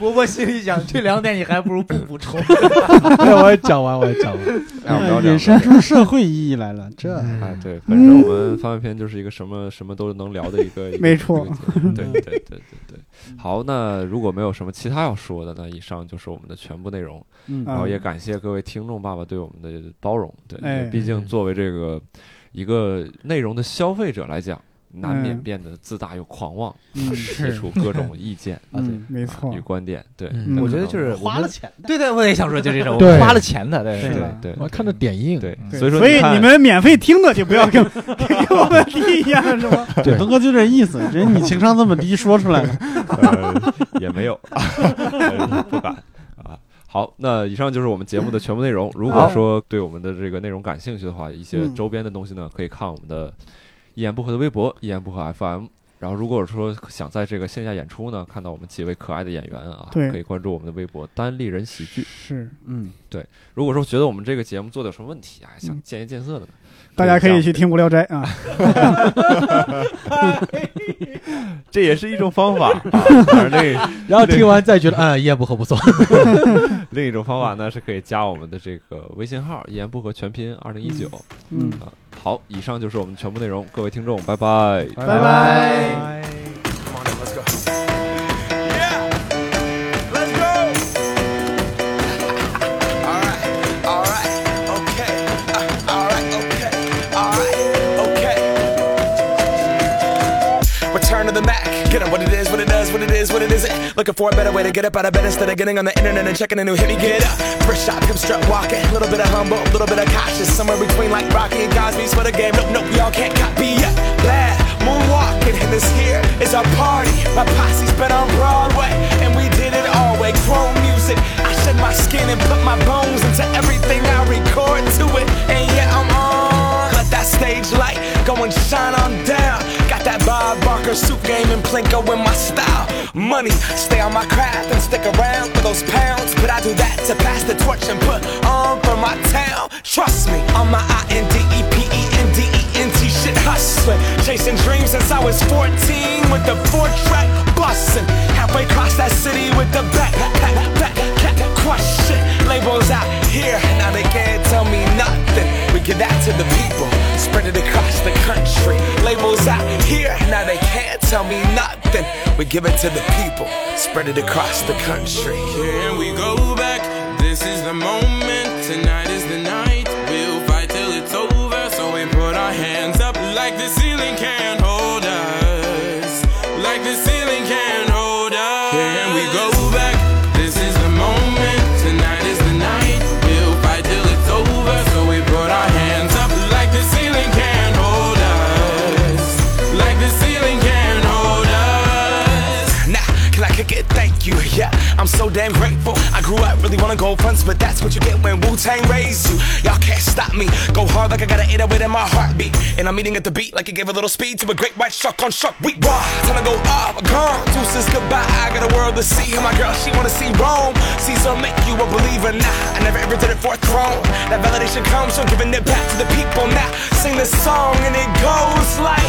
[SPEAKER 4] 我我心里想，这两点你还不如不补充。
[SPEAKER 5] 哎我也讲完，我也讲完，
[SPEAKER 1] 哎我们聊
[SPEAKER 2] 引
[SPEAKER 1] 两个
[SPEAKER 2] 申出社会意义来了，这
[SPEAKER 1] 哎，对，反正我们番外篇就是一个什么什么都能聊的一个，一个
[SPEAKER 3] 没错
[SPEAKER 1] 一个节 目对对对对对。好，那如果没有什么其他要说的，那以上就是我们的全部内容。
[SPEAKER 2] 嗯
[SPEAKER 1] 然后
[SPEAKER 3] 嗯
[SPEAKER 1] 哦也感谢各位听众爸爸对我们的包容，对，因为
[SPEAKER 3] 哎
[SPEAKER 1] 毕竟作为这个一个内容的消费者来讲，难免
[SPEAKER 3] 嗯
[SPEAKER 1] 变得自大又狂妄，
[SPEAKER 2] 嗯
[SPEAKER 1] 提
[SPEAKER 3] 是
[SPEAKER 1] 出各种意见啊，对
[SPEAKER 2] 嗯，
[SPEAKER 3] 没错
[SPEAKER 1] 与，观点，对，
[SPEAKER 5] 嗯
[SPEAKER 1] 那
[SPEAKER 4] 我
[SPEAKER 1] 可
[SPEAKER 4] 觉得
[SPEAKER 1] 能
[SPEAKER 4] 就是我
[SPEAKER 2] 花了
[SPEAKER 4] 们，
[SPEAKER 2] 钱的，
[SPEAKER 4] 对对，我也想说就这种，
[SPEAKER 5] 对
[SPEAKER 4] 我们花了钱的，对
[SPEAKER 3] 是
[SPEAKER 1] 对
[SPEAKER 3] 的
[SPEAKER 1] 对对
[SPEAKER 5] 我看着点映，
[SPEAKER 1] 对，
[SPEAKER 3] 对
[SPEAKER 1] 所以说
[SPEAKER 3] 所以
[SPEAKER 1] 看
[SPEAKER 3] 你们免费听的就不要给 给我们听一样是吗？
[SPEAKER 5] 对
[SPEAKER 2] 东哥就这意思，人你情商这么低，说出来了，
[SPEAKER 1] 呃，也没有，呃不敢啊。好，那以上就是我们节目的全部内容。如果说对我们的这个内容感兴趣的话，一些
[SPEAKER 2] 嗯
[SPEAKER 1] 周边的东西呢，可以看我们的“一言不合”的微博，“一言不合 FM”。然后，如果说想在这个线下演出呢，看到我们几位可爱的演员啊，
[SPEAKER 3] 对
[SPEAKER 1] 可以关注我们的微博“单立人喜剧
[SPEAKER 3] 是，
[SPEAKER 2] 嗯，”。
[SPEAKER 1] 如果说觉得我们这个节目做的有什么问题，哎，想
[SPEAKER 3] 嗯
[SPEAKER 1] 见一见色的呢，
[SPEAKER 3] 大家可以
[SPEAKER 1] 这
[SPEAKER 3] 去
[SPEAKER 1] 样
[SPEAKER 3] 听《无聊斋》啊。
[SPEAKER 6] 这也是一种方 法。啊当然另一
[SPEAKER 5] 然后听完再觉得，嗯，一言不合不错。
[SPEAKER 1] 另一种方法呢，是可以加我们的这个微信号“一言不合全拼二零一九”。
[SPEAKER 2] 嗯
[SPEAKER 1] 啊，好，以上就是我们全部内容，各位听众，拜拜。
[SPEAKER 3] 拜拜。
[SPEAKER 7] Let's go. all right, all right, okay. Uh, all right, okay, all right, okay. Return to the Mac. Get up what it is, what it does, what it is, what it isn't. Looking for a better way to get up out of bed instead of getting on the internet and checking a new hit. Me get up. First shot, come strut walking. Little bit of humble, little bit of cautious. Somewhere between like Rocky and Cosby's for the game. Nope, nope, y'all can't copy yet. Glad moonwalking. And this here is our party. My posse's been on Broadway. And we did it all way. Chrome music. I shed my skin and put my bones into everything I record to it. And yeah, I'm on. Let that stage light go and shine on down. Got that Bob Barker suit game and Plinko in my style. Money, stay on my craft and stick around for those pounds. But I do that to pass the torch and put on for my town. Trust me, on my I N D E P E N D E N T shit hustling. Chasing dreams since I was 14 with the four track busting. Halfway across that city with the back, back, back, back, crush it. Labels out here, now they can't tell me nothing. We give that to the people, spread it across the country. Labels out here, now they can't tell me nothing. We give it to the people, spread it across the country.
[SPEAKER 8] Here we go back. This is the moment. Tonight is the night. We'll fight till it's over. So we put our hands up like the ceiling can't hold us. Like the ceiling can't hold us. Here we go back. This is the moment. Tonight is the night. We'll fight till it's over. So we put our hands up like the ceiling can't hold us. Like the ceiling can't hold us.
[SPEAKER 7] Nah, can I kick it? Thank you. Yeah, I'm so damn grateful. I grew up really wanna go fronts, but that's what you get when Wu Tang raised you. Y'all can't stop me. Go hard like I gotta eat it in my heartbeat. And I'm eating at the beat like it gave a little speed to a great white shark on shark week. Raw, time to go off. Gone, deuces goodbye. I got a world to see. And my girl, she wanna see Rome. Caesar make you a believer. Nah, I never ever did it for a throne. That validation comes from giving it back to the people. Now sing this song and it goes like.